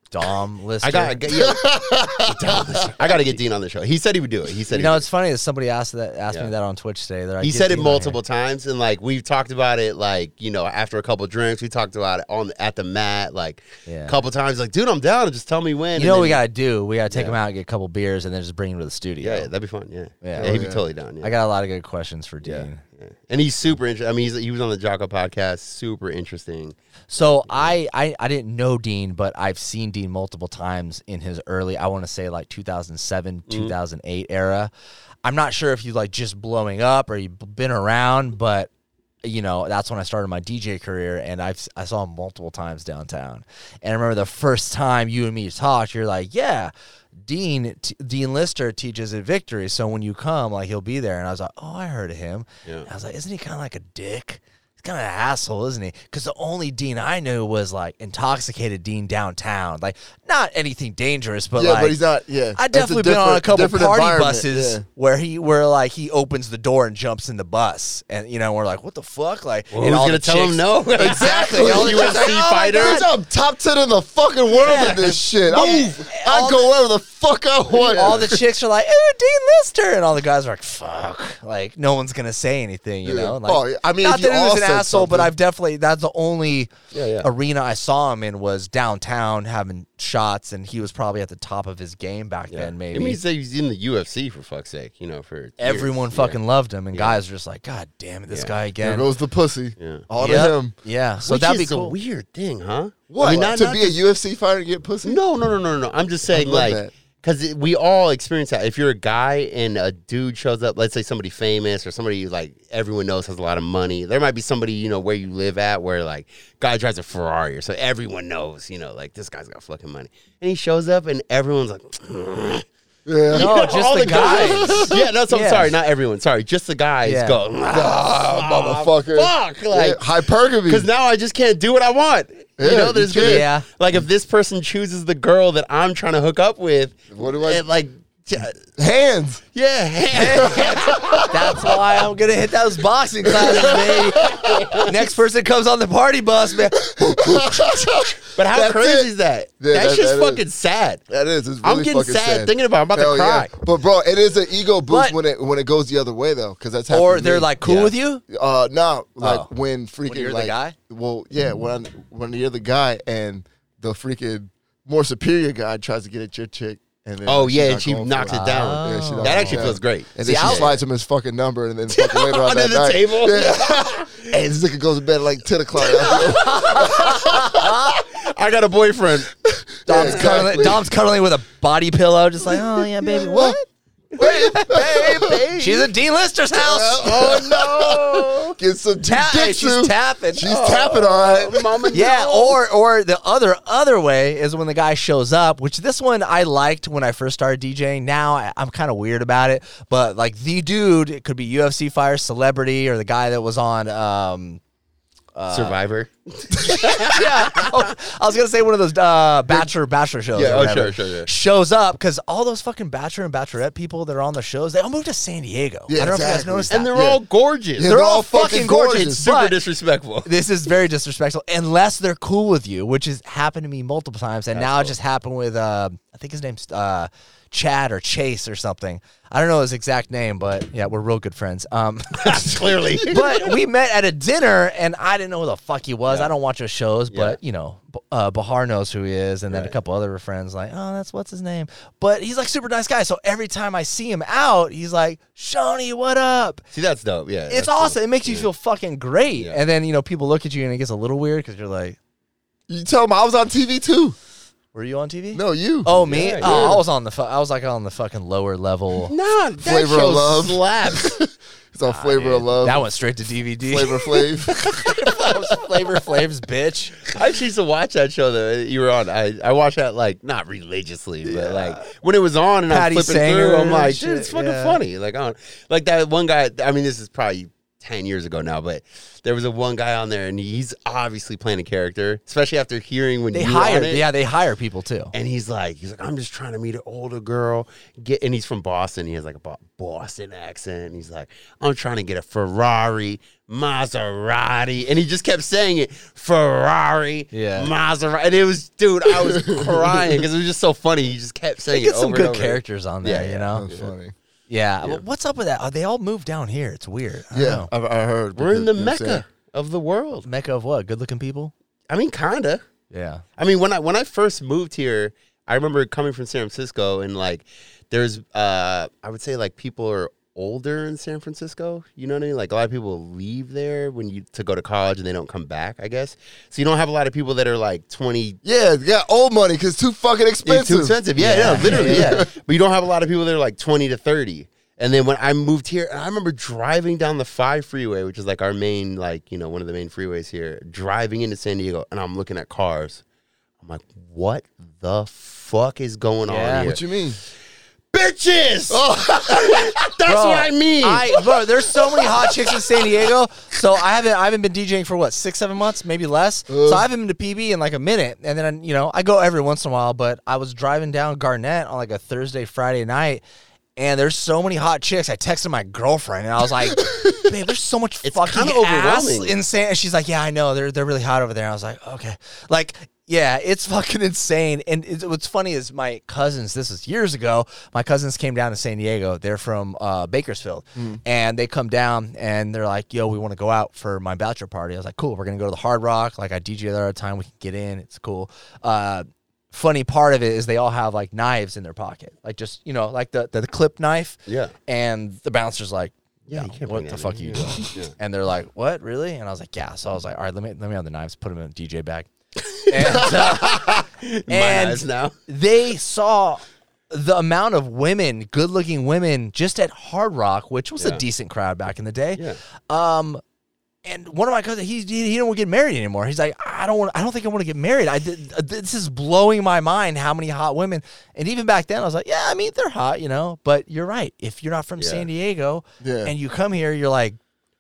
Dom Lister.
I got, I got- yeah. I got to get Dean on the show. He said he would do it. He said,
you
he,
know,
would.
it's funny that somebody asked that asked
Yeah.
me that on Twitch today. That
he said it multiple times, and like we've talked about it, like you know, after a couple drinks, we talked about it on at the mat, like
Yeah.
a couple times. Like, dude, I'm down. Just tell me when.
You
and
know, what
then-
we gotta do. We gotta take
Yeah.
him out, and get a couple beers, and then just bring him to the studio.
Yeah, yeah, that'd be fun. Yeah, yeah,
Yeah.
he'd
Oh,
be
yeah.
totally down. Yeah.
I got a lot of good questions for Dean.
yeah. yeah. and he's super interesting. I mean, he's, he was on the Jocko podcast. Super interesting.
So I, I I didn't know Dean, but I've seen Dean multiple times in his early, I want to say like 2007, 2008 era. I'm not sure if he's like just blowing up or you've been around, but you know that's when I started my DJ career, and I've s- I saw him multiple times downtown. And I remember the first time you and me talked, you're like, yeah. Dean T- Dean Lister teaches at Victory, so when you come, like he'll be there. And I was like, "Oh, I heard of him."
Yeah.
I was like, "Isn't he kind of like a dick?" He's kind of an asshole, isn't he? Because the only Dean I knew was like intoxicated Dean downtown, like not anything dangerous, but
yeah,
like
but he's not. Yeah,
I
That's
definitely been on a
different-
couple
different
party
environment,
buses
yeah.
where he where like he opens the door and jumps in the bus, and you know we're like, "What the fuck?" Like,
Well,
and
who's
all
gonna
the
tell him
chicks-
no?
Exactly. All the
UFC
chicks are like, "Oh my
fighter.
God."
Bitch, I'm top ten in the fucking world
Yeah.
with this shit. I
Yeah.
move.
All
I go wherever the fuck I want.
all the chicks are like, "Ooh, Dean Lister," and all the guys are like, "Fuck!" Like, no one's gonna say anything, you
Yeah.
know. Like,
Oh, yeah. I mean,
not
if you
that he was
all
an
said
asshole, but
something-
I've definitely that's the only
Yeah, yeah.
arena I saw him in was downtown having shots, and he was probably at the top of his game back then.
I
Maybe
mean, he said he's in the UFC for fuck's sake. You know, for
everyone
years.
fucking loved him, and guys are just like, "God damn it, this
Yeah.
guy
There
again."
goes the pussy.
Yeah.
All
Yep.
to him.
Yeah,
So
so
Which
that'd be
is a
cool.
weird thing, huh?
What?
I mean, not,
to
not
be
just-
a UFC fighter and get pussy?
no, no, no, no, no. I'm just saying,
love
like,
that.
because we all experience that. If you're a guy and a dude shows up, let's say somebody famous or somebody like everyone knows has a lot of money, there might be somebody you know where you live at where like guy drives a Ferrari, or so everyone knows you know like this guy's got fucking money, and he shows up and everyone's like.
Yeah.
No, just
all
the guys.
yeah, that's I'm
Yeah.
sorry, not everyone. Sorry, just the guys
Yeah.
go.
Ah,
Ah,
motherfucker.
Fuck, like
yeah, hypergamy.
because now I just can't do what I want.
Yeah,
you know,
you
there's
can't.
gonna-
Yeah.
Like if this person chooses the girl that I'm trying to hook up with,
What do I-
it, like? j-
hands.
Yeah,
That's why I'm gonna hit those boxing classes, baby. Next person comes on the party bus, man.
but how
That's
crazy
it.
is that?
Yeah,
That's
that-
just
that is.
fucking sad.
That is. It's really
I'm getting
fucking
sad, thinking about. It. I'm about
Hell
to cry.
yeah. But bro, it is an ego boost
But-
when it when it goes the other way though, because that's happened
Or
to
they're
me.
like cool
Yeah.
with you.
Uh, no, like
Oh.
when freaking
you're the
like,
guy?
Well, yeah, when when you're the guy and the freaking more superior guy tries to get at your chick, and then
Oh
she's
yeah,
not
and she
going for
knocks it down.
Yeah, she knocks
That
it
actually
down.
feels great.
And
See,
then she
I'll-
slides him his fucking number, and then fucking later on
Under
that
the
night-
table?
Yeah. and this nigga goes to bed at like ten o'clock.
I got a boyfriend.
Dom's,
Yeah, exactly.
cuddling, Dom's cuddling with a body pillow, just like, oh yeah, baby, what? She's at Dean Lister's house.
oh no! Get some
Ta- hey, she's
jujitsu.
tapping. Oh,
She's tapping all right.
Mama,
Yeah,
no.
or or the other other way is when the guy shows up, which this one I liked when I first started DJing. Now I, I'm kind of weird about it, but like the dude, it could be UFC fire celebrity or the guy that was on. Um,
Survivor.
yeah, oh, I was gonna say one of those uh, bachelor bachelor shows.
Yeah,
or
oh, sure,
whatever,
sure, sure.
Shows up because all those fucking bachelor and bachelorette people that are on the shows, they all moved to San Diego.
Yeah,
I don't know if you guys
exactly.
noticed that.
And they're all gorgeous.
Yeah,
They're all fucking gorgeous.
super
but-
disrespectful.
this is very disrespectful unless they're cool with you, which has happened to me multiple times. And now it just happened with, uh, I think his name's uh, Chad or Chase or something. I don't know his exact name, but yeah, we're real good friends. Um,
Clearly.
but we met at a dinner and I didn't know who the fuck he was. I don't watch his shows, but you know, B- uh, Bahar knows who he is, and then a couple other friends like, oh, that's what's his name. But he's like super nice guy. So every time I see him out, he's like, Shoni, what up?
See, that's dope. Yeah,
It's
that's dope.
awesome. It makes you feel fucking great.
Yeah.
And then you know people look at you and it gets a little weird because you're like,
You tell him I was on TV too.
"Were you on TV?"
No, you.
Oh me?
Yeah,
oh,
yeah.
I was on the. Fu- I was like on the fucking lower level.
Nah, that
Flavor of
show
Love.
slaps.
it's on Flavor of Love.
That went straight to DVD.
Flavor Flav.
That was Flavor Flav's bitch.
I actually used to watch that show that you were on. I, I watched that like not religiously, but like when it was on and
Patty
I'm flipping
Sanger
through, I'm
and
like,
shit,
dude, it's fucking
yeah.
funny. Like on like that one guy. I mean, this is probably. 10 years ago now, but there was a one guy on there and he's obviously playing a character, especially after hearing when
They
you were on
hire.
it.
Yeah, they hire people too.
And he's like, he's like, I'm just trying to meet an older girl. Get and he's from Boston. He has like a Bo- Boston accent. And he's like, I'm trying to get a Ferrari, Maserati. And he just kept saying it, Ferrari,
Yeah.
Maserati. And it was, dude, I was crying because it was just so funny. He just kept
They
saying
get
it
some
over and
good
over.
characters on there.
Yeah,
you
yeah.
know.
That's funny.
Yeah. Well, What's up with that? Oh, they all moved down here. It's weird. I don't
Yeah,
know.
I, I heard.
We're in the
because, you know what I'm
mecca of the world.
Mecca of what? Good looking people.
I mean, kinda.
Yeah.
I mean, when I when I first moved here, I remember coming from San Francisco and like there's uh I would say like people are older in San Francisco. You know what I mean? Like a lot of people leave there when you to go to college and they don't come back, I guess. So you don't have a lot of people that are like 20
saying? Yeah, yeah, old money because too fucking expensive.
it's too expensive. Yeah, yeah, literally, yeah. But you don't have a lot of people that are like 20 to 30. And then when I moved here, and I remember driving down the 5 freeway, which is like our main, like, you know, one of the main freeways here, driving into San Diego, and I'm looking at cars. I'm like, what the fuck is going
Yeah.
on here?
What you mean?
Bitches!
Oh,
That's
Bro,
what I mean.
I bro, there's so many hot chicks in San Diego. So I haven't I haven't been DJing for what six seven months, maybe less. so I haven't been to PB in like a minute, and then you know I go every once in a while. But I was driving down Garnett on like a Thursday Friday night. And there's so many hot chicks. I texted my girlfriend and I was like, "Babe, there's so much
It's
fucking
kinda overwhelming.
ass in San." and She's like, "Yeah, I know. They're they're really hot over there." And I was like, "Okay, like." Yeah, it's fucking insane. And it's, what's funny is my cousins, this is years ago, my cousins came down to San Diego. They're from uh, Bakersfield.
Mm.
And they come down and they're like, yo, we want to go out for my bachelor party. I was like, cool, we're going to go to the Hard Rock. Like, I DJ there all the time. We can get in. It's cool. Uh, funny part of it is they all have like knives in their pocket, like just you know, like the the, the clip knife.
Yeah.
And the bouncer's like,
Yeah,
"No,
you can't
what
bring
the
that
fuck are
in."
you
Yeah.
doing? And they're like, what really? And I was like, yeah. So I was like, all right, let me let me have the knives, put them in a DJ bag. And, uh,
My
and
eyes now.
they saw the amount of women, good-looking women, just at Hard Rock, which was
Yeah.
a decent crowd back in the day.
Yeah.
Um, and one of my cousins, he he he don't want to get married anymore. He's like, I don't want, I don't think I want to get married. I did, this is blowing my mind how many hot women. And even back then, I was like, yeah, I mean they're hot, you know. But you're right. If you're not from
Yeah.
San Diego
Yeah.
and you come here, you're like,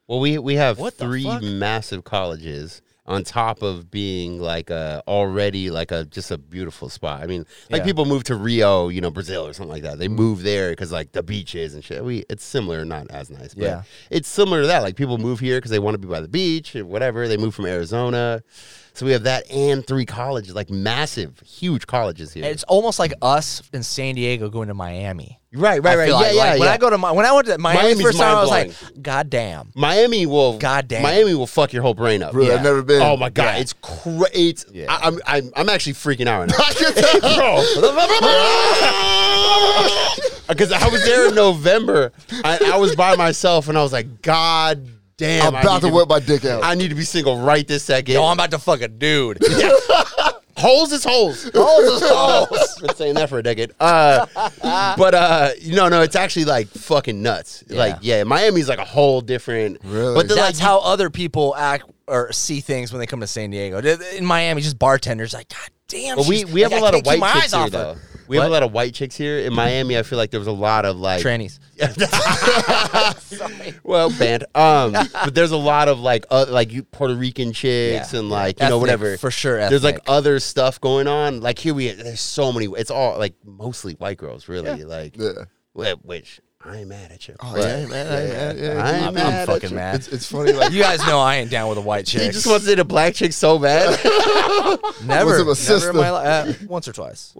Well, we we have
What the
three
fuck?
massive colleges on top of being like a already like a just a beautiful spot. I mean, like
Yeah.
people move to Rio, you know, Brazil or something like that. They move there because like the beaches and shit. We it's similar, not as nice, but
Yeah.
it's similar to that. Like people move here because they want to be by the beach or whatever. They move from Arizona, so we have that and three colleges, like massive, huge colleges here.
it's almost like us in San Diego going to Miami.
right,
I
right, right.
feel
Yeah,
like-
yeah,
like, When
yeah.
I go to my, when I went to Miami
Miami's
first time, I was like, God damn.
Miami will
Goddamn.
Miami will fuck your whole brain up.
Really, I've never been.
Oh my god,
Yeah.
it's cra- it's
Yeah.
I, I'm, I'm I'm actually freaking out right now, bro. Because I was there in November, I, I was by myself, and I was like, God damn,
I'm
I
about
need
to whip my dick out.
I need to be single right this second.
Yo, Oh, I'm about to fuck a dude.
holes is holes.
Holes is holes.
Been saying that for a decade. Uh, but uh, no, no, it's actually like fucking nuts. Like, yeah, Miami's like a whole different.
Really?
But then, like,
That's how other people act or see things when they come to San Diego. In Miami, just bartenders like, God damn.
But we
she's-
we have
like,
a
I
lot of
can't keep
white
my
chicks
eyes
here,
off her.
though. We have a
What?
lot of white chicks here in Miami. I feel like there was a lot of like
trannies.
well, banned. Um, but there's a lot of like uh, like you Puerto Rican chicks
Yeah.
and like you know
Ethnic,
whatever
for sure,
There's like
ethnic.
other stuff going on. Like here we there's so many. It's all like mostly white girls, really. Like
Yeah.
wh- which I ain't mad at you.
Oh,
but-
yeah, I ain't mad, I ain't mad, yeah,
I ain't
I'm-
mad
I'm
at
fucking
you.
mad.
It's, it's funny. Like
You guys know I ain't down with a white
He
chick.
just wants to date a black chick so bad.
Was it
never,
my
never
sister?
in my life. Uh, once or twice.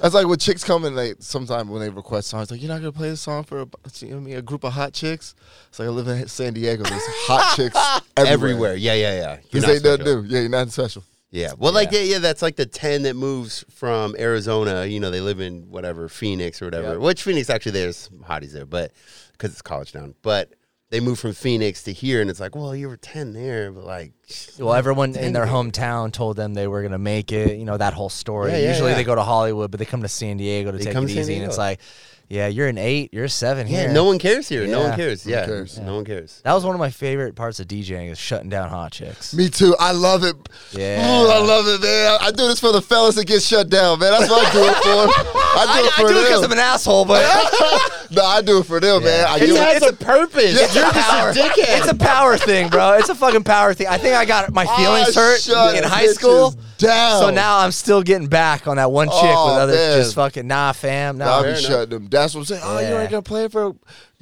that's like when chicks come and they sometimes when they request songs, like you're not gonna play this song for a, you know, what I mean, a group of hot chicks. It's like I live in San Diego. There's hot chicks everywhere.
Everywhere. Yeah, yeah, yeah. You're
This
not
ain't nothing
special.
new. Yeah, you're nothing special.
Yeah. Well, like, yeah, yeah, that's like the 10 that moves from Arizona. You know, they live in whatever, Phoenix or whatever,
Yep.
which Phoenix actually there's hotties there, but because it's college town. But they move from Phoenix to here, and it's like, well, you were 10 there, but like,
Well, everyone in their hometown told them they were gonna make it. You know that whole story.
Yeah, yeah,
Usually
yeah.
they go to Hollywood, but they come to San Diego to take
come
it
to San
easy, and
Diego.
it's like, yeah, you're an eight, you're a seven
yeah,
here.
no one cares here. No one
Yeah.
cares. Yeah.
cares?
No one cares.
That was one of my favorite parts of DJing is shutting down hot chicks.
Me too. I love it.
Yeah.
Ooh, I love it, man. I do this for the fellas that get shut down, man. That's what I do it for. I do it
I, I
for
do it because I'm
them.
an asshole, but
no, I do it for them, man. I
It
do
has
it.
a purpose. You're just
power.
a dickhead.
it's a power thing, bro. It's a fucking power thing. I think I got my feelings
I
hurt
shut
in high
bitches
school.
Down.
So now I'm still getting back on that one chick
Oh,
with other
man.
just fucking nah, fam.
I'll
Nah,
be
enough.
shutting them. That's what I'm saying. Oh, you
Yeah.
ain't gonna play for a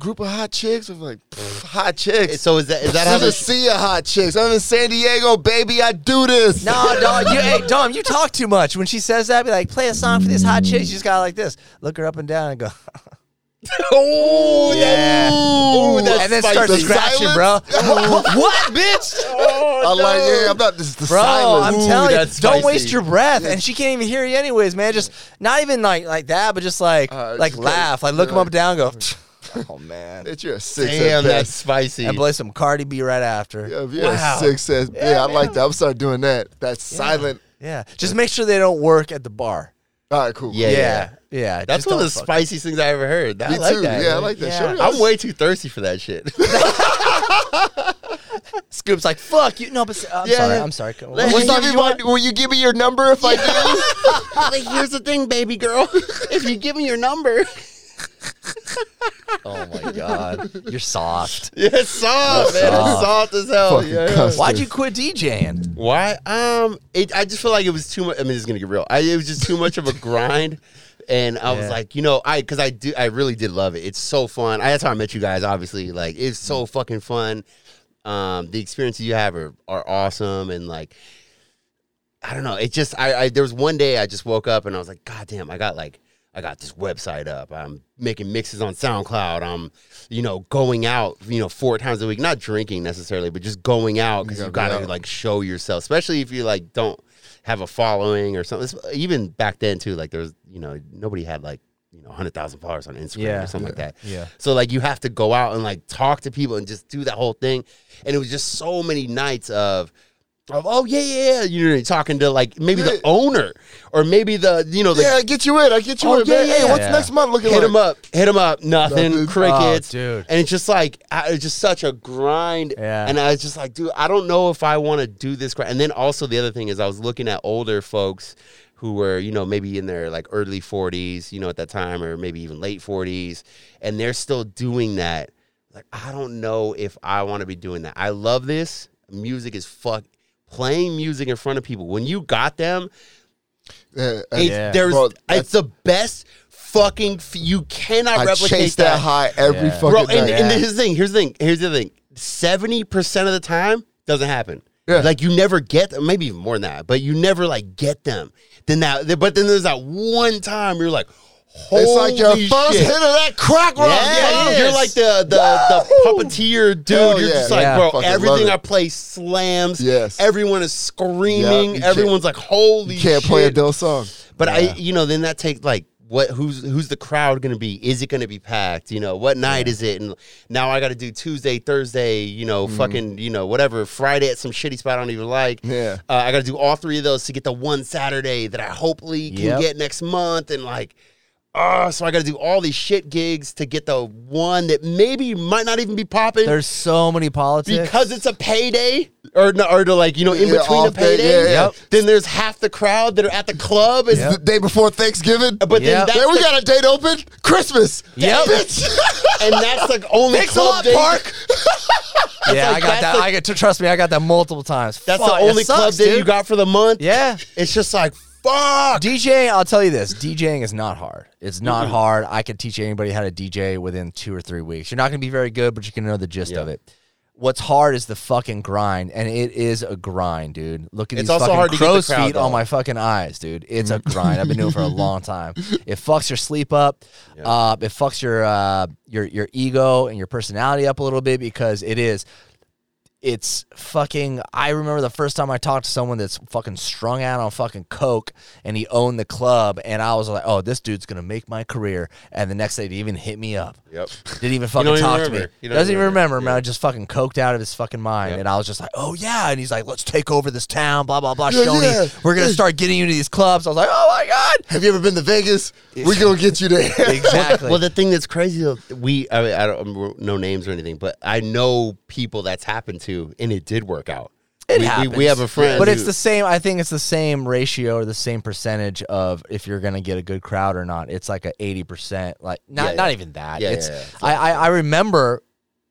group of hot chicks. I'm like, pff, hot chicks.
Eh, so is that, is that
I
how
haven't
this?
seen a hot chicks. I'm in San Diego, baby. I do this.
No, dog. You, hey, Dom, you talk too much. When she says that, be like, play a song for this hot chick. You just got like this. Look her up and down and go.
Oh,
Yeah.
Ooh, that's
and then
spicy.
start scratching, bro. what, bitch?
I like, yeah, I'm not. This is the
Bro,
silence.
I'm telling you,
that's
don't
spicy.
waste your breath. And she can't even hear you anyways, man. Just not even like like that, but just like
Uh,
like
just like-
laugh, like look
yeah,
them up and down, and go. oh
Ooh,
man,
that you're a six.
Damn,
at
that's
best.
spicy.
and play some Cardi B right after.
Yeah, if you're a six. At, yeah, I like that. I'm starting doing that. That silent.
Yeah, just make sure they don't work at the bar.
All right, cool.
Yeah,
Yeah,
yeah.
yeah.
That's
just
one of
don't
the
fuck-
spiciest things I ever heard. That-
Me
I like
too.
that.
yeah, I like that.
Yeah.
Show me
I'm
those-
way too thirsty for that shit.
Scoops like fuck you. No, but uh, I'm
Yeah.
sorry. I'm sorry. Come-
Let-
Will
what
you,
song
give me
you
my,
want?
will you give me your number if I do?
like, here's the thing, baby girl. If you give me your number,
Oh my god, you're soft.
yeah, it's soft, man. It's
soft.
soft as hell.
Fucking
Yeah.
cuss.
Why'd you quit DJing?
Why? Um, it, I just feel like it was too much. I mean, it's gonna get real. I, it was just too much of a grind, and I was
Yeah.
like, you know, I because I do, I really did love it. It's so fun. I, that's how I met you guys. Obviously, like it's so fucking fun. Um, the experiences you have are, are awesome, and like, I don't know. It just, I, I there was one day I just woke up and I was like, God damn, I got like. I got this website up. I'm making mixes on SoundCloud. I'm, you know, going out, you know, four times a week. Not drinking necessarily, but just going out because
You
you
gotta be
gotta
out.
like show yourself, especially if you like don't have a following or something. It's- Even back then too, like there was you know nobody had like you know hundred thousand followers on Instagram
Yeah.
or something like that.
Yeah.
So like you have to go out and like talk to people and just do that whole thing. And it was just so many nights of Of, oh yeah, yeah, yeah. You know, you're talking to like maybe
Yeah.
the owner or maybe the you know the
yeah, I get you in. I get you
Oh,
in.
yeah,
man.
yeah,
hey,
yeah.
what's
Yeah.
next month looking
hit
like?
him up, hit him up, nothing,
Nothing.
crickets,
Oh, dude.
And it's just like I, it's just such a grind.
Yeah.
And I was just like, dude, I don't know if I want to do this. Grind. And then also the other thing is I was looking at older folks who were you know maybe in their like early 40s, you know at that time, or maybe even late 40s, and they're still doing that. Like I don't know if I want to be doing that. I love this music is fuck. Playing music in front of people when you got them,
Yeah, I-
it's,
Oh, Yeah.
there's
Bro,
it's the best fucking. F- you cannot
I
replicate
chase that high every
Yeah.
fucking
bro. And,
night.
and here's the thing. Here's the thing. Here's the thing. Seventy percent of the time doesn't happen.
Yeah.
Like you never get them. Maybe even more than that. But you never like get them. Then that. But then there's that one time you're like, holy
it's like your
shit.
first hit of that crack rock.
Yeah,
baby.
you're like the the, the puppeteer dude.
Hell
you're
yeah.
just like,
Yeah.
bro,
Fucking love
everything
it.
I play slams.
Yes.
Everyone is
you
screaming.
can't-
Everyone's like, holy
you can't play a
shit.
Dill song.
But I,
Yeah.
you know, then that takes like what who's who's the crowd going to be? Is it going to be packed? You know, what night is it? And now I got to do Tuesday, Thursday, you know,
Mm-hmm.
fucking, you know, whatever. Friday at some shitty spot I don't even like.
Yeah.
Uh, I got to do all three of those to get the one Saturday that I hopefully can
Yep.
get next month and like Oh, so I got to do all these shit gigs to get the one that maybe might not even be popping
There's so many politics.
because it's a payday or no, or to like you know in
Yeah,
between the
off day,
payday.
yeah, yeah. Yep.
Then there's half the crowd that are at the club. Is
The day before Thanksgiving.
but
Yeah.
then that's
Then we
the-
got a date open. Christmas.
Yep.
Bitch.
and that's like only
Thanks a
club
lot,
date.
Park.
yeah,
like
I got
that's
that.
the-
I got to trust me. I got that multiple times.
That's
Fuck,
the only
that sucks,
club date
dude.
you got for the month.
Yeah.
it's just like fuck.
DJ, I'll tell you this: DJing is not hard. It's not hard. I could teach anybody how to DJ within two or three weeks. You're not going to be very good, but you can know the gist
Yeah.
of it. What's hard is the fucking grind, and it is a grind, dude. Look at
It's
these
also
fucking
hard to get the
crow's
crowd,
feet on
though. Mm.
my fucking eyes, dude. It's a grind. I've been doing it for a long time. It fucks your sleep up. Uh, it fucks your uh, your your ego and your personality up a little bit because it is it's fucking I remember the first time I talked to someone that's fucking strung out on fucking coke and he owned the club and I was like, "Oh, this dude's going to make my career." And the next day he even hit me up.
Yep.
Didn't even fucking
even
talk to me.
remember. You don't
Doesn't
even
even remember,
remember.
man. Just fucking coked out of his fucking mind.
Yep.
And I was just like, "Oh yeah." And he's like, "Let's take over this town, blah blah blah,
Yeah,
Shoney.
yeah.
We're going to start getting you to these clubs." I was like, "Oh my god."
Have you ever been to Vegas? We're gonna get you there.
Exactly.
Well, the thing that's crazy, though, we I, mean, I don't no names or anything, but I know people that's happened to, and it did work out.
It
we, we,
happens.
we have a friend,
But it's
who-
the same. I think it's the same ratio or the same percentage of if you're gonna get a good crowd or not. It's like a eighty percent. Like not
Yeah, yeah.
not even that.
Yeah,
it's
yeah, yeah.
I, I I remember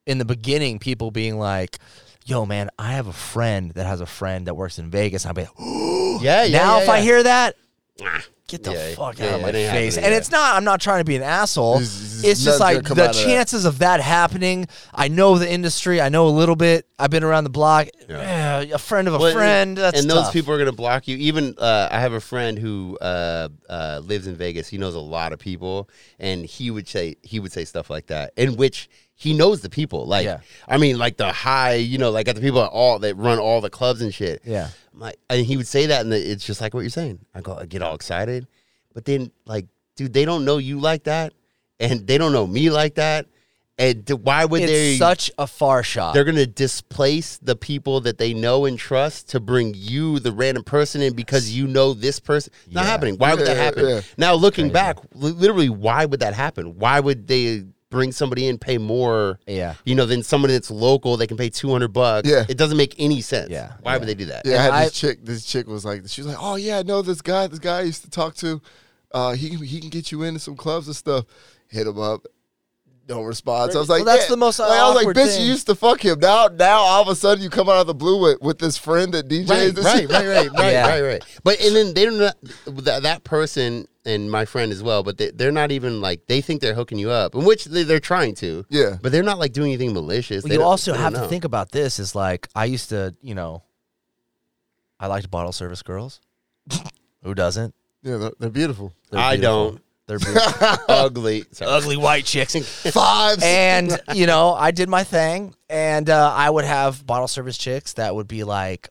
in the beginning people being like, "Yo, man, I have a friend that has a friend that works in Vegas." And I'll be like,
yeah, yeah.
now
yeah,
if I
yeah.
hear that.
Ah.
Get the
Yeah,
fuck
yeah,
out of my
it ain't
face.
happening,
And
yeah.
it's not, I'm not trying to be an asshole.
It's-
It's,
it's nothing's
just like
gonna come
the
out of that.
chances of that happening. I know the industry. I know a little bit. I've been around the block. Eh, a friend of a
Well, and-
friend. That's
and those
tough.
people are going to block you. Even uh, I have a friend who uh, uh, lives in Vegas. He knows a lot of people, and he would say he would say stuff like that, in which he knows the people. Like
Yeah.
I mean, like the high, you know, like at the people at all that run all the clubs and shit.
Yeah.
I'm like, and he would say that, and it's just like what you're saying. I go, I get all excited, but then like, dude, they don't know you like that, and they don't know me like that, and th- why would
it's
they?
such a far shot.
They're going to displace the people that they know and trust to bring you the random person in because you know this person. Not
Yeah.
happening. Why would that
Yeah,
happen?
yeah.
Now looking back, li- literally, why would that happen? Why would they bring somebody in, pay more?
Yeah.
you know, than somebody that's local. They can pay two hundred bucks.
Yeah.
it doesn't make any sense.
Yeah,
why would they do that?
Yeah, I had
And I-
this chick. This chick was like, she was like, "Oh yeah, I know this guy. This guy I used to talk to. Uh, he can he can get you into some clubs and stuff. Hit him up. No response. I was like,
Well, that's
yeah.
the most
Like, I was like,
awkward
bitch,
thing.
you used to fuck him. Now, now all of a sudden you come out of the blue with, with this friend that DJs.
Right,
and
right,
shit.
right, right, right,
Yeah.
right, right. But and then they're not that, that person and my friend as well. But they, they're not even like they think they're hooking you up, in which they, they're trying to.
Yeah.
but they're not like doing anything malicious.
Well,
They
you
don't-
also
they
have
don't
to
know.
think about this is like I used to, you know, I liked bottle service girls. Who doesn't?
Yeah, they're, they're beautiful.
They're
I
beautiful.
don't.
They're beautiful.
Ugly. Sorry.
ugly white chicks.
Fives.
and you know, I did my thing, and uh, I would have bottle service chicks that would be like,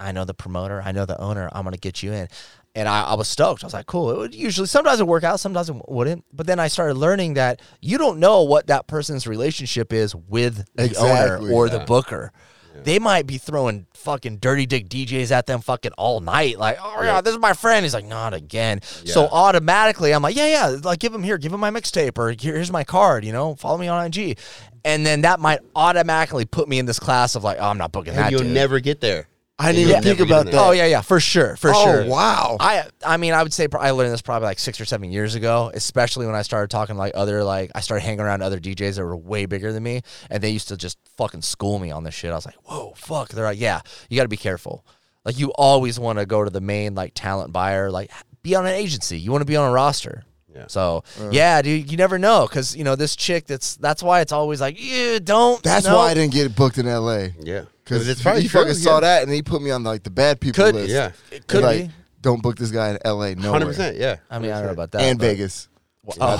"I know the promoter, I know the owner, I'm gonna get you in." And I, I was stoked. I was like, "Cool." It would usually sometimes it work out, sometimes it wouldn't. But then I started learning that you don't know what that person's relationship is with the owner
Exactly.
or the booker. They might be throwing fucking dirty dick DJs at them fucking all night. Like, oh yeah, this is my friend. He's like, not again. So
Yeah.
automatically, I'm like, yeah, yeah, like give him here, give him my mixtape or here- here's my card. You know, follow me on IG, and then that might automatically put me in this class of like, oh, I'm not booking
and
that.
you'll
dude.
never get there.
I
And
didn't
you'll
even think
never get
about
in
that.
there.
Oh yeah, yeah, for sure, for
Oh,
sure.
wow.
I I mean, I would say pro- I learned this probably like six or seven years ago, especially when I started talking like other like I started hanging around other DJs that were way bigger than me, and they used to just fucking school me on this shit. I was like, whoa, fuck. They're like, yeah, you got to be careful. Like you always want to go to the main like talent buyer, like be on an agency. You want to be on a roster.
Yeah.
So
Uh.
yeah, dude, you never know because you know this chick. That's that's why it's always like you don't.
That's
no."
why I didn't get booked in L.A.
Yeah,
Because
it's probably
he
true,
fucking saw
yeah.
that and he put me on like the bad people
Could-
list.
Yeah,
It could
like,
be.
Don't book this guy in L.A. No,
hundred percent. Yeah,
I mean, I don't know about that.
and
but-
Vegas. That's-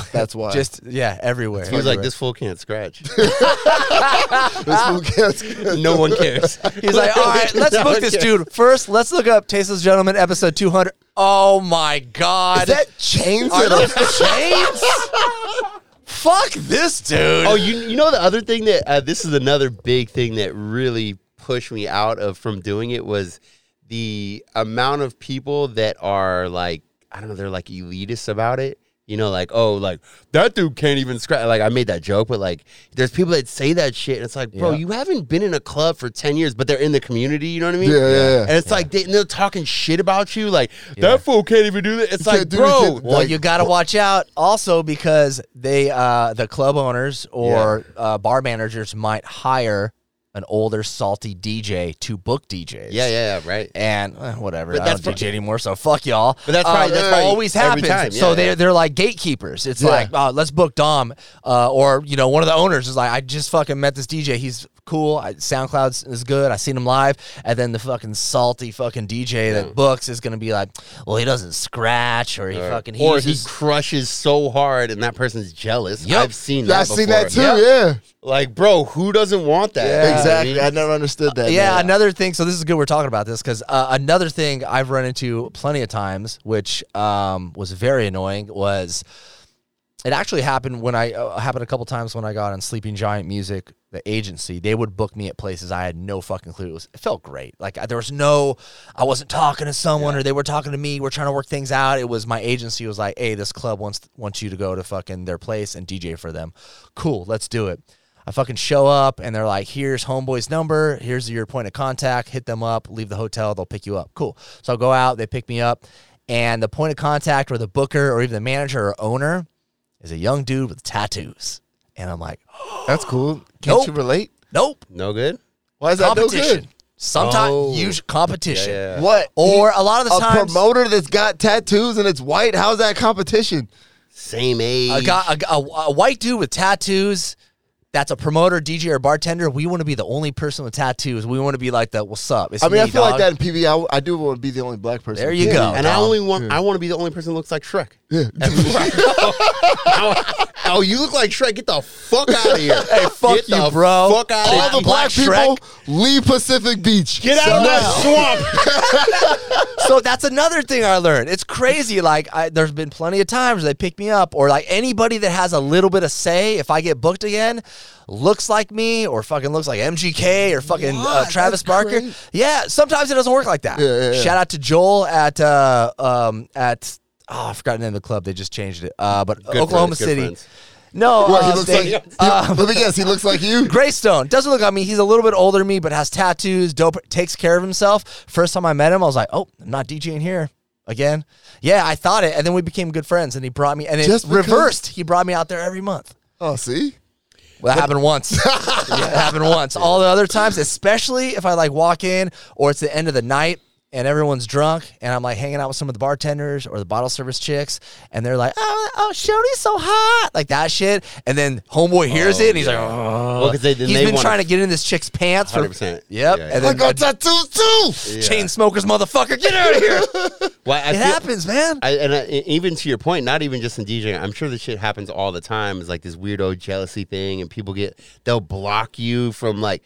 that's why.
Oh. Just yeah, everywhere.
he was like,
Everywhere.
"This fool can't scratch.
This
Ah.
fool can't-
no one cares."
He's like, all right, let's
No
book
one
this
cares.
dude. First, let's look up Tasteless Gentleman episode 200. Oh my
Is
God.
that chains?
Are
that I'm-
those chains? Fuck this dude.
Oh, you you know the other thing that uh, this is another big thing that really pushed me out of from doing it was the amount of people that are like I don't know they're like elitist about it. You know, like oh, like that dude can't even scratch. Like I made that joke, but like there's people that say that shit, and it's like, bro,
Yeah.
you haven't been in a club for ten years, but they're in the community. You know what I mean?
Yeah, yeah, yeah.
And it's like they, and they're talking shit about you. Like that fool can't even do that. It's
can't
like,
do
bro,
this shit.
Well,
Like-
you gotta watch out also because they, uh, the club owners or uh, bar managers might hire an older salty DJ to book DJs.
yeah, yeah, yeah, right.
and eh, whatever.
But
I
that's
don't
pro-
DJ anymore, so fuck y'all.
But that's probably- that's
that
probably
always
every
happens.
time,
so
yeah,
they're
yeah.
they're like gatekeepers. It's like oh, let's book Dom, uh, or you know one of the owners is like, I just fucking met this DJ. He's cool. I, SoundCloud is good. I seen him live, and then the fucking salty fucking DJ that books is gonna be like, well, he doesn't scratch or he fucking he's
or he
just-
crushes so hard and that person's jealous.
Yep.
I've seen that.
I've seen that too.
before.
Yeah,
Like, bro, who doesn't want that? You know what I
exactly.
mean?
I never understood that.
yeah,
man.
another thing. So this is good. We're talking about this because uh, another thing I've run into plenty of times, which um, was very annoying, was it actually happened when I uh, happened a couple times when I got on Sleeping Giant Music, the agency. They would book me at places I had no fucking clue. It, was, it felt great. Like I, there was no, I wasn't talking to someone or they were talking to me. We're trying to work things out. It was my agency was like, hey, this club wants wants you to go to fucking their place and DJ for them. Cool, let's do it. I fucking show up and they're like, here's homeboy's number, here's your point of contact, hit them up, leave the hotel, they'll pick you up. Cool. So I'll go out, they pick me up, and the point of contact or the booker or even the manager or owner is a young dude with tattoos. And I'm like,
that's cool. Can't
Nope.
you relate?
nope,
No good?
Why is that no good?
competition. Sometimes
Oh.
use competition.
Yeah, yeah.
What?
Or a lot of the
a
times,
promoter that's got tattoos and it's white. How's that competition?
Same age.
a, guy, a, a, a white dude with tattoos that's a promoter, DJ, or bartender, we want to be the only person with tattoos. We want to be like the, what's up? It's
I mean,
me,
I feel like
dog."
that in PB. I, I do want to be the only black person.
There you go.
and I
dog.
only want I want to be the only person who looks like Shrek. Everywhere I go. oh, you look like Shrek. Get the fuck out of here. Hey,
fuck
Get
you,
the
bro.
Fuck out
All
of
the
here.
black, people
Black
leave Pacific Beach.
Get out of that swamp.
so that's another thing I learned. It's crazy. Like I, there's been plenty of times they pick me up, or like anybody that has a little bit of say, if I get booked again, looks like me, or fucking looks like MGK, or fucking uh,
What? That's
Travis Barker.
crazy.
Yeah, sometimes it doesn't work like that.
Yeah, yeah, yeah.
Shout out to Joel at uh, um, at oh I forgot the name of the club. They just changed it. Uh, but Oklahoma
friends, good
City.
friends.
No,
What,
uh,
he looks
they-
like,
Um,
let me guess, he looks like you.
Greystone doesn't look at me. He's a little bit older than me, but has tattoos. Dope, takes care of himself. First time I met him, I was like, "Oh, I'm not DJing here again." Yeah, I thought it, and then we became good friends. And he brought me, and it
Just because-
reversed. He brought me out there every month.
Oh, see?
Well, that happened once. That happened once. All the other times, especially if I like walk in or it's the end of the night and everyone's drunk and I'm like hanging out with some of the bartenders or the bottle service chicks and they're like, oh, oh Shoney's so hot. Like that shit. And then homeboy hears it and he's like, oh.
Well, 'cause they- then
he's
they
been
wanna-
trying to get in this chick's pants for.
100%.
Yep.
Yeah,
And
I
then
got tattoos too.
a chain smokers, motherfucker, get out of here.
Why, I
it
feel-
happens, man.
I, and I, and even to your point, not even just in DJing, I'm sure this shit happens all the time. It's like this weirdo jealousy thing, and people get they'll block you from like.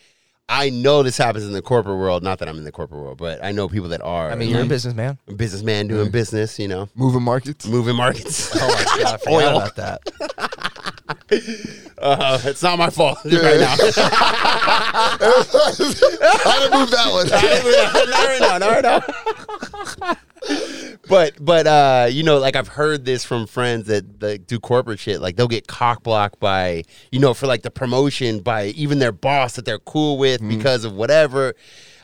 I know this happens in the corporate world. Not that I'm in the corporate world, but I know people that are.
I mean, you're a
like,
business man.
businessman doing business. You know,
Moving markets.
moving markets.
Oh my god, I forgot about that.
Uh, it's not my fault right now.
How to move that one?
not right now, not right now. but but uh, you know, like I've heard this from friends that like, do corporate shit. Like they'll get cock blocked by you know for like the promotion by even their boss that they're cool with because of whatever.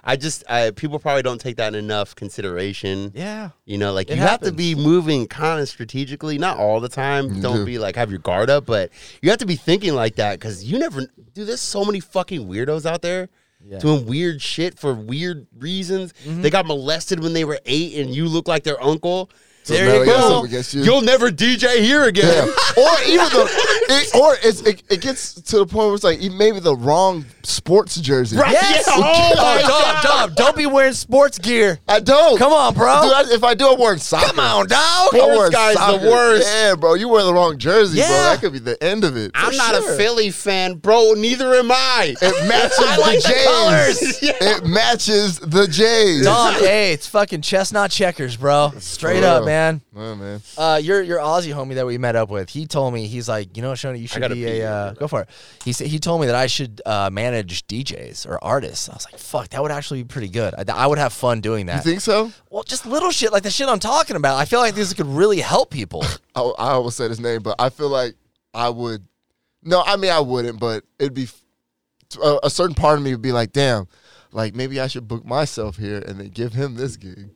I just I, people probably don't take that in enough consideration.
Yeah.
You know, like
It
you have to
happens.
be moving kind of strategically, not all the time. Don't
do.
be like have your guard up, but you have to be thinking like that because you never do. There's so many fucking weirdos out there
Yeah.
doing weird shit for weird reasons.
Mm-hmm.
They got molested when they were eight, and you look like their uncle.
So
There
now
you
we got
go.
something against you.
You'll never DJ here
Yeah.
again.
or even the, it, or it's, it, it gets to the point where it's like e- maybe the wrong sports jersey.
Right.
Yes.
Yeah. Oh, my
Dom, Dom, don't be wearing sports gear.
I don't.
Come on, bro.
Dude, I, if I do, I'm wearing soccer. Come on, dog.
Sports guy's the worst.
Yeah, bro. You wear the wrong jersey, bro.
Yeah.
That could be the end of it.
I'm not
sure.
a Philly fan, bro. Neither am I.
It matches
I like the
the Jays.
colors.
It matches the Jays.
Dom, hey, it's fucking chestnut checkers, bro. Straight
For
up,
real.
man.
Oh, man.
Uh, your your Aussie homie that we met up with, he told me he's like, you know, Shoney, you should
gotta
be
pee
a uh, go for it. He said he told me that I should uh, manage DJs or artists. I was like, fuck, that would actually be pretty good. I, I would have fun doing
You
that.
think so?
well, just little shit like the shit I'm talking about. I feel like these could really help people.
I, I always said his name, but I feel like I would. No, I mean I wouldn't, but it'd be a, a certain part of me would be like, damn, like maybe I should book myself here and then give him this gig.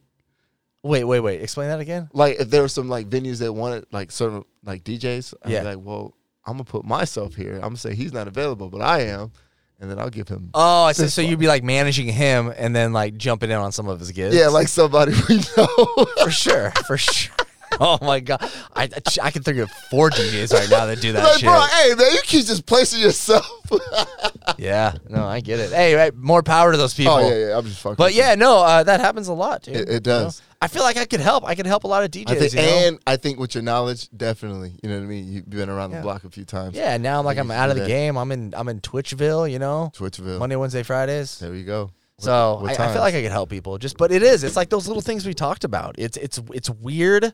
wait, wait, wait. Explain that again.
Like if there were some like venues that wanted like certain like DJs, I'd
Yeah.
be like, well, I'm gonna put myself here. I'm gonna say he's not available, but I am, and then I'll give him.
Oh, I said so you'd be like managing him and then like jumping in on some of his gigs.
yeah, like somebody we know.
for sure, for sure. Oh my god, I I, I can think of four DJs right now that do that
like,
shit.
bro, hey man, you keep just placing yourself.
Yeah, no, I get it. Hey, right, more power to those people.
oh yeah, yeah, I'm just fucking.
But
with you.
yeah, no, uh, that happens a lot, dude.
It- it
you know?
does.
I feel like I could help. I could help a lot of DJs.
I think,
you know?
and I think with your knowledge, definitely, you know what I mean. You've been around
Yeah.
the block a few times.
yeah, now I'm like
You
I'm
can
out of
do
the
that.
game. I'm in I'm in Twitchville, you know,
Twitchville.
Monday, Wednesday, Fridays.
There we go.
So
what
I, I
times?
feel like I could help people. Just but it is. It's like those little things we talked about. It's it's it's weird,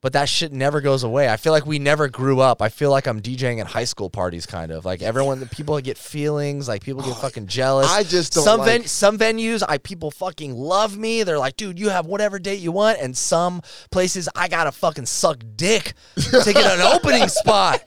but that shit never goes away. I feel like we never grew up. I feel like I'm DJing at high school parties, kind of like everyone. The people get feelings. Like people get fucking jealous.
Oh, I just don't
some
like-
some venues. I people fucking love me. They're like, dude, you have whatever date you want. And some places, I gotta fucking suck dick to get an opening spot.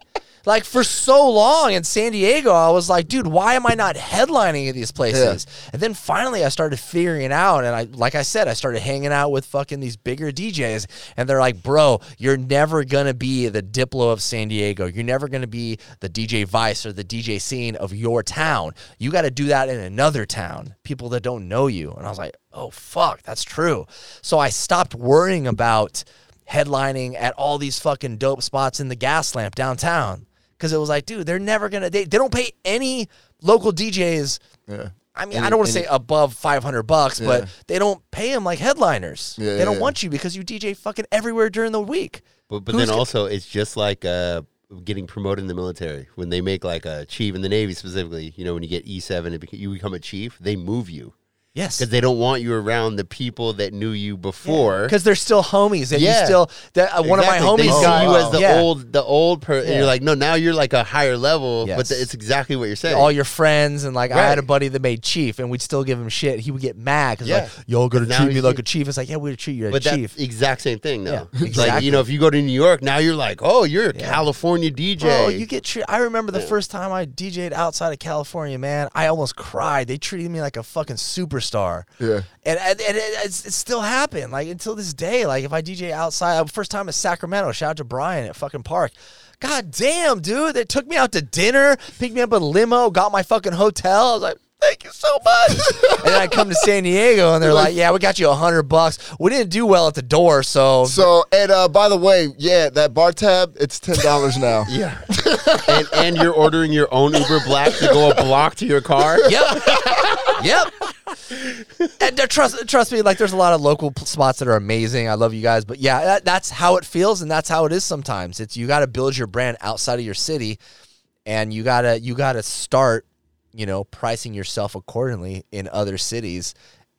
Like for so long in San Diego, I was like, dude, why am I not headlining at these places? And then finally, I started figuring it out, and I, like I said, I started hanging out with fucking these bigger DJs, and they're like, bro, you're never gonna be the Diplo of San Diego. You're never gonna be the DJ Vice or the DJ scene of your town. You got to do that in another town, people that don't know you. And I was like, oh fuck, that's true. So I stopped worrying about headlining at all these fucking dope spots in the gas lamp downtown because it was like, dude, they're never gonna they, they don't pay any local DJs.
Yeah.
I mean,
Any-
I don't want to
any-
say above five hundred bucks,
Yeah.
but they don't pay them like headliners.
Yeah,
they don't
yeah.
want you because you DJ fucking everywhere during the week.
But but
Who's
then also it's just like uh, getting promoted in the military when they make like a chief in the Navy specifically. You know when you get E seven, it bec- you become a chief. They move you
Yes,
because they don't want you around the people that knew you before.
because they're still homies. That you
Yeah.
still that uh, one of my
Exactly.
homies
they
got
see you as the
yeah.
old the old person.
Yeah.
You're like no, now you're like a higher level. But
Yes.
th- it's exactly what you're saying.
all your friends and like I had a
Right.
buddy that made chief and we'd still give him shit. He would get mad because
Yeah.
like y'all gonna
Now
treat me
he's
like
chief.
a chief. It's like yeah, we're gonna treat you like
but
a
that's
chief.
exact same thing now.
Yeah,
It's Like
exactly.
you know, if you go to New York now, you're like, oh, you're a California DJ.
Bro, Oh, you get treated. I remember the first time I DJ'd outside of California, man. I almost cried. They treated me like a fucking superstar.
Yeah.
And, and, and it, it's, it still happened. Like until this day, like if I DJ outside, uh, first time in Sacramento, shout out to Brian at fucking Park. God damn, dude. They took me out to dinner, picked me up in a limo, got my fucking hotel. I was like, thank you so much. and then I come to San Diego and they're like, yeah, we got you a hundred bucks. We didn't do well at the door, so.
So and uh, by the way, yeah, that bar tab, it's ten dollars now.
yeah, and and you're ordering your own Uber Black to go a block to your car.
Yep. yep. And uh, trust trust me, like there's a lot of local p- spots that are amazing. I love you guys, but yeah, that, that's how it feels, and that's how it is sometimes. It's you got to build your brand outside of your city, and you gotta you gotta start, you know, pricing yourself accordingly in other cities,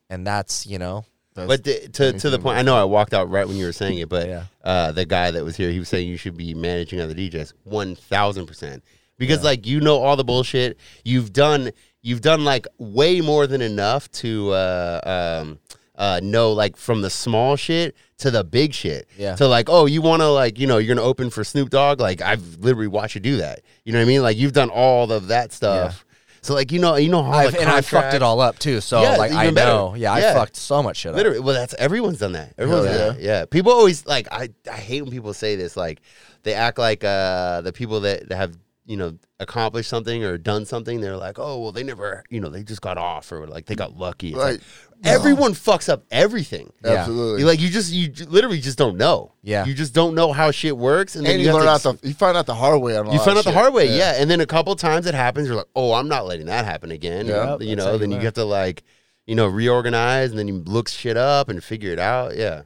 and that's you know
That's,
But the, to to the point, I know I walked out right when you were saying it, but
Yeah.
uh, the guy that was here, he was saying you should be managing other DJs one thousand percent because like you know all the bullshit you've done, you've done like way more than enough to uh, um, uh, know like from the small shit to the big shit.
Yeah.
To like, oh, you want to like you know you're gonna open for Snoop Dogg? Like I've literally watched you do that. You know what I mean? Like you've done all of that stuff. So like you know you know how
I've,
the
and I fucked
contract-
it all up too. So
Yeah,
like
even
I
better.
know, yeah, I
Yeah.
fucked so much shit up.
Literally, well, that's everyone's done that. Everyone's
yeah.
done that. Yeah, people always like I. I hate when people say this. Like they act like uh the people that, that have you know accomplished something or done something. They're like, oh well, they never you know they just got off or like they got lucky. It's like,
Right.
everyone fucks up everything.
Yeah.
absolutely.
You- Like you just you j- literally just don't know.
Yeah.
you just don't know how shit works, and then
and
you,
you,
have
learn
to
out the you find out the hard way on a
you
lot
found
of
out the
shit.
hard way, yeah. And then a couple times it happens, you're like, oh, I'm not letting that happen again.
Yeah,
you
that's how
know,
you
then you
learn.
have to like, you know, reorganize and then you look shit up and figure it out. Yeah.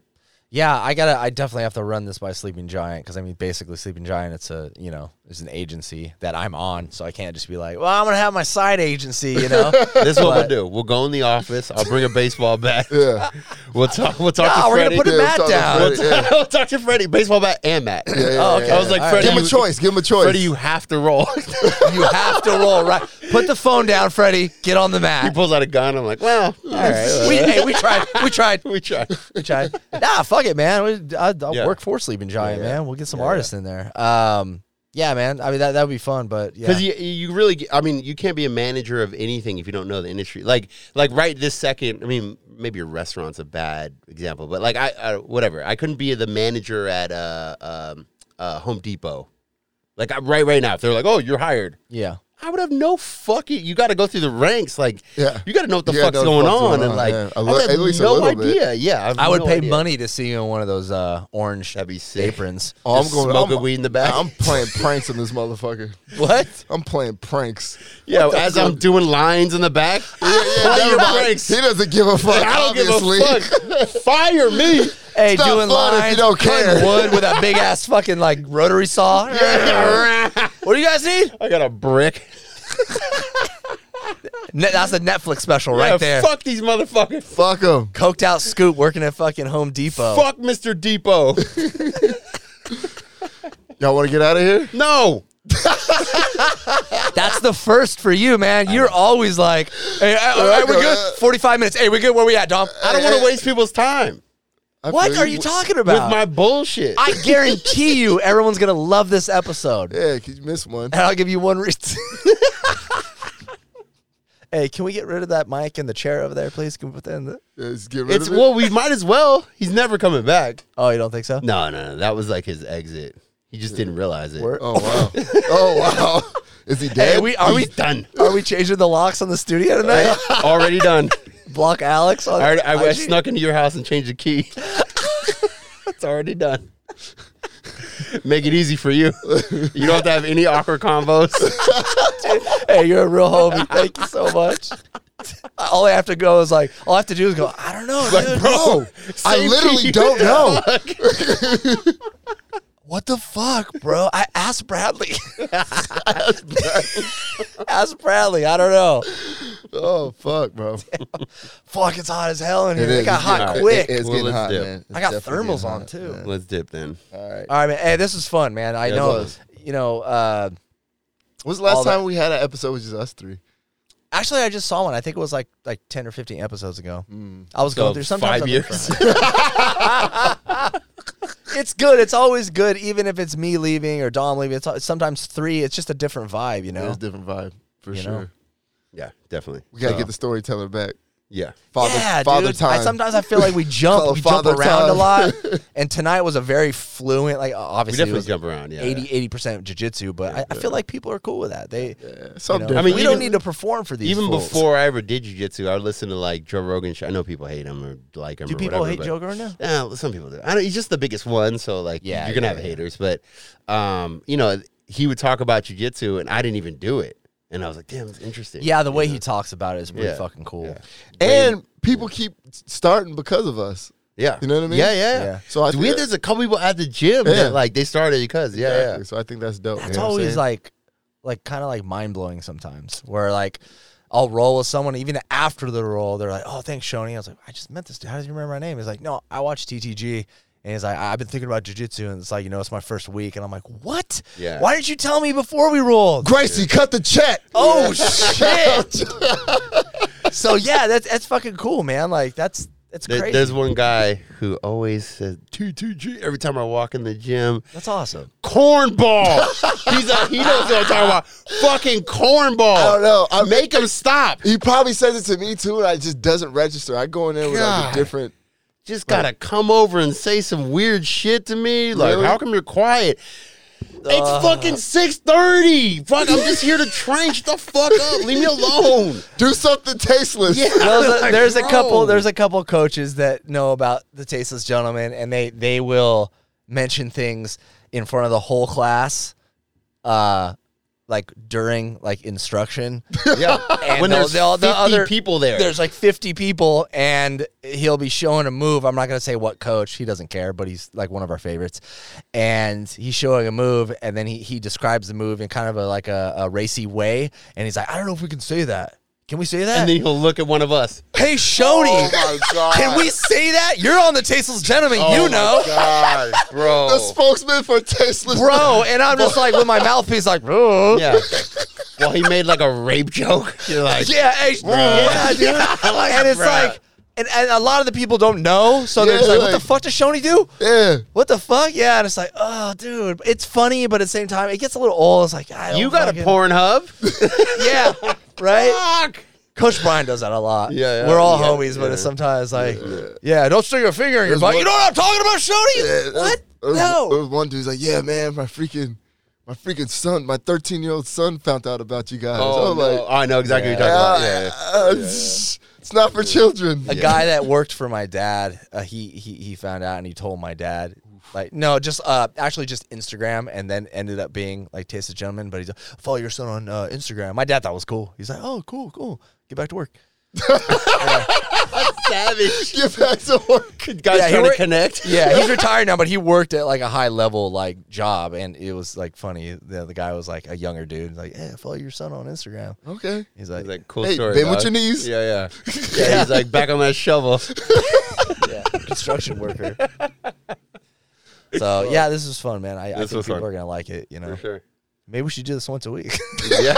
Yeah, I gotta. I definitely have to run this by Sleeping Giant because I mean, basically, Sleeping Giant. It's a you know, it's an agency that I'm on, so I can't just be like, well, I'm gonna have my side agency, you know. Ah,
This is what we'll
But-
do. We'll go in the office. I'll bring a baseball bat.
Yeah,
We'll talk. We'll talk
Nah,
to
we're gonna
Freddie.
put a
Yeah,
bat
talk to
down.
Freddie.
we'll,
Yeah.
talk, we'll talk to Freddie. Baseball bat and Matt.
yeah, yeah,
Oh, okay.
yeah.
I was like,
All right.
Freddie,
give him a
you-
choice. Give him a choice.
Freddie, you have to roll.
you have to roll right. Put the phone down, Freddie. Get on the
he
mat.
pulls out a gun. I'm like, well, all right,
We, hey, we tried. We tried.
we try.
We tried. Nah, fuck it, man. We, I, I'll
Yeah.
work for Sleeping Giant,
Yeah, yeah.
man. We'll get some
Yeah,
artists in there. Um, yeah, man. I mean, that that would be fun, but yeah.
Because you, you really, I mean, you can't be a manager of anything if you don't know the industry. Like, like right this second, I mean, maybe a restaurant's a bad example, but like, I, I whatever, I couldn't be the manager at uh, um, uh, Home Depot. Like, I, right, right now, if they're like, "Oh, you're hired,"
yeah.
I would have no fucking. You got to go through the ranks. Like,
Yeah.
you got to know what the
You gotta
fuck's
know
going
what the fuck's
on,
going
and
on,
like,
yeah. A
I
li-
would have
at least a
no
little bit.
idea. Yeah, have
I would
no
pay
idea.
money to see you in one of those uh, orange
That'd be sick.
aprons.
Oh, I'm
Just
going.
smoke
I'm,
a weed in the back.
I'm playing pranks on this motherfucker.
What?
I'm playing pranks.
yeah,
What the
as
fuck?
I'm doing lines in the back.
yeah,
play
never
your
mind.
pranks.
He doesn't give a fuck.
Like, I don't
obviously.
give a fuck. Fire me.
Hey,
It's not
doing
fun if you
lines,
don't
cutting
care.
wood with a big ass fucking like rotary saw. What do you guys need?
I got a brick.
Ne- that's a Netflix special
Yeah,
right there.
Fuck these motherfuckers.
fuck him.
Coked out scoop working at fucking Home Depot.
Fuck Mr. Depot.
Y'all want to get out of here?
no.
That's the first for you, man. You're always like, hey, uh, all right, we good? 45 minutes. Hey, we good? Where we at, Dom?
I don't want to waste people's time
I
What
feel
are you talking
with
about?
my bullshit.
I guarantee you everyone's going to love this episode.
Yeah, 'cause you missed one.
And I'll give you one reason. hey, can we get rid of that mic and the chair over there, please? Can we put that in the.
Yeah, just get rid
it's
of it.
well, we might as well. He's never coming back.
Oh, you don't think so?
No, no, no. That was like his exit. He just didn't realize it.
Word.
Oh wow. oh wow. Is he dead?
Hey, we are
He's
we
done?
are we changing the locks on the studio tonight?
Already done.
Block Alex on
I, already, I, I
IG?
snuck into your house and changed the key. it's already done. Make it easy for you. You don't have to have any awkward combos.
Hey, you're a real homie. Thank you so much. All I have to go is like, all I have to do is go. I don't know, dude.
Bro, I
Same
literally
key.
don't know.
What the fuck, bro? I asked Bradley. Ask Bradley. I don't know.
Oh fuck, bro.
Fuck, it's hot as hell in here.
It
It,
is.
got
It's
hot
getting hot.
quick.
It- it's
Well,
getting
let's
hot,
dip.
man. It's
I got
definitely
thermals
getting
on
hot,
too.
man.
Let's dip then.
All right.
All right, man. Hey, this is fun, man. I
Yeah, it
know.
was.
You know. Uh,
When's the last
All that-
time we had an episode with just us three?
actually, I just saw one. I think it was like like ten or fifteen episodes ago.
Mm.
I was going
So
through
five
sometimes I'm like,
years.
it's good. It's always good, even if it's me leaving or Dom leaving. It's al- sometimes three. It's just a different vibe, you know.
It's a different vibe for
You
sure.
know?
yeah, definitely.
We gotta
So-
get the storyteller back.
Yeah.
Father,
yeah,
father
dude.
time.
I, sometimes I feel like we jump,
Call it
we jump
father
around a
time.
lot. And tonight was a very fluent, like
We
obviously it
definitely
was
jump around. Yeah.
80 80 percent jujitsu, but I, I feel like people are cool with that. They, you
Something
know, I
mean,
mean, we don't
even-
need to perform for these.
Even
fools.
before I ever did jujitsu, I would listen to like Joe Rogan. Show. I know people hate him or like him.
do
or
people
whatever,
hate
but-
Joe Rogan now?
Yeah, Uh, some people do. I don't, he's just the biggest one, so like,
Yeah,
you're gonna
yeah,
have
yeah.
haters. But, um, you know, he would talk about jujitsu, and I didn't even do it, and I was like, damn, it's interesting.
Yeah, the way
You
he talks about it is pretty
Yeah.
fucking cool.
Yeah.
and people keep starting because of us.
know? yeah,
You know what I mean?
Yeah, yeah.
Yeah.
So I
Dude,
think
we,
that-
there's a couple people at the gym
Yeah.
that like they started because yeah,
Exactly.
yeah.
So I think that's dope.
That's
you know what I'm
always
saying?
like, like kind of like mind blowing sometimes. Where like, I'll roll with someone. Even after the roll, they're like, "Oh, thanks, Shoney." I was like, "I just met this dude. How did you remember my name?" He's like, "No, I watched TTG." And he's like, I've been thinking about jujitsu, and it's like, you know, it's my first week. And I'm like, what?
Yeah.
Why didn't you tell me before we rolled?
Gracie, cut the check.
Oh shit! so yeah, that's that's fucking cool, man. Like that's that's
There-
crazy.
there's one guy who always says TTG every time I walk in the gym.
that's awesome.
Cornball. He's a, he knows what I'm talking about. Fucking cornball.
I don't know. I
Make him stop.
He probably says it to me too, and I just doesn't register. I go in there with like
God.
a different.
Just gotta come over and say some weird shit to me. Like,
Really?
how come you're quiet?
Uh.
it's fucking six thirty. Fuck, I'm just here to train. Shut the fuck up. Leave me alone.
Do something tasteless.
Yeah.
Those-
Like,
there's a
bro.
couple. There's a couple coaches that know about the tasteless gentleman, and they they will mention things in front of the whole class, uh, like during like instruction.
Yeah.
And
when
they'll-
there's
they'll- the
50
other-
people there.
There's like 50 people, and he'll be showing a move. I'm not gonna say what coach. He doesn't care, but he's like one of our favorites. And he's showing a move, and then he he describes the move in kind of a like a, a racy way, and he's like, I don't know if we can say that. Can we say that?
and then he'll look at one of us.
hey, Shoney.
Oh my god. Oh
Can we say that? You're on the Tasteless Gentleman, you know.
God, bro.
The spokesman for tasteless.
Bro, and I'm just like with my mouthpiece like, "Ugh."
yeah. Well, he made like a rape joke. You're like,
yeah, hey, yeah, dude. and it's
bruh.
like, and, and a lot of the people don't know, so they're
Yeah,
just like, what
like-
the fuck does Shoney do?
Yeah.
What the fuck? Yeah, and it's like, oh, dude, it's funny, but at the same time, it gets a little old. It's like, I don't
you got
fucking-
a porn hub?
yeah, right?
Fuck.
Coach Brian does that a lot.
Yeah, yeah,
we're all
yeah,
homies, but
yeah.
it's sometimes like, yeah. don't stick your finger in your
There's
butt.
one-
You know what I'm talking about, Shoney?
Yeah,
what?
There was,
no.
There was one dude's like, "Yeah, man, my freaking, my freaking son, my 13 year old son found out about you guys." I
Oh,
was
no.
like,
I know exactly what you're
"Ah,
talking about. Yeah.
uh, it's it's not for children.
a guy that worked for my dad uh, he, he he found out and he told my dad like no just uh actually just instagram and then ended up being like taste of gentleman but he's like follow your son on uh, instagram my dad thought it was cool he's like oh cool cool get back to work
Savage.
Get back to work.
Guys
Yeah, he
trying
wor-
to connect.
yeah he's retired now but he worked at like a high level like job and it was like funny the, the guy was like a younger dude he's like hey follow your son on instagram
Okay.
he's like,
He's like, cool
Hey,
story.
bend with
dog.
your knees.
Yeah, yeah. Yeah, he's like, back on that shovel.
yeah, construction worker so yeah this was fun man i, I
This
think
was
people
fun.
are gonna like it you know
sure.
maybe we should do this once a week
Yeah.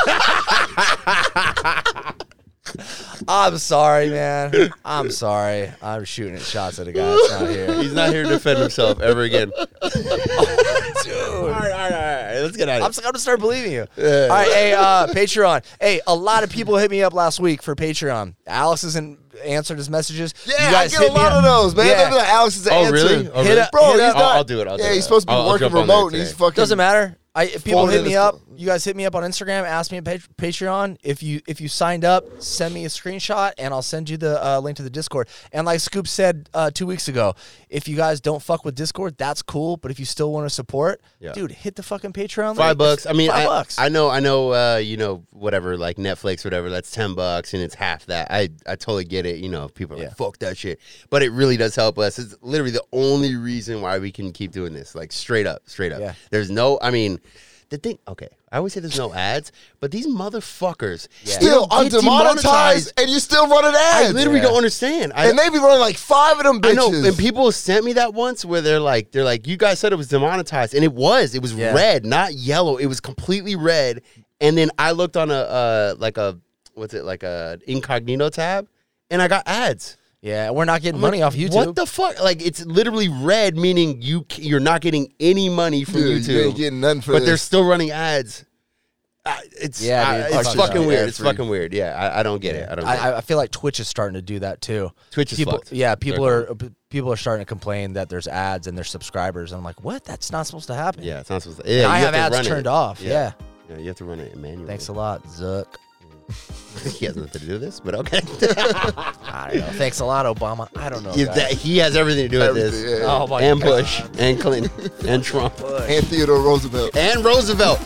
I'm sorry, man. I'm sorry. I'm shooting at shots at a guy that's not here.
He's not here to defend himself ever again. All
Dude.
right, all right, all right. Let's get out
I'm
of
just gonna start believing you. All right, hey, uh, Patreon. Hey, a lot of people hit me up last week for Patreon. Alex hasn't answered his messages.
Yeah,
you guys
I get a
hit me
lot
up.
of those, man.
Yeah.
They'll be like, Alex is an
Oh,
answer.
really? Oh,
Hit
really?
up-
Bro,
hit
he's
up.
not.
I'll do it, I'll do
yeah,
it.
he's supposed to be
I'll- I'll
working
jump on there
remote. And
today.
he's fucking.
Doesn't matter. I, if people
Folded
hit
it
me
as
up,
well.
you guys hit me up on Instagram. Ask me at Pat- Patreon. If you if you signed up, send me a screenshot and I'll send you the uh, link to the Discord. And like Scoop said uh, two weeks ago, if you guys don't fuck with Discord, that's cool. But if you still want to support,
Yeah.
dude, hit the fucking Patreon. link.
Five bucks. I mean,
five
I,
bucks.
I know, I know. Uh, you know, whatever, like Netflix, whatever. That's ten bucks, and it's half that. I, I totally get it. You know, people are
Yeah.
like, "Fuck that shit," but it really does help us. It's literally the only reason why we can keep doing this. Like straight up, straight up.
Yeah.
There's no. I mean, the thing. Okay, I always say there's no ads, but these motherfuckers
Still
they don't get
undemonetized, and you still running ads.
I literally don't understand. I,
and they be running like five of them bitches.
I know, and people sent me that once where they're like, they're like, you guys said it was demonetized, and it was. It was
Yeah.
red, not yellow. It was completely red. And then I looked on a uh, like a what's it like a incognito tab, and I got ads.
yeah, we're not getting money off YouTube.
What the fuck? Like it's literally red, meaning you c- you're not getting any money from
Dude,
YouTube,
you ain't getting nothing for
but they're
this.
still running ads. I it's
Yeah,
I-
dude,
it's
fuck
fucking
that.
weird. It's
Ad-free.
fucking weird. Yeah, I, I don't get it. I don't. Get it.
I, I feel like Twitch is starting to do that too.
Twitch is
people,
fucked.
Yeah, people
They're
are p- people are starting to complain that there's ads and there's subscribers. And I'm like, what? That's not supposed to happen.
Yeah, it's not supposed to. Yeah,
I
you
have
to
ads
run it.
turned off. Yeah.
yeah, you have to run it manually.
Thanks a lot, Zuck.
he has nothing to do with this, but okay.
I don't know. Thanks a lot, Obama. I don't know.
Is
guys.
that- he has everything to do with this.
Everything, yeah.
Oh my
and
God.
Bush, and Clinton, and Trump,
and Theodore Roosevelt.
and Roosevelt,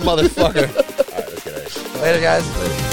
motherfucker. All right, let's get out of here.
Later, guys.